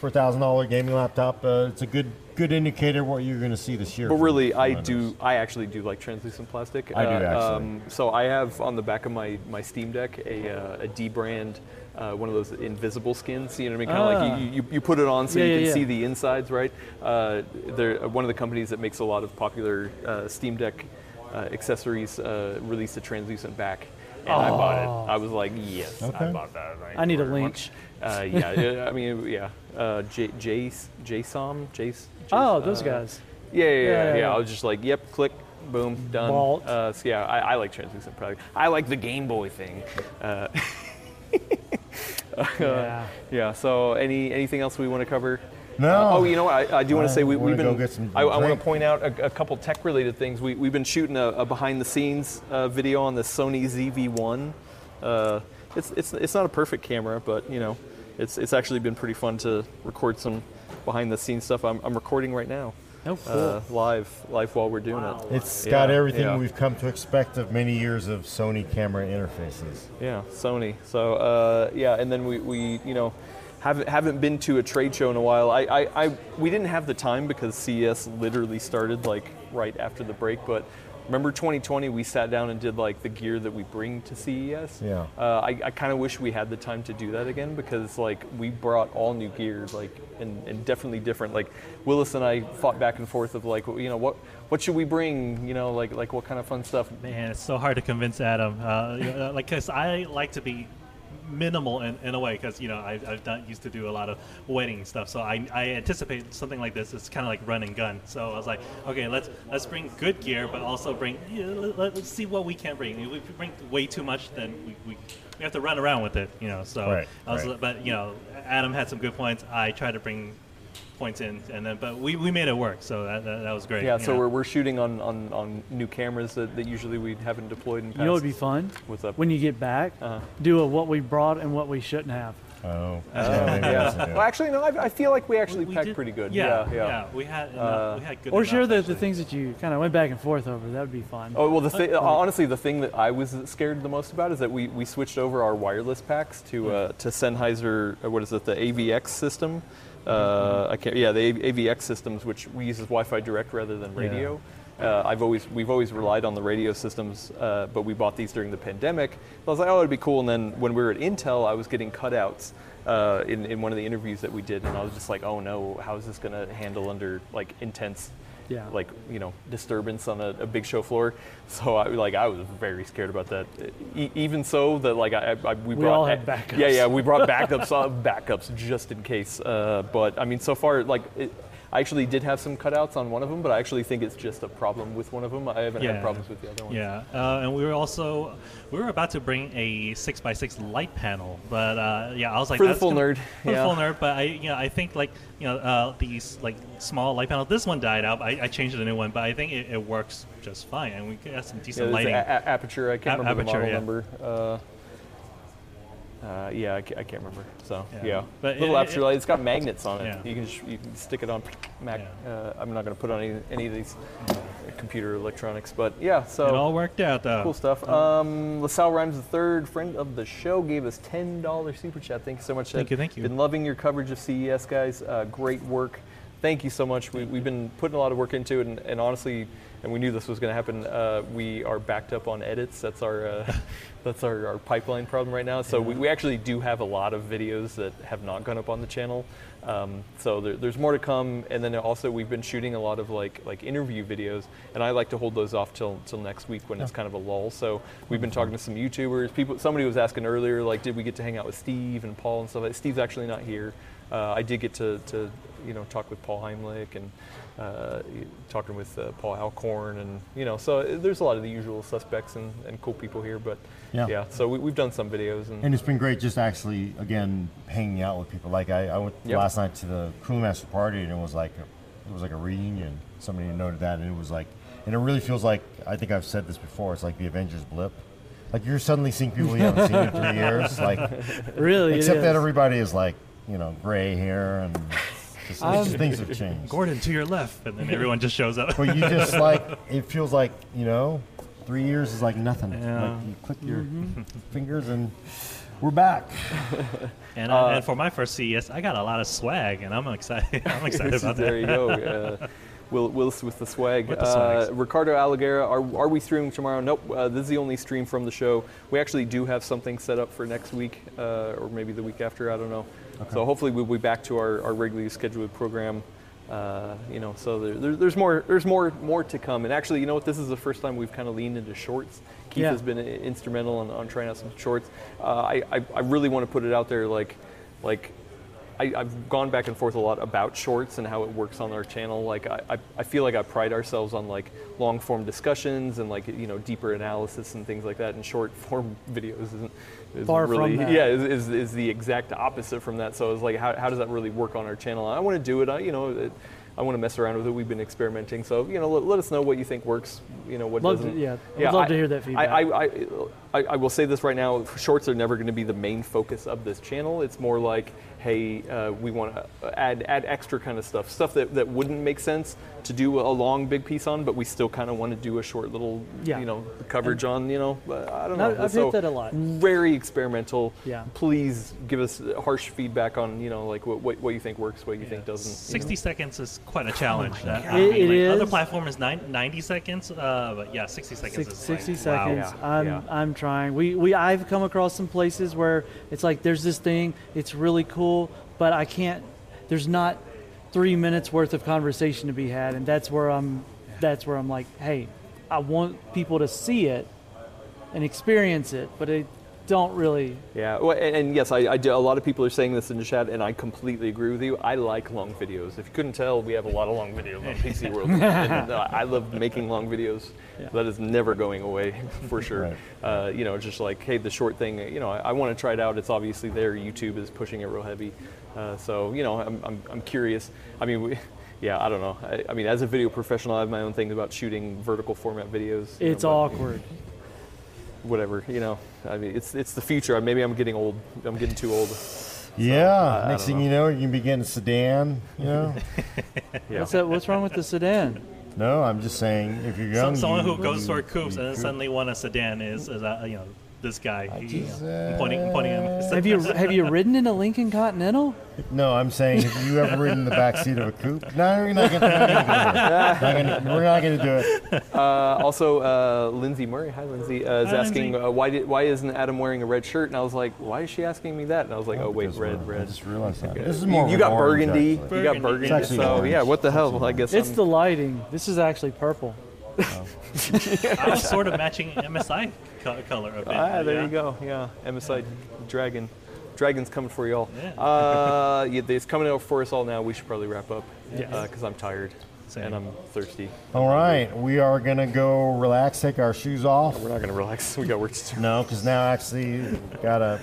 S2: for a thousand dollar gaming laptop, uh, it's a good good indicator what you're going to see this year.
S1: But
S2: from-
S1: really,
S2: from
S1: I
S2: Windows.
S1: do. I actually do like translucent plastic. Uh, um,
S2: I do, actually.
S1: so I have on the back of my, my Steam Deck a, uh, a D brand, uh, one of those invisible skins. You know what I mean? Kind of
S3: Ah.
S1: like you, you, you put it on so
S3: Yeah,
S1: you
S3: yeah,
S1: can
S3: yeah.
S1: see the insides, right? Uh, they're uh, one of the companies that makes a lot of popular uh, Steam Deck uh, accessories. Uh, released a translucent back. And I bought it. I was like, yes, I
S2: Okay.
S1: bought that. I,
S3: Oh. I need a
S1: ordered one.
S3: link.
S1: Uh, yeah, uh, I mean, yeah. Uh, J, J, JSOM, J, J,
S3: Oh, those
S1: uh,
S3: guys.
S1: yeah, yeah, yeah.
S3: Yeah,
S1: yeah.
S3: yeah.
S1: I was just like, yep, click, boom, done.
S3: Vault.
S1: Uh, so yeah, I, I like translucent product. I like the Game Boy thing. Uh,
S3: Yeah.
S1: yeah. So any anything else we want to cover?
S2: No.
S1: Uh, oh, you know what? I, I do want
S2: I
S1: to say we,
S2: wanna
S1: we've been.
S2: go get some
S1: I, I want
S2: drink.
S1: to point out a, a couple tech-related things. We, we've been shooting a, a behind-the-scenes uh, video on the Sony ZV-1. Uh, it's, it's, it's not a perfect camera, but you know, it's, it's actually been pretty fun to record some behind-the-scenes stuff. I'm, I'm recording right now.
S3: Oh, cool.
S1: Uh, live, live while we're doing it.
S2: It's
S1: Yeah,
S2: got everything
S1: yeah.
S2: we've come to expect of many years of Sony camera interfaces.
S1: Yeah, Sony. So uh, yeah, and then we, we you know haven't haven't been to a trade show in a while. I, I, I we didn't have the time because CES literally started like right after the break, but. Remember 2020? We sat down and did like the gear that we bring to CES.
S2: Yeah.
S1: Uh, I, I kind of wish we had the time to do that again because like we brought all new gear, like and, and definitely different. Like Willis and I fought back and forth of like you know what what should we bring? You know like like what kind of fun stuff?
S4: Man, it's so hard to convince Adam. Uh, you know, like, cause I like to be minimal in, in a way because you know I, I've done used to do a lot of wedding stuff, so I, I anticipate something like this. It's kind of like run and gun. So I was like, okay, let's let's bring good gear, but also bring yeah, let, us see what we can bring. If we bring way too much, then we. we we have to run around with it, you know. So,
S2: Right,
S4: I was,
S2: right.
S4: but you know, Adam had some good points. I tried to bring points in, and then, but we, we made it work. So that, that, that was great.
S1: Yeah,
S4: you
S1: so
S4: know.
S1: we're, we're shooting on, on, on new cameras that, that usually we haven't deployed in past.
S3: You know what would be fun?
S1: What's up?
S3: When you get back,
S1: Uh-huh.
S3: do a what we brought and what we shouldn't have.
S2: Oh,
S1: yeah. Well, actually, no. I, I feel like we actually
S4: We- we
S1: packed
S4: did-
S1: pretty good.
S4: Yeah,
S1: yeah. Uh,
S4: we had enough, we had good.
S3: Or share
S4: enough,
S3: the, the
S4: actually.
S3: things that you kind of went back and forth over. That would be fun.
S1: Oh well, the thi- honestly, the thing that I was scared the most about is that we, we switched over our wireless packs to uh, to Sennheiser. uh, What is it? The AVX system. Uh, I can't, yeah, the A- AVX systems, which we use as Wi-Fi direct rather than radio. Uh, I've always we've always relied on the radio systems, uh, but we bought these during the pandemic. So I was like, oh, it'd be cool. And then when we were at Intel, I was getting cutouts. Uh, in, in one of the interviews that we did, and I was just like, "Oh no, how is this going to handle under like intense
S3: Yeah.
S1: like you know disturbance on a, a big show floor so i like i was very scared about that e- even so that like i, I we, brought
S3: all had backups.
S1: yeah yeah we brought backups uh, backups just in case uh, but i mean so far like it, i actually did have some cutouts on one of them but i actually think it's just a problem with one of them i haven't had
S4: Yeah.
S1: problems with the other ones
S4: Yeah, uh, and we were also we were about to bring a six x six light panel, but uh, yeah, I was like
S1: For the
S4: that's
S1: full
S4: gonna-
S1: nerd,
S4: for the
S1: yeah.
S4: full nerd. But I, you know, I think like you know uh, these like small light panels. This one died out. I, I changed it to a new one, but I think it, it works just fine, and we got some
S1: Yeah,
S4: decent
S1: there's
S4: lighting.
S1: a- a- aperture i can't
S4: A-
S1: remember
S4: aperture,
S1: the model
S4: yeah.
S1: number uh, uh, yeah, I ca- I can't remember. So
S4: Yeah.
S1: yeah,
S4: But
S1: little
S4: it-
S1: aperture
S4: it-
S1: light. It's got magnets on it.
S4: Yeah.
S1: You can sh- you can stick it on Mac.
S4: Yeah.
S1: Uh, I'm not going to put on any, any of these computer electronics, but yeah. So
S4: it all worked out though.
S1: cool stuff. Um, LaSalle Rhymes the third friend of the show, gave us ten dollars super chat. Thank you so much.
S4: Thank you, thank you.
S1: Been loving your coverage of CES, guys. Uh, great work. Thank you so much. We, we've been putting a lot of work into it, and, and honestly, and we knew this was going to happen. Uh, we are backed up on edits. That's our uh, that's our, our pipeline problem right now. So we, we actually do have a lot of videos that have not gone up on the channel. Um, so there, there's more to come, and then also we've been shooting a lot of like like interview videos, and I like to hold those off till till next week when it's kind of a lull. So we've been talking to some YouTubers. People, somebody was asking earlier, like, did we get to hang out with Steve and Paul and stuff? Like, Steve's actually not here. Uh, I did get to, to you know talk with Paul Heimlich and uh, talking with uh, Paul Alcorn, and you know, so uh, there's a lot of the usual suspects and, and cool people here, but
S2: Yeah.
S1: yeah, so we, we've done some videos and.
S2: And it's been great just actually, again, hanging out with people. Like, I, I went
S1: Yep.
S2: last night to the Crewmaster party, and it was like, it was like a reunion. Somebody noted that, and it was like, and it really feels like, I think I've said this before, it's like the Avengers blip. Like, you're suddenly seeing people you haven't seen in three years. Like,
S3: really? it
S2: except that
S3: is.
S2: everybody is like, you know, gray hair, and just,
S3: Um,
S2: it's just things have changed.
S4: Gordon to your left, and then everyone just shows up.
S2: But you just like, it feels like, you know, three years is like nothing.
S4: Yeah.
S2: Like, you click your
S3: Mm-hmm.
S2: fingers, and we're back.
S4: And, uh, and for my first CES, I got a lot of swag, and I'm excited. I'm excited
S1: So
S4: about that.
S1: there you go. Uh, Will Willis with the swag.
S4: With the
S1: uh,
S4: swags.
S1: Ricardo Aliguera, are, are we streaming tomorrow? Nope. Uh, this is the only stream from the show. We actually do have something set up for next week, uh, or maybe the week after. I don't know. So hopefully we'll be back to our, our regularly scheduled program. Uh, you know, so there, there, there's more. There's more more to come. And actually, you know what? This is the first time we've kind of leaned into shorts. Keith
S3: Yeah.
S1: has been i- instrumental on, on trying out some shorts. Uh, I, I I really want to put it out there, like like I, I've gone back and forth a lot about shorts and how it works on our channel. Like I, I, I feel like I pride ourselves on like long form discussions and like you know deeper analysis and things like that. And short form videos isn't is
S3: Far from
S1: really
S3: that.
S1: yeah is, is, is the exact opposite from that. So it's like how, how does that really work on our channel? I want to do it. I you know it, I want to mess around with it. We've been experimenting. So you know let, let us know what you think works. You know what
S3: Love to-
S1: doesn't.
S3: yeah, I would love to hear that feedback.
S1: I, I, I, I will say this right now: shorts are never going to be the main focus of this channel. It's more like, hey, uh, we want to add add extra kind of stuff, stuff that, that wouldn't make sense to do a long big piece on, but we still kind of want to do a short little,
S3: Yeah.
S1: you know, coverage on. You know, uh, I don't
S3: No,
S1: know.
S3: I've hit that a lot.
S1: Very experimental.
S3: Yeah.
S1: Please give us harsh feedback on you know like what what, what you think works, what you think doesn't. you know?
S4: 60 seconds is quite a challenge. That- I
S3: It-
S4: mean,
S3: it
S4: like, Other
S3: is.
S4: platform is nine, 90 seconds, uh, but yeah, 60 seconds
S3: Six-
S4: is
S3: 60
S4: like, wow.
S3: seconds.
S1: Yeah,
S3: I'm,
S1: yeah.
S3: I'm trying. We, we, I've come across some places where it's like there's this thing, it's really cool, but I can't. There's not three minutes worth of conversation to be had, and that's where I'm. That's where I'm like, hey, I want people to see it and experience it, but it, don't really.
S1: Yeah, well, and, and yes, I, I do, a lot of people are saying this in the chat, and I completely agree with you. I like long videos. If you couldn't tell, we have a lot of long videos on PC World. and, uh, I love making long videos. That is never going away, for sure.
S2: Right.
S1: Uh, you know, just like, hey, the short thing, you know, I, I want to try it out. It's obviously there. YouTube is pushing it real heavy. Uh, so, you know, I'm, I'm, I'm curious. I mean, we, yeah, I don't know. I, I mean, as a video professional, I have my own things about shooting vertical format videos. you
S3: It's
S1: know, but-
S3: awkward.
S1: whatever you know i mean it's it's the future maybe i'm getting old i'm getting too old
S2: yeah.
S1: I
S2: Next
S1: don't
S2: thing
S1: know.
S2: you know, you can be getting a sedan. You know?
S1: yeah
S3: What's, that, what's wrong with the sedan?
S2: no, I'm just saying, if you're
S4: So-
S2: young,
S4: someone
S2: you-
S4: who goes
S2: you-
S4: for coupes
S2: you
S4: and then
S2: could-
S4: suddenly wants a sedan is, is uh, you know, this guy. He,
S2: just,
S4: you know, I'm pointing, I'm pointing him.
S3: Have you have you ridden in a Lincoln Continental?
S2: No, I'm saying, have you ever ridden in the back seat of a coupe? No, we're not going to. We're not going to do it.
S1: uh, also uh, lindsay murray hi lindsay uh, is
S4: Hi,
S1: asking
S4: Lindsay.
S1: uh, why did, why isn't adam wearing a red shirt and i was like why is she asking me that and i was like oh, wait
S2: Because
S1: red
S2: we're- I
S1: red
S2: just realized that. This is
S1: You-
S2: more.
S1: you,
S2: of an
S1: got
S2: orange,
S1: burgundy
S2: actually.
S1: you got
S4: Burgundy.
S1: burgundy
S4: It's
S2: actually
S1: so
S2: orange.
S1: yeah what the
S2: It's
S1: hell
S2: actually
S1: i guess
S3: It's
S1: I'm-
S3: the lighting. This is actually purple.
S4: I was sort of matching MSI co- color a bit.
S1: ah, there
S4: yeah.
S1: you go yeah msi dragon dragon's coming for y'all
S4: Yeah.
S2: Ah.
S1: uh, yeah, it's coming out for us all now we should probably wrap up because i'm tired
S4: Same.
S1: and i'm thirsty
S2: All right, we are going to go relax, take our shoes off.
S1: we're not going to relax we got work to do
S2: No, because now actually we've got to.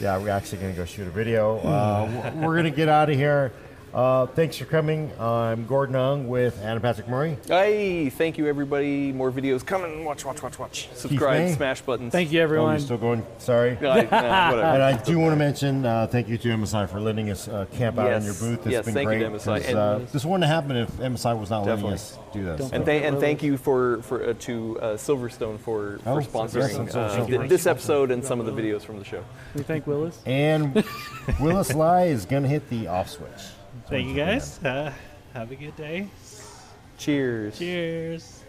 S2: Yeah, we're actually going to go shoot a video. Uh, we're going to get out of here. Uh, thanks for coming. I'm Gordon Ung with Anna Patrick Murray. Oh,
S1: Hey, thank you everybody. More videos coming. Watch, watch, watch, watch. Subscribe,
S2: May.
S1: smash buttons.
S3: Thank you,
S2: Oh,
S3: everyone.
S2: you're still going? Sorry.
S1: No, I- no, whatever.
S2: And I do want to mention, uh, thank you to MSI for letting us uh, camp out
S1: Yes.
S2: on your booth. It's
S1: Yes,
S2: been
S1: thank you
S2: great.
S1: to MSI.
S2: 'cause, uh,
S1: And-
S2: this wouldn't happen if MSI was not
S1: Definitely.
S2: letting us do this.
S3: Don't
S2: so.
S1: and, th- and thank you for, for uh, to uh, Silverstone for,
S2: Oh,
S1: for sponsoring
S2: yes,
S1: uh,
S2: Silverstone.
S1: th- this episode and some of the videos from the show.
S3: We thank Willis.
S2: And Willis Lai is going to hit the off switch.
S4: Thank you guys. Uh, have a good day.
S1: Cheers.
S4: Cheers.